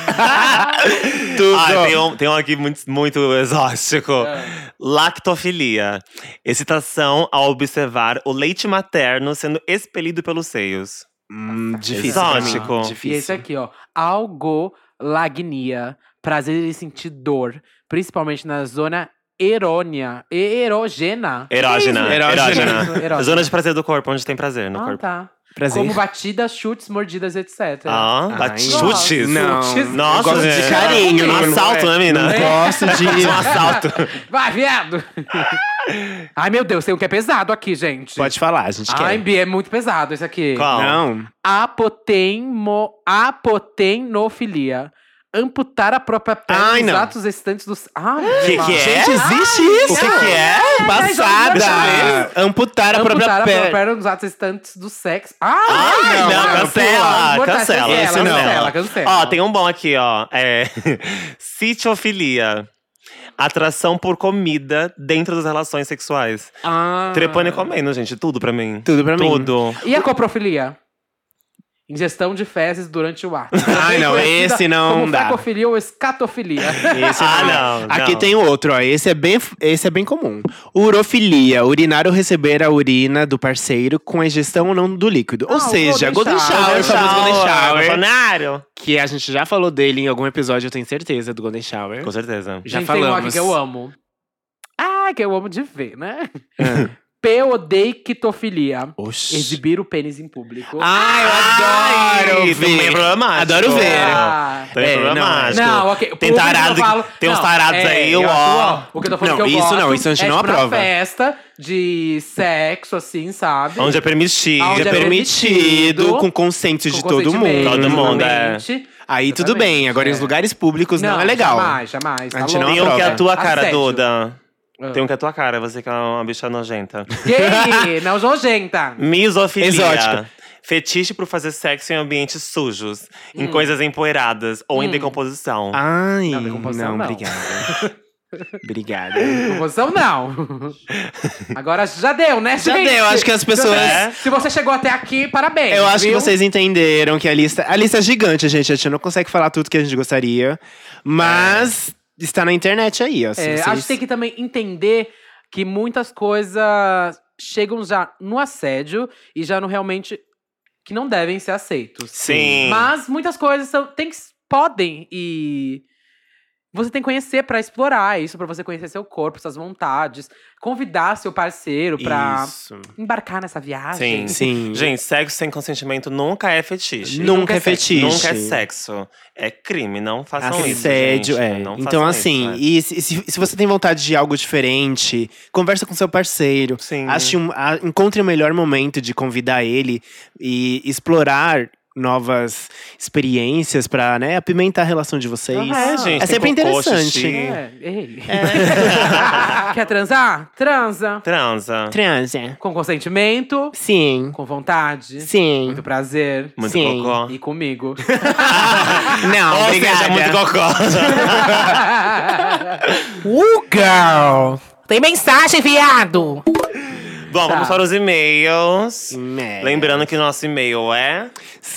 B: Russo. Tudo.
A: Ah, tem um, tem um aqui muito, muito exótico.
B: É.
A: Lactofilia. Excitação ao observar o leite materno sendo expelido pelos seios.
B: Hum, difícil. pra mim.
A: Exótico.
C: E esse
B: Difícil.
C: aqui, ó. Algolagnia. Prazer em sentir dor, principalmente na zona erônea. e- Erogena.
A: É, Erógena.
B: isso? Erógena.
A: Erógena.
C: Erógena.
A: Zona de prazer do corpo, onde tem prazer no
C: Ah,
A: corpo.
C: tá.
B: Prazer.
C: Como batidas, chutes, mordidas, etc.
A: Ah,
B: Ai,
A: bate
B: nossa.
A: chutes.
B: Não.
A: Nossa,
B: Eu gosto
A: gente.
B: de carinho.
A: Um
B: não-
A: assalto, né,
B: Não
C: é?
A: mina?
B: gosto de.
A: Um assalto.
C: Vai, viado! Ai, meu Deus, tem um que é pesado aqui, gente.
B: Pode falar, a gente
C: Ai,
B: quer.
C: Bi, é muito pesado esse aqui.
A: Qual?
B: Não.
C: Apotemo, apotenofilia. Amputar a própria perna
B: Ai,
C: nos
B: não.
C: atos excitantes dos… Ai,
A: Que
C: gente.
A: que é?
B: Gente, existe isso?
A: O que, que é?
B: Passada! Amputar a
C: Amputar
B: própria
C: a própria
B: perna.
C: perna nos atos excitantes do sexo. Ai,
A: Ai, não,
B: não,
A: cancela,
C: Vamos botar,
A: cancela,
B: esse não.
C: tá cancela,
B: É.
C: cancela.
A: Ó, tem um bom aqui, ó. É. Citiofilia. Atração por comida dentro das relações sexuais.
C: Ah.
A: Trepando e comendo, gente. Tudo pra mim.
B: Tudo pra mim.
A: Tudo.
C: E a coprofilia? Ingestão de fezes durante o ato.
B: Ai, não,
C: Conhecida
B: esse não
C: como
B: dá.
C: Fecofilia ou escatofilia.
B: Esse
A: Ah, não,
B: Aqui
A: não.
B: tem outro, ó. Esse é bem, esse é bem comum. Urofilia, urinar ou receber a urina do parceiro com a ingestão ou não do líquido.
C: Ah,
B: ou
C: o
B: seja,
C: golden
B: golden shower,
C: shower.
B: o famoso golden shower.
A: Bolsonaro.
B: Que a gente já falou dele em algum episódio, eu tenho certeza, do golden shower.
A: Com certeza.
B: Já
C: Gente, Tem um aqui
B: falamos.
C: que eu amo. Ah, que eu amo de ver, né?
B: Ah.
C: Peodeictofilia.
B: Oxi.
C: Exibir o pênis em público.
B: Ai, eu adoro
A: Ai, também é
B: ver.
A: problemático.
B: Adoro ver.
C: Ah.
A: Também é,
B: É, não,
A: problemático.
C: Não, ok. O
A: Tem
C: público que eu
A: tarado que-
C: falo-
A: tem uns
C: não,
A: tarados
C: é,
A: aí,
C: eu
A: ó.
C: acho, ó. O que eu tô falando
B: Não,
C: que eu
B: isso
C: gosto
B: não, isso a gente
C: é,
B: não
C: tipo, na
B: aprova.
C: festa de sexo, assim, sabe?
A: Onde é permitido.
C: Aonde
B: É permitido, com consento de
C: Com
B: todo mundo.
C: consentimento,
A: Todo mundo, é.
C: exatamente.
B: Aí tudo
C: Exatamente,
B: bem, agora em
C: é.
B: nos lugares públicos não, é legal.
C: Jamais, jamais. tá
B: A gente não
A: Tem um
B: aprova.
A: que é a tua cara,
C: Assédio.
A: Duda.
C: Ah.
A: Tem um que é a tua cara, você que é uma bicha nojenta.
C: Gay, não nojenta.
A: Misofilia.
B: Exótica.
A: Fetiche por fazer sexo em ambientes sujos, em coisas empoeiradas ou em decomposição.
B: Ah, Ai,
C: Não,
B: não,
C: decomposição não.
B: obrigada. obrigada.
C: Composição não. Agora já deu, né,
B: Já
C: gente?
B: deu, acho que as pessoas-
C: Se você, se você chegou até aqui, parabéns.
B: Eu acho que
C: É, viu?
B: vocês entenderam que a lista. A lista é gigante, gente. A gente não consegue falar tudo que a gente gostaria. Mas está na internet aí, ó. se
C: É,
B: vocês-
C: Acho que tem que também entender que muitas coisas chegam já no assédio e já no realmente que não devem ser aceitos.
A: Sim.
C: Mas muitas coisas são, tem que, podem e você tem que conhecer pra explorar isso, pra você conhecer seu corpo, suas vontades, convidar seu parceiro pra
B: Isso.
C: embarcar nessa viagem.
A: Sim.
B: Sim.
A: Gente, sexo sem consentimento nunca é fetiche.
B: Nunca é fetiche.
A: Nunca é sexo. É crime, não façam isso.
B: Assédio,
A: gente.
B: é.
A: Não
B: então,
A: façam
B: assim,
A: isso, né? é.
B: e se, se- se você tem vontade de algo diferente, conversa com seu parceiro.
A: é. Sim.
B: Ache um, a- encontre o melhor momento de convidar ele e explorar novas experiências pra né, apimentar a relação de vocês.
A: É, gente, tem
B: É
A: cocô,
B: sempre interessante.
A: xixi.
C: É, ei. Quer transar? Transa.
A: Transa.
B: Transa.
C: Com consentimento,
B: Sim.
C: com vontade,
B: Sim.
C: muito prazer.
A: Muito
B: Sim.
A: cocô.
C: E comigo.
B: Não,
A: Ou
B: obrigada. Tá.
A: seja, é muito cocô.
F: Uh, girl! Tem mensagem, viado!
A: Bom, vamos para os e-mails.
B: É.
A: Lembrando que nosso e-mail é.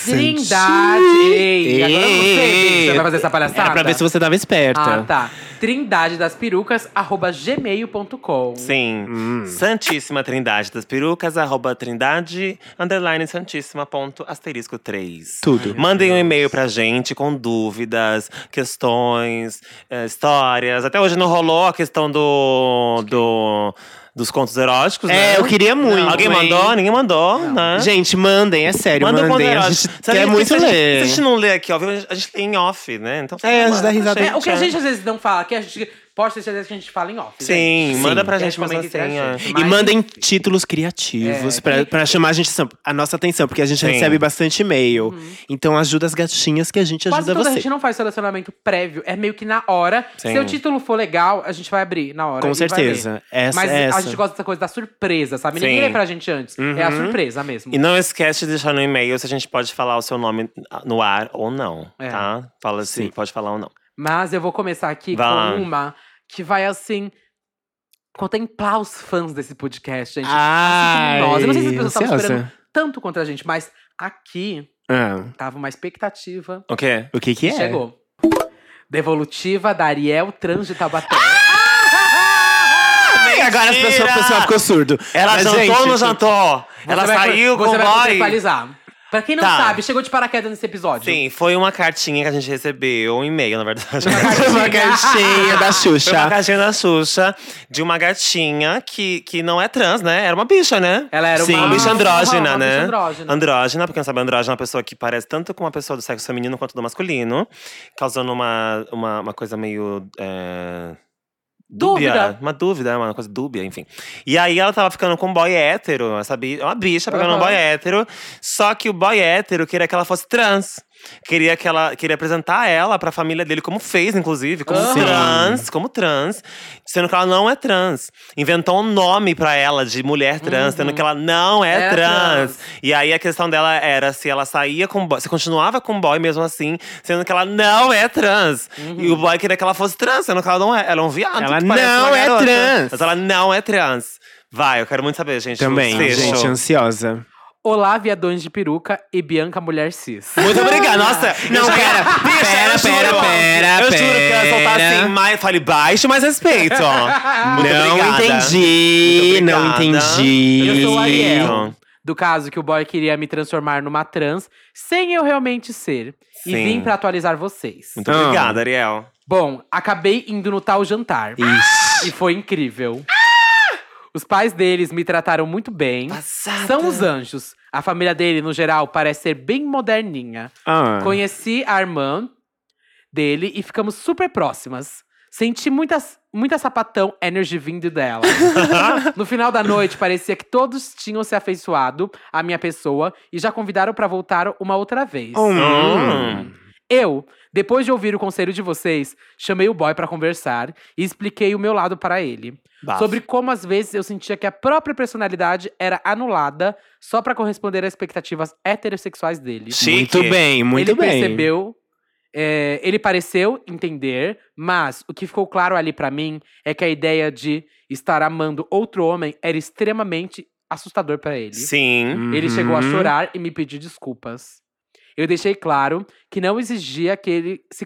C: Trindade. Ei, agora eu não sei,
B: Ei.
C: Você vai fazer essa palhaçada?
B: Era É pra ver se você tava esperta.
C: Ah, tá. Trindade das perucas, arroba gmail.com.
A: Sim.
B: Hum.
A: Santíssima Trindade das Perucas, arroba Trindade, underline Santíssima, ponto, asterisco 3.
B: Tudo.
A: Mandem um e-mail pra gente com dúvidas, questões, eh, histórias. Até hoje não rolou a questão do. do dos contos eróticos, né?
B: É, eu queria muito.
A: Alguém
B: hein?
A: mandou? Ninguém mandou, né?
B: Gente, mandem, é sério,
A: Manda um conto
B: mandem. A
A: erótico.
B: gente
A: Se
B: quer muito
A: se a gente-
B: ler.
A: Se a gente não lê aqui, ó, a gente lê em off, né? Então,
B: É, a gente dá
A: manda
B: risada.
A: pra
C: É, o que a
A: né?
C: gente às vezes não fala, que a gente pode ter certeza que a gente fala em off.
A: Sim,
C: gente.
A: manda pra
C: Que a
A: gente, mas
C: comenta entre a
A: assim,
C: gente,
A: é.
B: E
C: mas-
B: mandem títulos criativos
C: É,
B: pra,
C: que-
B: pra chamar a, gente, a nossa atenção, porque a gente
A: Sim.
B: recebe bastante e-mail. Então ajuda as gatinhas que a gente
C: uhum. Quase
B: ajuda
C: toda
B: você.
C: a gente não faz selecionamento prévio, é meio que na hora.
A: Sim.
C: Se o título for legal, a gente vai abrir na hora.
B: Com
C: e vai
B: certeza.
C: ler.
B: Essa-
C: Mas
B: essa.
C: a gente gosta dessa coisa da surpresa, sabe?
A: Sim. Uhum.
C: Ninguém lê pra gente antes. É a surpresa mesmo.
A: E não esquece de deixar no e-mail se a gente pode falar o seu nome no ar ou não,
C: É.
A: tá? Fala se pode falar ou não.
C: Mas eu vou começar aqui
A: Vai lá.
C: com uma que vai assim. Contemplar os fãs desse podcast,
A: Ah.
C: gente.
B: Ai,
C: Nossa, eu não sei se as pessoas estavam
B: ansiosa.
C: esperando tanto contra a gente, mas aqui
B: Ah,
C: tava uma expectativa
A: O quê?
B: o que que
C: que
B: é?
C: chegou. Devolutiva da Ariel Trans de Taubaté.
A: Ah!
B: E agora as pessoas, o pessoal ficou surdo.
A: Ela
B: Mas,
A: jantou
B: gente,
A: ou não jantou? Ela
C: Você vai-
A: saiu
C: Você
A: com o
C: vai
A: boy?
C: contextualizar. Pra quem não
A: Tá.
C: sabe, chegou de paraquedas nesse episódio.
A: Sim, foi uma cartinha que a gente recebeu, um e-mail, na verdade.
B: Uma caixinha da
A: Foi uma
B: Xuxa.
A: caixinha da Xuxa de uma gatinha que, que não é trans, né? Era uma bicha, né?
C: Ela era
B: Sim.
C: uma,
A: Uma bicha andrógena,
C: uma
A: né?
C: Bicha andrógena.
A: Andrógena, porque não sabe, andrógena é uma pessoa que parece tanto com uma pessoa do sexo feminino quanto do masculino, causando uma, uma, uma coisa meio. é, dúbia.
C: Dúvida.
A: Uma dúvida, uma coisa dúbia, enfim. E aí ela tava ficando com um boy hétero, essa bi- uma bicha pegando um
C: Aham.
A: boy hétero. Só que o boy hétero queria que ela fosse trans. Queria que ela queria apresentar ela pra família dele, como fez, inclusive, como
C: Aham.
A: trans, como trans, sendo que ela não é trans. Inventou um nome pra ela de mulher trans,
C: Uhum.
A: sendo que ela não é
C: Era
A: trans.
C: trans.
A: E aí a questão dela era se ela saía com boy, se continuava com boy mesmo assim, sendo que ela não é trans. E o boy queria que ela fosse trans, sendo que ela não é. Ela é um viado.
B: Ela
A: que parece
B: não
A: uma
B: é
A: garota.
B: trans.
A: Mas ela não é trans. Vai, eu quero muito saber, gente.
B: Também,
A: o desfecho.
B: gente, ansiosa.
A: né?
C: Olá, viadões de peruca e Bianca Mulher Cis.
A: Muito obrigada. Nossa,
B: Não,
A: eu já-
B: pera,
A: Bicha,
B: pera,
A: eu
B: pera,
A: juro.
B: pera,
A: Eu juro que ela soltar
B: pera.
A: assim, mais, fale baixo, mas respeito.
C: Ah,
A: Muito
B: não
A: obrigada.
B: entendi,
A: Muito
B: não
A: obrigada.
B: entendi.
C: Eu sou a Ariel.
A: Então.
C: Do caso que o boy queria me transformar numa trans sem eu realmente ser. E
A: Sim.
C: vim pra atualizar vocês.
A: Muito
B: Ah.
A: obrigada, Ariel.
C: Bom, acabei indo no tal jantar.
B: Isso.
C: E foi incrível. Os pais deles me trataram muito bem.
A: Passada.
C: São os anjos. A família dele, no geral, parece ser bem moderninha.
B: Ah.
C: Conheci a irmã dele e ficamos super próximas. Senti muitas, muita sapatão energy vindo dela. no final da noite, parecia que todos tinham se afeiçoado à minha pessoa e já convidaram pra voltar uma outra vez.
B: Hum.
C: Eu, depois de ouvir o conselho de vocês, chamei o boy pra conversar e expliquei o meu lado pra ele.
A: Bafo.
C: Sobre como às vezes eu sentia que a própria personalidade era anulada só pra corresponder às expectativas heterossexuais dele.
A: Chique.
B: Muito bem, muito
C: ele
B: bem.
C: percebeu, é, ele pareceu entender, mas o que ficou claro ali pra mim é que a ideia de estar amando outro homem era extremamente assustador pra ele.
A: Sim.
C: Ele chegou a
B: Uhum.
C: chorar e me pedir desculpas. Eu deixei claro que não exigia que ele se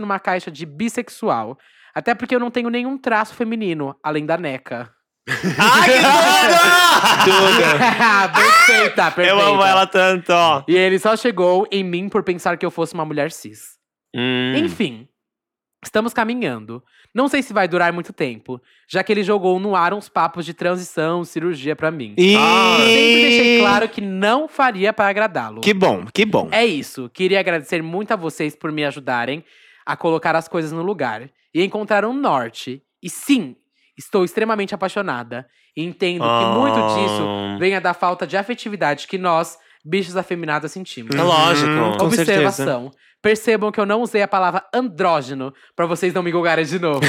C: numa caixa de bissexual. Até porque eu não tenho nenhum traço feminino, além da neca.
A: Ai, que tudo!
C: perfeita, perfeita.
A: Eu amo ela tanto, ó.
C: E ele só chegou em mim por pensar que eu fosse uma mulher cis.
A: Hum.
C: Enfim, estamos caminhando. Não sei se vai durar muito tempo, já que ele jogou no ar uns papos de transição, cirurgia pra mim.
B: E...
C: Sempre deixei claro que não faria pra agradá-lo.
B: Que bom, que bom.
C: É isso. Queria agradecer muito a vocês por me ajudarem a colocar as coisas no lugar e encontrar um norte. E sim, estou extremamente apaixonada. E entendo que muito disso
B: Ah.
C: venha da falta de afetividade que nós, bichos afeminados, sentimos.
A: É lógico.
B: com certeza.
C: Observação. Percebam que eu não usei a palavra andrógeno pra vocês não me julgarem de novo.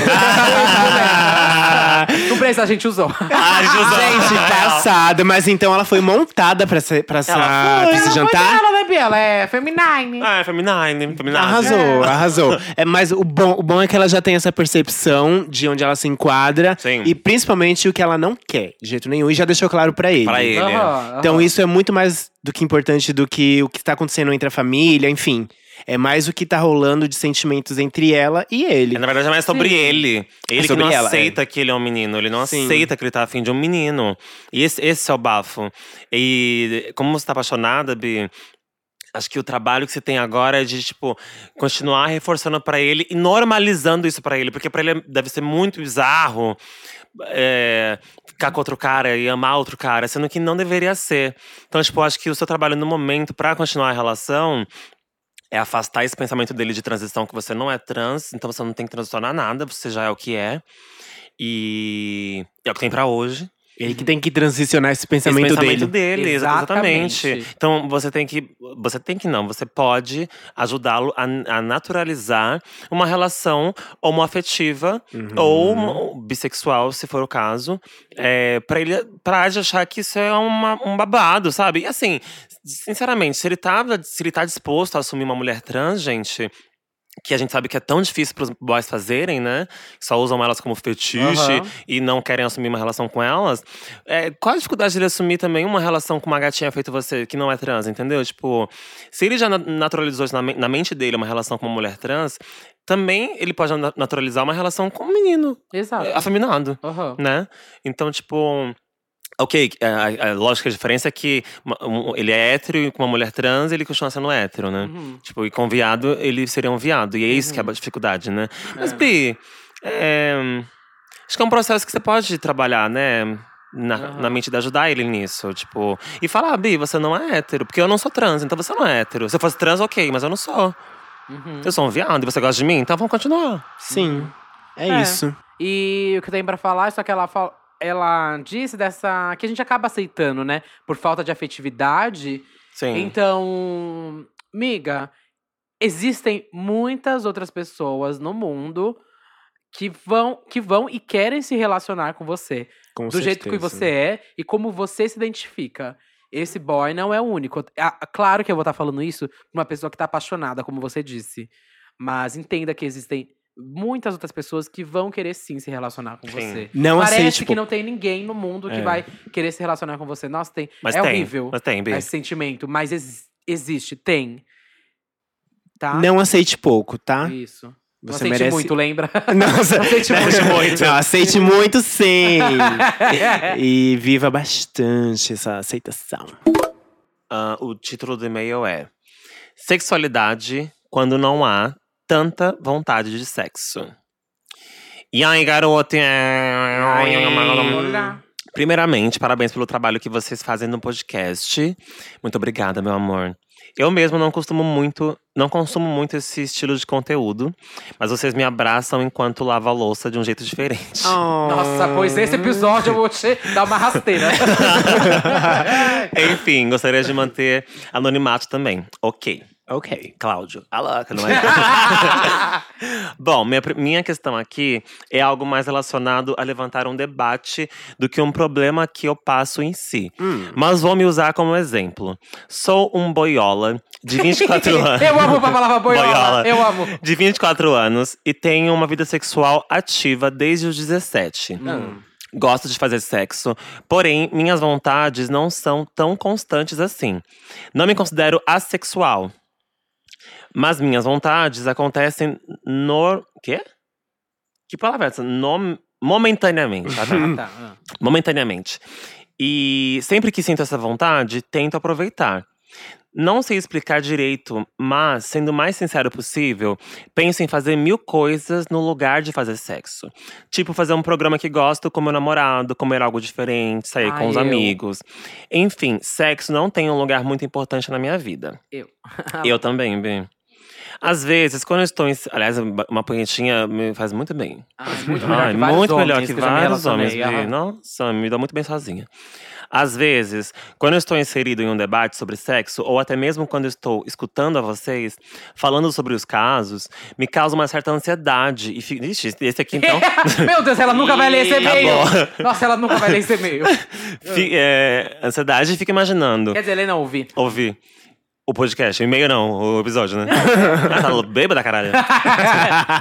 C: Não precisa, a gente usou.
A: Ai, José. é.
B: Gente, tá passada. Mas então ela foi montada pra, essa, pra, essa, pra esse jantar?
C: Ela, né, Bia? Ela é feminine.
A: Ah, é Feminine, Feminine.
B: Arrasou, arrasou. É, mas o bom, o bom é que ela já tem essa percepção de onde ela se enquadra
A: Sim.
B: e principalmente o que ela não quer, de jeito nenhum, e já deixou claro pra ele.
A: Pra ele.
C: Aham,
B: Então
C: aham.
B: isso é muito mais do que importante do que o que tá acontecendo entre a família, enfim. É mais o que tá rolando de sentimentos entre ela e ele.
A: É, Na verdade, é mais sobre ele. Ele
B: É sobre
A: que não
B: ela,
A: aceita que ele é um menino. Ele não
B: Sim.
A: aceita que ele tá afim de um menino. E esse, esse é o bafo. E como você tá apaixonada, Bi… Acho que o trabalho que você tem agora é de, tipo, continuar reforçando pra ele e normalizando isso pra ele. Porque pra ele é, deve ser muito bizarro é, ficar com outro cara e amar outro cara, sendo que não deveria ser. Então, tipo, acho que o seu trabalho no momento pra continuar a relação é afastar esse pensamento dele de transição, que você não é trans, então você não tem que transicionar nada, você já é o que é. E é o que tem pra hoje.
B: Ele que tem que transicionar esse
A: Esse
B: pensamento,
A: pensamento
B: dele.
A: dele, exa- exatamente.
C: Exatamente.
A: Então você tem que. Você tem que não, você pode ajudá-lo a, a naturalizar uma relação homoafetiva ou homo- bissexual, se for o caso. É, pra ele parar de achar que isso é uma- um babado, sabe? E assim, sinceramente, se ele, tá, se ele tá disposto a assumir uma mulher trans, gente. Que a gente sabe que é tão difícil pros boys fazerem, né? Só usam elas como fetiche
C: Aham.
A: e não querem assumir uma relação com elas. É, qual a dificuldade dele assumir também uma relação com uma gatinha feito você, que não é trans, entendeu? Tipo, se ele já na- naturalizou isso na, men- na mente dele uma relação com uma mulher trans, também ele pode na- naturalizar uma relação com um menino
C: Exato.
A: é, afeminado
C: Aham.
A: né? Então, tipo. Ok, é, a, a lógica a diferença é que uma- um- ele é hétero e com uma mulher trans ele continua sendo hétero, né?
C: Uhum.
A: Tipo, e com viado ele seria um viado. E é isso que é a dificuldade, né? Mas, Bi, é, acho que é um processo que você pode trabalhar, né? Na, na mente de ajudar ele nisso, tipo. E falar, Bi, você não é hétero, porque eu não sou trans, então você não é hétero. Se eu fosse trans, ok, mas eu não sou.
C: Uhum.
A: Eu sou um viado e você gosta de mim, então vamos continuar.
B: Sim. É,
C: É.
B: isso.
C: E o que eu tenho pra falar, só que ela fal- Ela disse dessa. que a gente acaba aceitando, né? Por falta de afetividade.
A: Sim.
C: Então, miga, existem muitas outras pessoas no mundo que vão, que vão e querem se relacionar com você.
B: Com
C: do jeito que
B: certeza.
C: você é e como você se identifica. Esse boy não é o único. Ah, Claro que eu vou estar falando isso pra uma pessoa que tá apaixonada, como você disse. Mas entenda que existem muitas outras pessoas que vão querer sim se relacionar com
A: Sim.
C: você.
B: Não
C: Parece
B: aceite,
C: que
B: tipo,
C: não tem ninguém no mundo que
B: É.
C: vai querer se relacionar com você. Nossa, tem.
A: Mas
C: é
A: tem.
C: horrível
A: Mas tem, Bi.
C: esse sentimento, mas ex- existe, tem. Tá?
B: não aceite pouco, tá?
C: Isso. Não
B: Você
C: aceite
B: merece.
C: muito, lembra?
B: Nossa,
C: Aceite muito.
B: Não, aceite muito sim. e viva bastante essa aceitação.
A: Ah, o título do e-mail é Sexualidade quando não há tanta vontade de sexo. E aí, garoto?
C: Olá.
A: Primeiramente, parabéns pelo trabalho que vocês fazem no podcast. Muito obrigada, meu amor. Eu mesmo não costumo muito, não consumo muito esse estilo de conteúdo, mas vocês me abraçam enquanto lavo a louça de um jeito diferente.
B: Ah.
C: Nossa, pois esse é episódio eu vou te dar uma rasteira.
A: Enfim, gostaria de manter anonimato também. Ok.
B: Ah. Ok.
A: É, Cláudio. A louca, não é? Bom, minha, pri- minha questão aqui é algo mais relacionado a levantar um debate do que um problema que eu passo em si.
C: Hum.
A: Mas vou me usar como exemplo. Sou um boiola de 24 anos.
C: eu amo a palavra boiola.
A: Boiola.
C: Eu amo.
A: De 24 anos e tenho uma vida sexual ativa desde os 17. Gosto de fazer sexo, porém minhas vontades não são tão constantes assim. Não me considero assexual. Mas minhas vontades acontecem no. Quê? Que palavra é essa? No... momentaneamente. tá?
C: Ah, tá. ah.
A: momentaneamente. E sempre que sinto essa vontade, tento aproveitar. Não sei explicar direito, mas, sendo o mais sincero possível, penso em fazer mil coisas no lugar de fazer sexo. Tipo, fazer um programa que gosto com meu namorado, comer algo diferente, sair
C: Ah,
A: com os
C: eu.
A: amigos. Enfim, sexo não tem um lugar muito importante na minha vida.
C: Eu.
A: Eu também, Bi. Às vezes, quando eu estou em. Aliás, uma punhetinha me faz muito bem.
C: Ai, Ah, é muito melhor
A: Ai, muito melhor que
C: que vários homens eu já me
A: vários
C: relacionei,
A: homens. Bi.
C: aham.
A: Nossa, me dá muito bem sozinha. Às vezes, quando eu estou inserido em um debate sobre sexo, ou até mesmo quando eu estou escutando a vocês falando sobre os casos, me causa uma certa ansiedade. E fico, Ixi, esse aqui então.
C: Meu Deus, ela nunca vai ler esse
A: Ih, tá
C: e-mail. Nossa, ela nunca vai ler esse e-mail.
A: fi, é, ansiedade e fica imaginando.
C: Quer dizer, ler não ouvi.
A: Ouvir o podcast, o e-mail não, o episódio, né? Essa bêbada, caralho.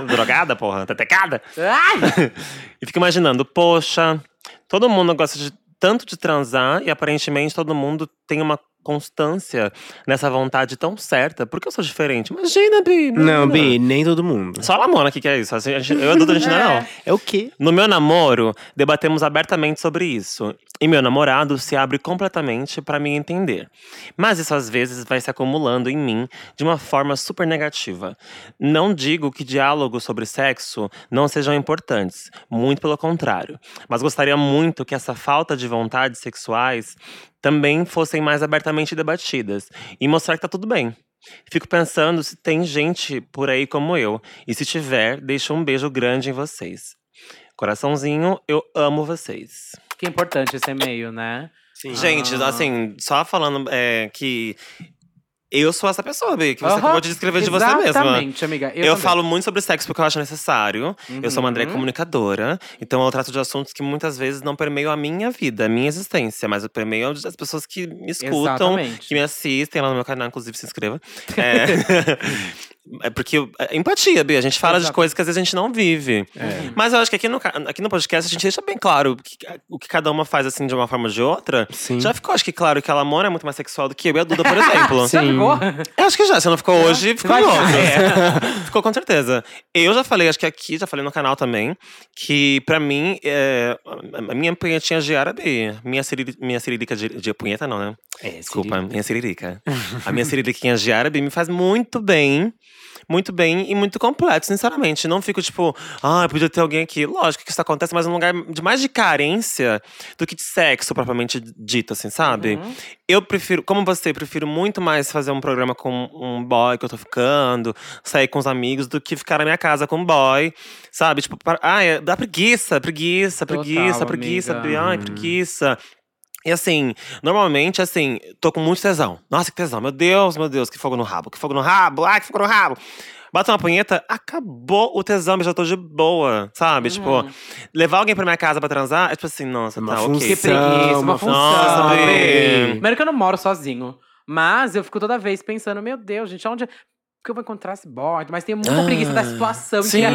A: Drogada, porra, tetecada.
C: Ai!
A: E fico imaginando, poxa, todo mundo gosta de, tanto de transar e aparentemente todo mundo tem uma constância nessa vontade tão certa. Por que eu sou diferente? Imagina, Bi.
B: Não,
A: imagina.
B: Bi, nem todo mundo.
A: Só a Lamona que que é isso. Assim, a gente- eu e a Duda, a gente não é, não.
B: É o quê?
A: No meu namoro, debatemos abertamente sobre isso. E meu namorado se abre completamente pra me entender. Mas isso às vezes vai se acumulando em mim de uma forma super negativa. Não digo que diálogos sobre sexo não sejam importantes, muito pelo contrário. Mas gostaria muito que essa falta de vontades sexuais também fossem mais abertamente debatidas e mostrar que tá tudo bem. Fico pensando se tem gente por aí como eu. E se tiver, deixo um beijo grande em vocês. Coraçãozinho, eu amo vocês.
C: Que importante esse e-mail, né?
B: Sim.
A: Gente,
C: Ah.
A: assim, só falando é, que eu sou essa pessoa, Bi, que você
C: Aham,
A: acabou de descrever de você mesma.
C: Exatamente, amiga. Eu,
A: Eu,
C: também. Uhum.
A: falo muito sobre sexo porque eu acho necessário. Eu sou uma drag comunicadora, então eu trato de assuntos que muitas vezes não permeiam a minha vida, a minha existência, mas eu permeio as pessoas que me escutam,
C: Exatamente.
A: que me assistem lá no meu canal, inclusive se inscreva. É, é porque eu- é empatia, Bia. A gente fala de
C: Exato.
A: coisas que às vezes a gente não vive.
B: É.
A: Mas eu acho que aqui no, ca- aqui no podcast a gente deixa bem claro o que, o que cada uma faz assim de uma forma ou de outra.
B: Sim.
A: Já ficou, acho que claro que a Lamona é muito mais sexual do que eu e a Duda, por exemplo.
C: Já ficou?
A: Eu acho que já. Se não ficou hoje, ficou
C: Vai
A: em
C: ficar.
A: outro. Ficou com certeza. Eu já falei, acho que aqui, já falei no canal também, que pra mim, é, a minha punhetinha de árabe, minha, siriri, minha siririca de, de punheta não, né?
B: É,
A: Desculpa, minha siririca. a minha siririquinha de árabe me faz muito bem. Muito bem e muito completo, sinceramente. Não fico tipo, ah, podia ter alguém aqui. Lógico que isso acontece, mas num lugar de mais de carência do que de sexo propriamente dito, assim, sabe?
C: Uhum.
A: Eu prefiro, como você, prefiro muito mais fazer um programa com um boy que eu tô ficando, sair com os amigos, do que ficar na minha casa com um boy, sabe? Tipo, para, ai, dá preguiça, preguiça,
C: Total,
A: preguiça, preguiça,
C: amiga. Uhum.
A: pre- ai, preguiça. E assim, normalmente, assim, tô com muito tesão. Nossa, que tesão, meu Deus, meu Deus, que fogo no rabo, que fogo no rabo, ai, que fogo no rabo. Bato uma punheta, acabou o tesão, eu já tô de boa, sabe? Tipo,
C: Uhum.
A: levar alguém pra minha casa pra transar, é tipo assim, nossa,
B: Uma
A: tá,
B: função,
A: ok.
C: Que preguiça, uma função.
A: Nossa,
B: Bi.
C: Primeiro que eu não moro sozinho. Mas eu fico toda vez pensando, meu Deus, gente, onde que eu vou encontrar esse bode? Mas tenho muita
A: Ah,
C: preguiça da situação,
A: sim.
C: que é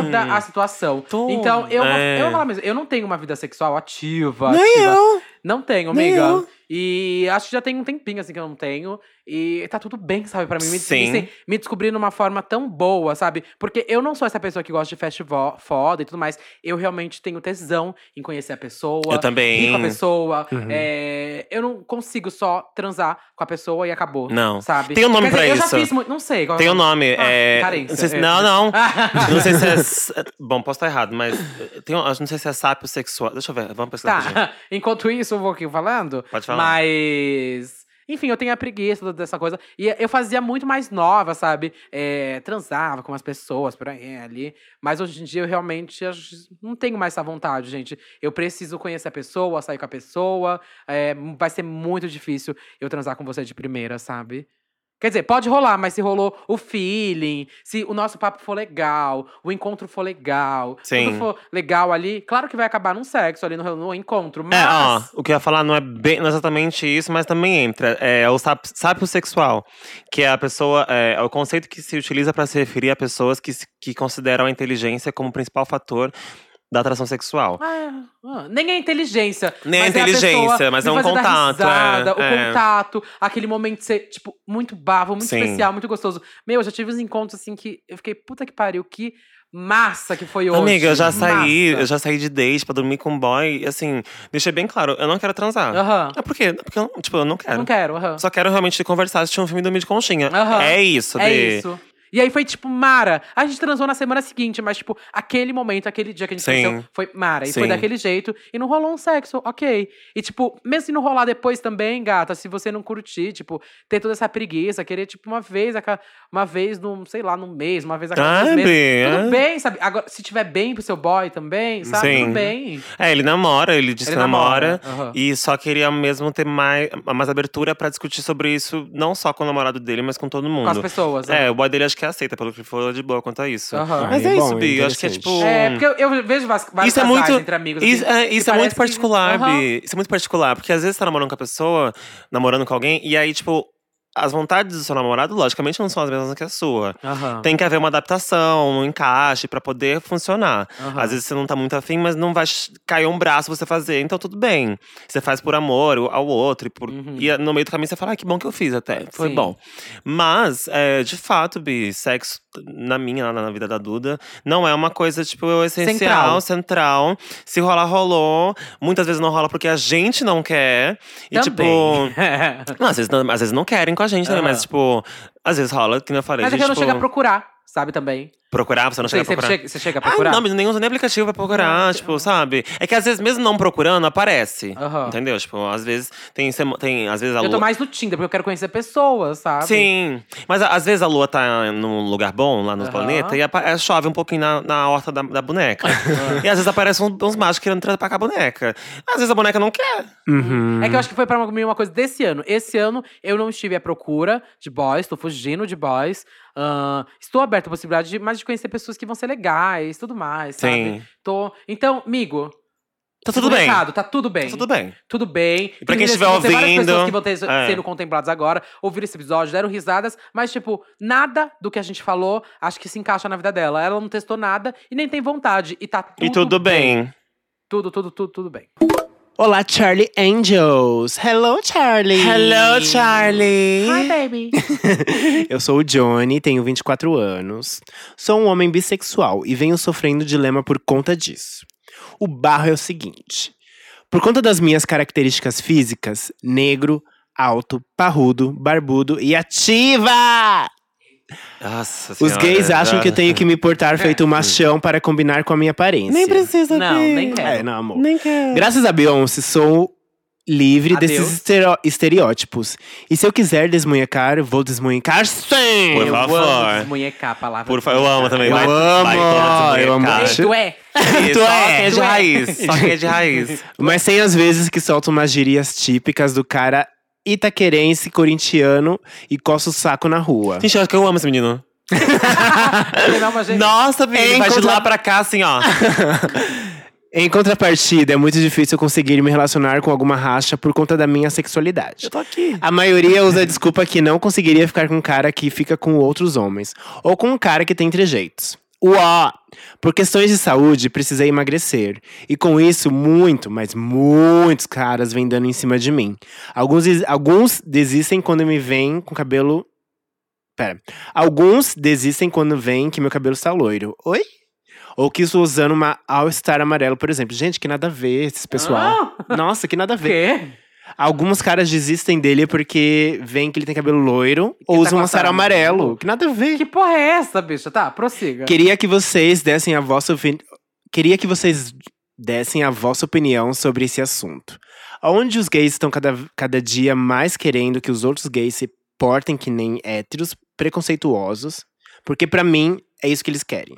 C: toda a situação.
A: Tudo.
C: Então, eu, vou-
A: É.
C: eu vou falar mesmo, eu não tenho uma vida sexual ativa.
A: Nem
C: ativa.
A: eu.
C: Não tenho,
A: Nem
C: amiga.
A: eu.
C: E acho que já tem um tempinho assim que eu não tenho. E tá tudo bem, sabe, pra mim. Me,
A: Sim.
C: Me, me descobrir numa forma tão boa, sabe? Porque eu não sou essa pessoa que gosta de festival foda e tudo mais. Eu realmente tenho tesão em conhecer a pessoa.
A: Eu também.
C: ir com a pessoa.
A: Uhum.
C: é, eu não consigo só transar com a pessoa e acabou.
A: Não.
C: Sabe?
A: Tem um nome
C: Quer dizer,
A: pra
C: eu
A: isso.
C: Já fiz muito, não sei. Qual
A: Tem o
C: um
A: nome.
C: Ah,
A: é...
C: carência,
A: não, sei se-
C: é.
A: não, não. Não sei se é. s- Bom, posso estar errado, mas. Tem um... Não sei se é sápio sexual. Deixa eu ver, vamos pesquisar. rapidinho.
C: Tá. Enquanto isso, eu vou aqui falando.
A: Pode falar.
C: Mas. Enfim, eu tenho a preguiça do- dessa coisa. E eu fazia muito mais nova, sabe? É, transava com as pessoas por aí ali. Mas hoje em dia eu realmente acho- não tenho mais essa vontade, gente. Eu preciso conhecer a pessoa, sair com a pessoa. É, vai ser muito difícil eu transar com você de primeira, sabe? Quer dizer, pode rolar, mas se rolou o feeling, se o nosso papo for legal, o encontro for legal,
A: Sim.
C: tudo for legal ali, claro que vai acabar num sexo ali no, no encontro, mas.
A: É, ó, o que eu ia falar não é bem não é exatamente isso, mas também entra. É o sáp- sápio sexual, que é a pessoa. É, é o conceito que se utiliza para se referir a pessoas que, se- que consideram a inteligência como principal fator da atração sexual.
C: Ah, ah, nem é inteligência.
A: Nem é
C: mas a
A: inteligência,
C: pessoa
A: mas
C: me
A: é um
C: fazer dar
A: contato,
C: risada,
A: é,
C: o
A: é.
C: contato, aquele momento de ser, tipo, muito bafo, muito
A: Sim.
C: especial, muito gostoso. Meu, eu já tive uns encontros assim que eu fiquei, puta que pariu, que massa que foi hoje.
A: Amiga, eu já saí,
C: Massa.
A: eu já saí de date pra dormir com um boy. E assim, deixei bem claro, eu não quero transar.
C: Aham.
A: É por quê? Porque eu, não- tipo, eu não quero.
C: Não quero, aham.
A: Só quero realmente conversar, assistir um filme e dormir de conchinha.
C: Aham.
A: É isso,
C: É
A: Bi.
C: isso. E aí foi tipo, Mara. A gente transou na semana seguinte, mas tipo, aquele momento, aquele dia que a gente
A: Sim.
C: conheceu, foi Mara. E foi
A: Sim.
C: daquele jeito. E não rolou um sexo, ok. E tipo, mesmo se não rolar depois também, gata, se você não curtir, tipo, ter toda essa preguiça, querer tipo uma vez, a ca- uma vez num, sei lá, num mês, uma vez a cada dois
A: Sabe,
C: meses.
A: é.
C: Tudo bem, sabe? Agora, se tiver bem pro seu boy também, sabe? Tudo
A: Sim.
C: bem.
A: É, ele namora, ele diz
C: Ele
A: que namora.
C: namora, aham.
A: E só queria mesmo ter mais, mais abertura pra discutir sobre isso, não só com o namorado dele, mas com todo mundo.
C: Com as pessoas. né?
A: É, o boy dele acho que aceita, pelo que for de boa quanto a isso.
C: Aham.
A: Mas
B: Ah,
A: é,
B: é
A: isso,
B: bom,
A: Bi. Eu acho que é
B: interessante.
A: tipo.
C: É, porque eu, eu vejo vas- vários
A: Isso é
C: casais
A: muito,
C: entre amigos.
A: isso,
C: assim,
A: é,
C: que
A: isso é muito
C: parece que-
A: particular,
C: Aham.
A: Bi. Isso é muito particular, porque às vezes você tá namorando com a pessoa, namorando com alguém, e aí, tipo, as vontades do seu namorado, logicamente, não são as mesmas que a sua.
C: Aham.
A: Tem que haver uma adaptação, um encaixe pra poder funcionar.
C: Aham.
A: Às vezes você não tá muito afim, mas não vai ch- cair um braço você fazer. Então tudo bem. Você faz por amor ao outro. E, por- e no meio do caminho você fala, ah, que bom que eu fiz até. Foi
C: Uhum. Sim.
A: bom. Mas, é, de fato, Bi, sexo na minha, na na vida da Duda, não é uma coisa, tipo, essencial,
C: Central.
A: central. Se rolar, rolou. Muitas vezes não rola porque a gente não quer. E,
C: Também.
A: tipo. Não, às vezes não, às vezes não querem com a gente também,
C: Aham.
A: mas, tipo, às vezes rola, que nem eu falei.
C: Mas é
A: de,
C: que eu não
A: tipo,
C: chego a procurar, sabe também?
A: procurar, você não
C: Sim,
A: chega a
C: você,
A: procurar.
C: chega, você chega a
A: Ah,
C: procurar?
A: não, mas nem usa nem aplicativo pra procurar, tipo, sabe? É que às vezes, mesmo não procurando, aparece.
C: Aham.
A: Entendeu? Tipo, às vezes tem. semo- tem às vezes a
C: eu
A: lua.
C: tô mais no Tinder, porque eu quero conhecer pessoas, sabe?
A: tá Sim. Mas a- às vezes a lua tá num lugar bom, lá no
C: Aham.
A: planeta, e apa- é, chove um pouquinho na, na horta da, da boneca. e às vezes aparecem uns, uns machos querendo tratar com a boneca. Às vezes a boneca não quer.
C: É
A: Uhum.
C: que eu acho que foi pra mim uma coisa desse ano. Esse ano eu não estive à procura de boys, tô fugindo de boys. Ahn, estou aberta à possibilidade de, mas de conhecer pessoas que vão ser legais, tudo mais,
A: Sim.
C: sabe? Tô... Então, amigo.
A: Tá tudo
C: segura o
A: bem.
C: recado, tá tudo bem.
A: Tá tudo bem.
C: Tudo bem.
A: E pra quem
C: Meninas,
A: estiver
C: vão ter várias
A: ouvindo,
C: pessoas que vão ter
A: é.
C: sendo contempladas agora, ouviram esse episódio, deram risadas, mas, tipo, nada do que a gente falou acho que se encaixa na vida dela. Ela não testou nada e nem tem vontade. E tá tudo
A: e tudo bem.
C: Tudo, tudo, tudo, tudo bem.
B: Olá, Charlie Angels. Hello, Charlie.
A: Hello, Charlie!
C: baby.
B: Eu sou o Johnny, tenho 24 anos. Sou um homem bissexual e venho sofrendo dilema por conta disso. O barro é o seguinte: por conta das minhas características físicas, negro, alto, parrudo, barbudo e ativa!
A: Nossa
B: Os
A: senhora,
B: gays acham
A: já- É.
B: que eu tenho que me portar feito um machão para combinar com a minha aparência.
A: Nem precisa,
C: Não,
A: Bi.
C: nem quero.
B: É, não, amor.
A: Nem quero.
B: Graças a Beyoncé, sou livre
C: Adeus.
B: desses estereo- estereótipos. E se eu quiser desmunhecar, vou desmunhecar sim!
A: Por
C: Eu
A: favor.
C: amo desmunhecar a palavra.
A: Por favor, eu amo também.
B: Eu
A: vai,
B: amo,
A: vai, todas as
B: eu amo.
A: mulheres,
C: Tu é.
A: cara.
B: Tu
A: Só
B: é.
A: quem é de
C: Tu é.
A: raiz. Só quem é de raiz.
B: Mas tem as vezes que solto umas gírias típicas do cara itaquerense, corintiano e coça o saco na rua.
A: Gente, eu acho que eu amo esse menino.
C: Ele não é uma gente.
A: Nossa, menino,
B: Em
A: vai de
B: contra-
A: lá pra cá, assim, ó.
B: Em contrapartida, é muito difícil eu conseguir me relacionar com alguma racha por conta da minha sexualidade.
A: tô aqui.
B: A maioria usa a desculpa que não conseguiria ficar com um cara que fica com outros homens. Ou com um cara que tem trejeitos. Uó! Por questões de saúde, precisei emagrecer. E com isso, muito, mas muitos caras vêm dando em cima de mim. Alguns, des- alguns desistem quando me veem com cabelo. Pera. Alguns desistem quando veem que meu cabelo está loiro. Oi? Ou que estou usando uma All Star amarelo, por exemplo. Gente, que nada a ver esse pessoal. Nossa, que nada a
C: Ah, O
B: ver.
C: quê?
B: Alguns caras desistem dele porque veem que ele tem cabelo loiro ou
C: tá
B: usa
C: com
B: um
C: a
B: sarau
C: sarau
B: amarelo. Que nada a ver.
C: Que porra é essa, bicha? Tá, prossiga.
B: Queria que vocês dessem a vossa opinião. Queria que vocês dessem a vossa opinião sobre esse assunto. Onde os gays estão cada, cada dia mais querendo que os outros gays se portem que nem héteros preconceituosos, porque pra mim é isso que eles querem.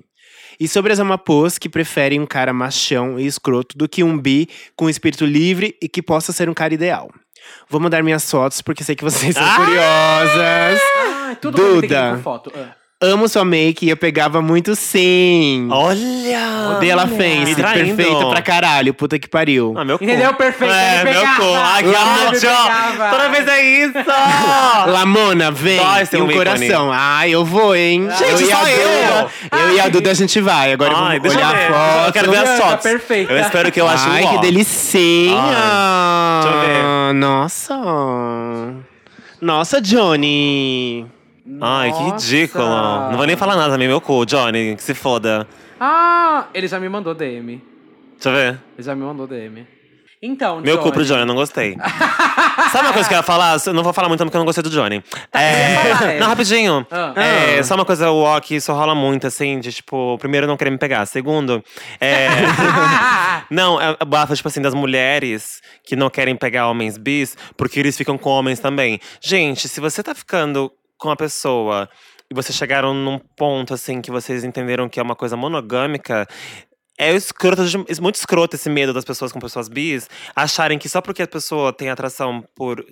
B: E sobre as amapôs que preferem um cara machão e escroto do que um bi com espírito livre e que possa ser um cara ideal. Vou mandar minhas fotos porque sei que vocês são curiosas.
C: Ah, tudo bem, tem que ir
B: Duda.
C: com foto. Ah.
B: Amo sua make e eu pegava muito sim.
A: Olha!
B: Dela
A: Me
B: Fence,
A: traindo.
B: perfeita pra caralho, puta que pariu.
A: Ah, meu cu.
C: Entendeu? Perfeito.
A: É,
C: ele
A: meu
C: pegava.
A: cu. Ai, que
C: Ele
A: amor,
C: pegava.
A: ó. Toda vez é isso!
B: Lamona, vem!
A: Dói ser
B: e
A: um
B: um
A: ícone.
B: coração. Ah, eu vou, hein?
A: Gente,
B: eu e a
A: só eu.
B: Duda, eu. e a Duda a gente vai. Agora
A: Ai,
B: vamos
A: deixa eu
B: olhar
A: ver.
B: a foto.
A: Eu quero ver
C: Tá
A: as fotos.
C: perfeita.
A: Eu espero que eu ache
B: Ai,
A: um
B: que
A: ó.
B: delicinha!
A: Ai, deixa
B: Nossa! Nossa, Johnny!
A: Ai, que
C: Nossa.
A: ridículo. Não vou nem falar nada também, meu cu, Johnny. Que se foda.
C: Ah, ele já me mandou DM.
A: Deixa eu ver.
C: Ele já me mandou DM. Então,
A: Meu cu pro
C: Johnny.
A: Johnny, eu não gostei. Sabe uma coisa que eu ia falar? Eu não vou falar muito porque eu não gostei do Johnny. É,
C: quer falar, é?
A: Não, rapidinho.
C: Ah.
A: É, só uma coisa, o walk, isso rola muito, assim, de tipo, primeiro não querer me pegar. Segundo, é. não, é é bafa, tipo assim, das mulheres que não querem pegar homens bis, porque eles ficam com homens também. Gente, se você tá ficando com a pessoa e vocês chegaram num ponto assim que vocês entenderam que é uma coisa monogâmica. É escroto, de- é muito escroto esse medo das pessoas com pessoas bis acharem que só porque a pessoa tem atração por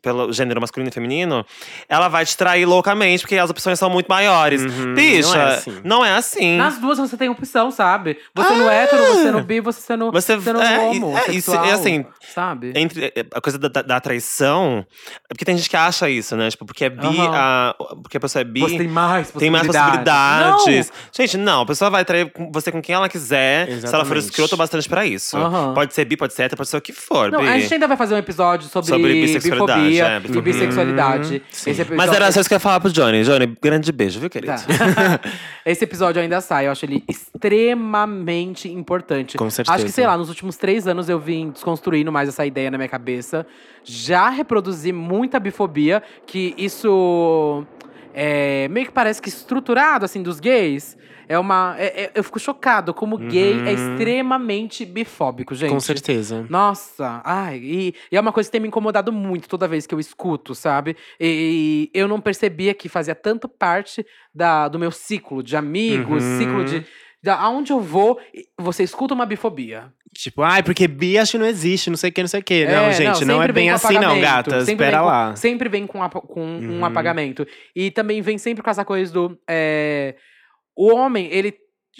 A: pelo gênero masculino e feminino, ela vai te trair loucamente, porque as opções são muito maiores. Bicha, não é assim.
C: Nas duas você tem opção, sabe? Você no hétero, você no bi, você sendo
A: Ah. Você-
C: você no
A: é,
C: homo,
A: é, isso- é assim,
C: sabe?
A: Entre eh, a coisa da- da, da traição, é porque tem gente que acha isso, né? Tipo, porque é bi,
C: Aham.
A: a- porque a pessoa é bi.
C: Você tem mais
A: Tem mais
C: possibilidades.
A: possibilidades. Gente, não, a pessoa vai trair com- você com quem ela quiser, se ela for
B: Exatamente.
A: escrota bastante pra isso.
C: Aham.
A: Pode ser bi, pode ser hétero, pode ser o que for,
C: Não,
A: bi.
C: a gente ainda vai fazer um episódio sobre,
A: Sobre bissexualidade,
C: bifobia
A: é,
C: e
A: bifobia.
C: bissexualidade. Esse episódio...
A: Mas era só isso que eu ia falar pro Johnny. Johnny, grande beijo, viu, querido?
C: Tá. Esse episódio ainda sai, eu acho ele extremamente importante.
B: Com certeza.
C: Acho que, sei lá, nos últimos três anos eu vim desconstruindo mais essa ideia na minha cabeça. Já reproduzi muita bifobia, que isso é meio que parece que estruturado, assim, dos gays. É uma. é- é- eu fico chocado como gay é extremamente bifóbico, gente.
B: Uhum. Com certeza.
C: Nossa, ai, e, e é uma coisa que tem me incomodado muito toda vez que eu escuto, sabe? E, e eu não percebia que fazia tanto parte da, do meu ciclo de amigos,
B: Uhum.
C: ciclo de. Da, aonde eu vou, e você escuta uma bifobia.
B: Tipo, ai, porque bi acho que não existe, não sei o que, não sei o que. não, gente, não,
C: sempre
B: é
C: vem
B: bem
C: com
B: assim, não,
C: apagamento,
B: gata.
C: sempre
B: Espera
C: vem com-
B: lá.
C: sempre vem com, apa- com um
B: Uhum.
C: apagamento. E também vem sempre com essa coisa do. é, o homem, ele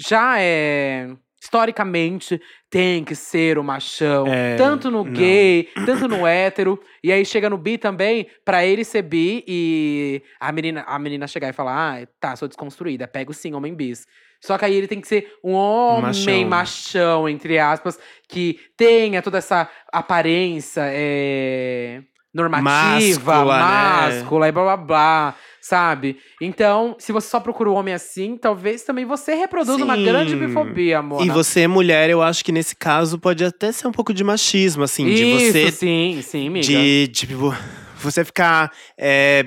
C: já é. Historicamente, tem que ser o machão.
B: É,
C: tanto no
B: não.
C: gay, tanto no hétero. E aí chega no bi também, pra ele ser bi e a menina, a menina chegar e falar: ah, tá, sou desconstruída, pego sim, homem bis. Só que aí ele tem que ser um homem
B: Machão.
C: machão, entre aspas, que tenha toda essa aparência é, normativa,
B: Máscula, né?
C: máscula e blá blá blá, sabe? Então, se você só procura um homem assim, talvez também você reproduza uma
B: Sim.
C: grande bifobia, amor.
B: E você, mulher, eu acho que nesse caso pode até ser um pouco de machismo, assim, de
C: Isso,
B: você
C: sim, sim, amiga.
B: De, tipo, você ficar é,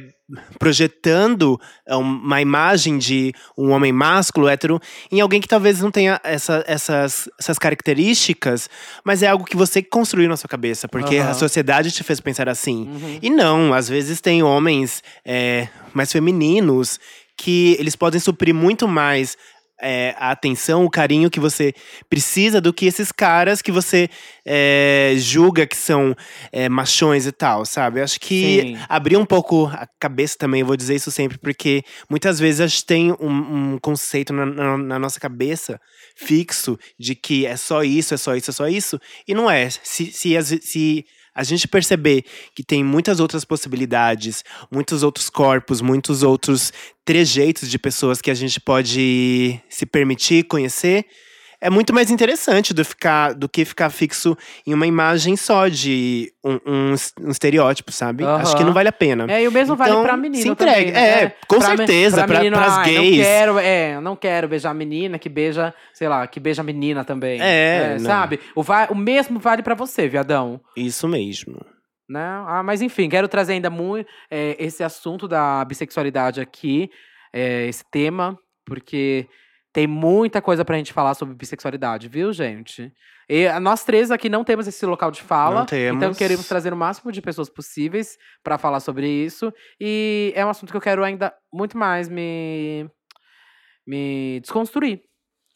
B: projetando é, um, uma imagem de um homem másculo, hétero, em alguém que talvez não tenha essa- essas, essas características, mas é algo que você construiu na sua cabeça, porque
C: Aham.
B: a sociedade te fez pensar assim.
C: Uhum.
B: E não, às vezes tem homens é, mais femininos que eles podem suprir muito mais é, a atenção, o carinho que você precisa do que esses caras que você é, julga que são é, machões e tal, sabe? Eu acho que
C: Sim.
B: abrir um pouco a cabeça também, eu vou dizer isso sempre, porque muitas vezes a gente tem um, um conceito na, na- na nossa cabeça fixo de que é só isso, é só isso, é só isso, e não é. Se, se, as- se a gente perceber que tem muitas outras possibilidades, muitos outros corpos, muitos outros trejeitos de pessoas que a gente pode se permitir conhecer. É muito mais interessante do, ficar, do que ficar fixo em uma imagem só de um, um es- um estereótipo, sabe?
C: Aham.
B: Acho que não vale a pena.
C: É, e o mesmo vale
B: Então,
C: pra menina.
B: se entregue.
C: Também, né?
B: É, com
C: Pra me-
B: certeza, pra-
C: menino,
B: pras
C: ai, Não
B: gays.
C: quero, é, não quero beijar a menina que beija, sei lá, que beija a menina também. né?
B: É, não.
C: sabe? O, va- o mesmo vale pra você, viadão.
B: Isso mesmo.
C: né? Ah, mas enfim, quero trazer ainda muito esse assunto da bissexualidade aqui, é, esse tema, porque tem muita coisa pra gente falar sobre bissexualidade, viu, gente? E ah, nós três aqui não temos esse local de fala,
B: Não temos.
C: então queremos trazer o máximo de pessoas possíveis pra falar sobre isso. E é um assunto que eu quero ainda muito mais me, me desconstruir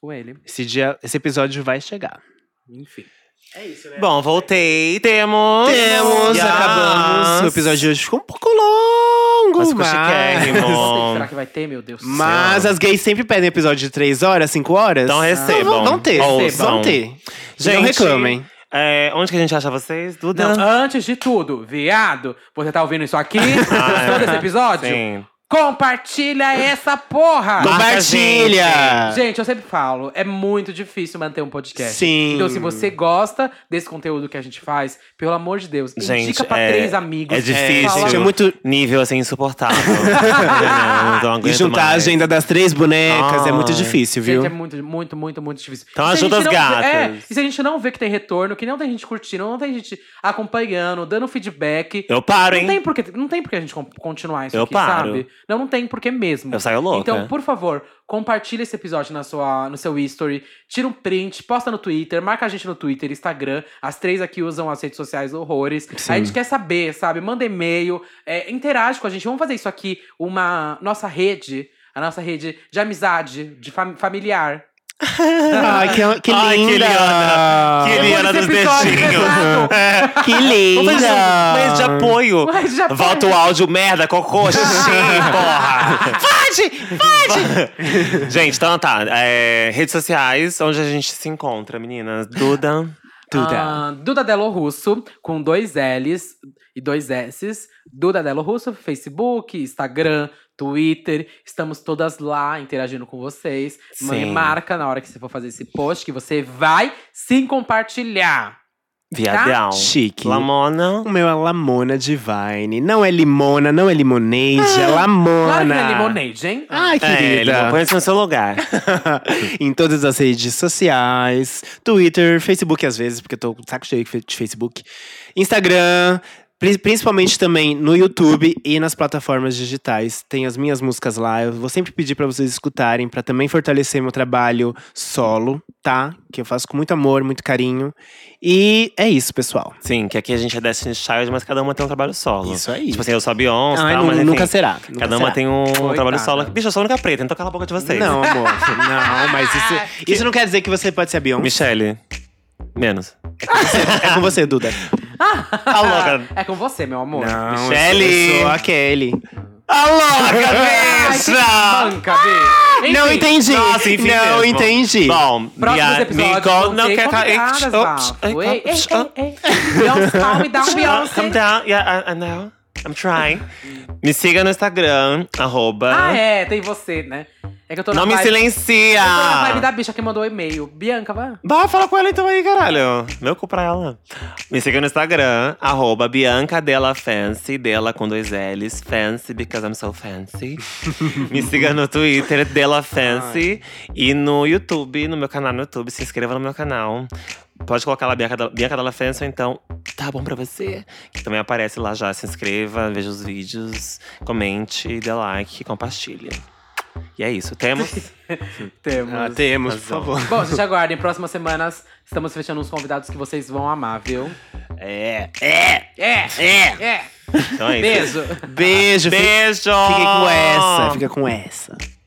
C: com ele.
B: Esse, dia, esse episódio vai chegar.
C: Enfim.
A: Bom, voltei. Temos.
B: Temos,
A: Yes.
B: acabamos. O episódio de hoje ficou um pouco longo,
A: Mas ficou
C: Sei,
A: chiquérrimo.
C: Será que vai ter, meu Deus? do
B: Mas as gays sempre pedem episódio de 3 horas, 5 horas.
A: Então recebam.
B: Vão, vão ter,
A: Ouçam.
B: vão ter.
A: Gente,
B: não reclamem.
A: É, onde que a gente acha vocês, Duda?
C: Não, antes de tudo, viado, você tá ouvindo isso aqui? Gostou
A: Ah, é.
C: desse episódio?
A: Sim.
C: Compartilha essa porra!
A: Marca a
B: Compartilha!
C: Gente, eu sempre falo, é muito difícil manter um podcast.
B: Sim.
C: Então, se você gosta desse conteúdo que a gente faz, pelo amor de Deus,
A: Gente,
C: indica pra
A: é-
C: três amigos.
A: é difícil.
C: Fala-
B: Gente, é muito.
A: Nível assim insuportável. não, não
B: E
A: aguento
B: juntar a
A: mais.
B: agenda das três bonecas é muito
A: Ai.
B: difícil, viu?
C: Gente, é muito, muito, muito, muito difícil.
A: Então
C: E se a
A: ajuda as
C: gente não-
A: gatas.
C: É, e se a gente não vê que tem retorno, que não tem gente curtindo, não tem gente acompanhando, dando feedback.
A: Eu paro,
C: Não tem
A: hein?
C: porque, não tem porque a gente con- continuar isso
A: Eu
C: aqui,
A: paro.
C: sabe? Não, não tem porque mesmo.
A: Eu saio né? louca.
C: Então, por favor, compartilha esse episódio na sua, no seu history, tira um print, posta no Twitter, marca a gente no Twitter, Instagram. As três aqui usam as redes sociais horrores. A gente quer saber, sabe? Manda e-mail, é, interage com a gente. Vamos fazer isso aqui uma nossa rede, a nossa rede de amizade, de fam- familiar. é
B: Ai, que, que
A: Ai, que Liana. Que
C: Depois
A: Liana
C: desse
A: dos
C: episódio
A: dedinhos.
C: pesado.
A: É.
B: Que
A: Vamos fazer um mês
B: Ah.
A: de apoio.
C: Um mês de apoio.
A: Volta o áudio, merda, cocô, xixi, porra. Gente, então tá. é, redes sociais, onde a gente se encontra, meninas. Duda.
C: Ah, Duda Delo Russo, com dois L's e dois S's. Duda Delo Russo, Facebook, Instagram, Twitter. Estamos todas lá interagindo com vocês. Me
A: Sim.
C: marca na hora que você for fazer esse post que você vai sim compartilhar.
A: Viadão.
B: Tá Chique.
A: Lamona.
B: O meu é Lamona Divine. Não é limona, não é limoneide, é Lamona.
C: Claro Ah, que não é limonade, hein?
B: Ai,
A: É, ele
B: querida.
A: põe no seu lugar.
B: em todas as redes sociais: Twitter, Facebook, às vezes, porque eu tô com saco cheio de Facebook. Instagram. pri- Principalmente também no YouTube e nas plataformas digitais. Tem as minhas músicas lá. Eu vou sempre pedir pra vocês escutarem, pra também fortalecer meu trabalho solo, tá? Que eu faço com muito amor, muito carinho. E é isso, pessoal.
A: Sim, que aqui a gente é Destiny's Child, mas cada uma tem um trabalho solo.
B: Isso aí.
A: Tipo assim, eu sou a Beyoncé,
B: Ai,
A: tal,
B: nu-
A: mas enfim,
B: nunca será. nunca
A: Cada uma
B: será.
A: tem um trabalho solo.
C: Coitada.
A: Bicho, eu sou a única preta, então cala a boca de vocês.
B: Não, amor. Não, mas
A: Ah,
B: isso, isso não quer dizer que você pode ser a Beyoncé.
A: Michelle, menos.
B: É com você, Duda.
A: A
B: Ah,
A: louca.
C: É com você, meu amor.
A: Michele.
B: Eu sou a Kelly.
A: A louca,
C: Ai, que
A: bicha!
C: manca, Bi. Enfim,
B: não entendi.
A: Nossa, enfim
B: não
A: mesmo.
B: entendi.
A: Bom,
C: Próximos
A: minha-
C: episódios
A: Nicole-
C: vão ser
A: ca-
C: convidadas,
A: tá- Ei,
C: bafo.
A: ei,
C: Ei, ei,
A: ei,
C: ei, ei. Beyoncé, calm down, Beyoncé.
A: Calm down. Yeah, I, I know. I'm trying. Me siga no Instagram, arroba.
C: Ah, é, tem você, né? É que eu tô na
A: Não me
C: vibe-
A: silencia!
C: Eu tô na vibe da bicha que mandou o e-mail. Bianca, vai.
A: Bah, fala com ela então aí, caralho. Meu cu pra ela. Me siga no Instagram, arroba Bianca Della Fancy, dela com dois L's, fancy because I'm so fancy. Me siga no Twitter, Della Fancy. E no YouTube, no meu canal no YouTube, se inscreva no meu canal. Pode colocar lá Bianca, Della- Bianca Della Fancy, ou então tá bom pra você. Que também aparece lá já. Se inscreva, veja os vídeos, comente, dê like, compartilhe. E é isso, temos?
C: Temos.
B: Ah, temos, por
A: Razão.
B: favor.
C: Bom, gente, aguardem. Próximas semanas estamos fechando uns convidados que vocês vão amar, viu?
B: É, é,
C: É!
B: é.
C: É!
A: Então é isso.
C: Beijo!
B: Beijo. fi-
A: Beijo!
B: Fica com essa. Fica com essa.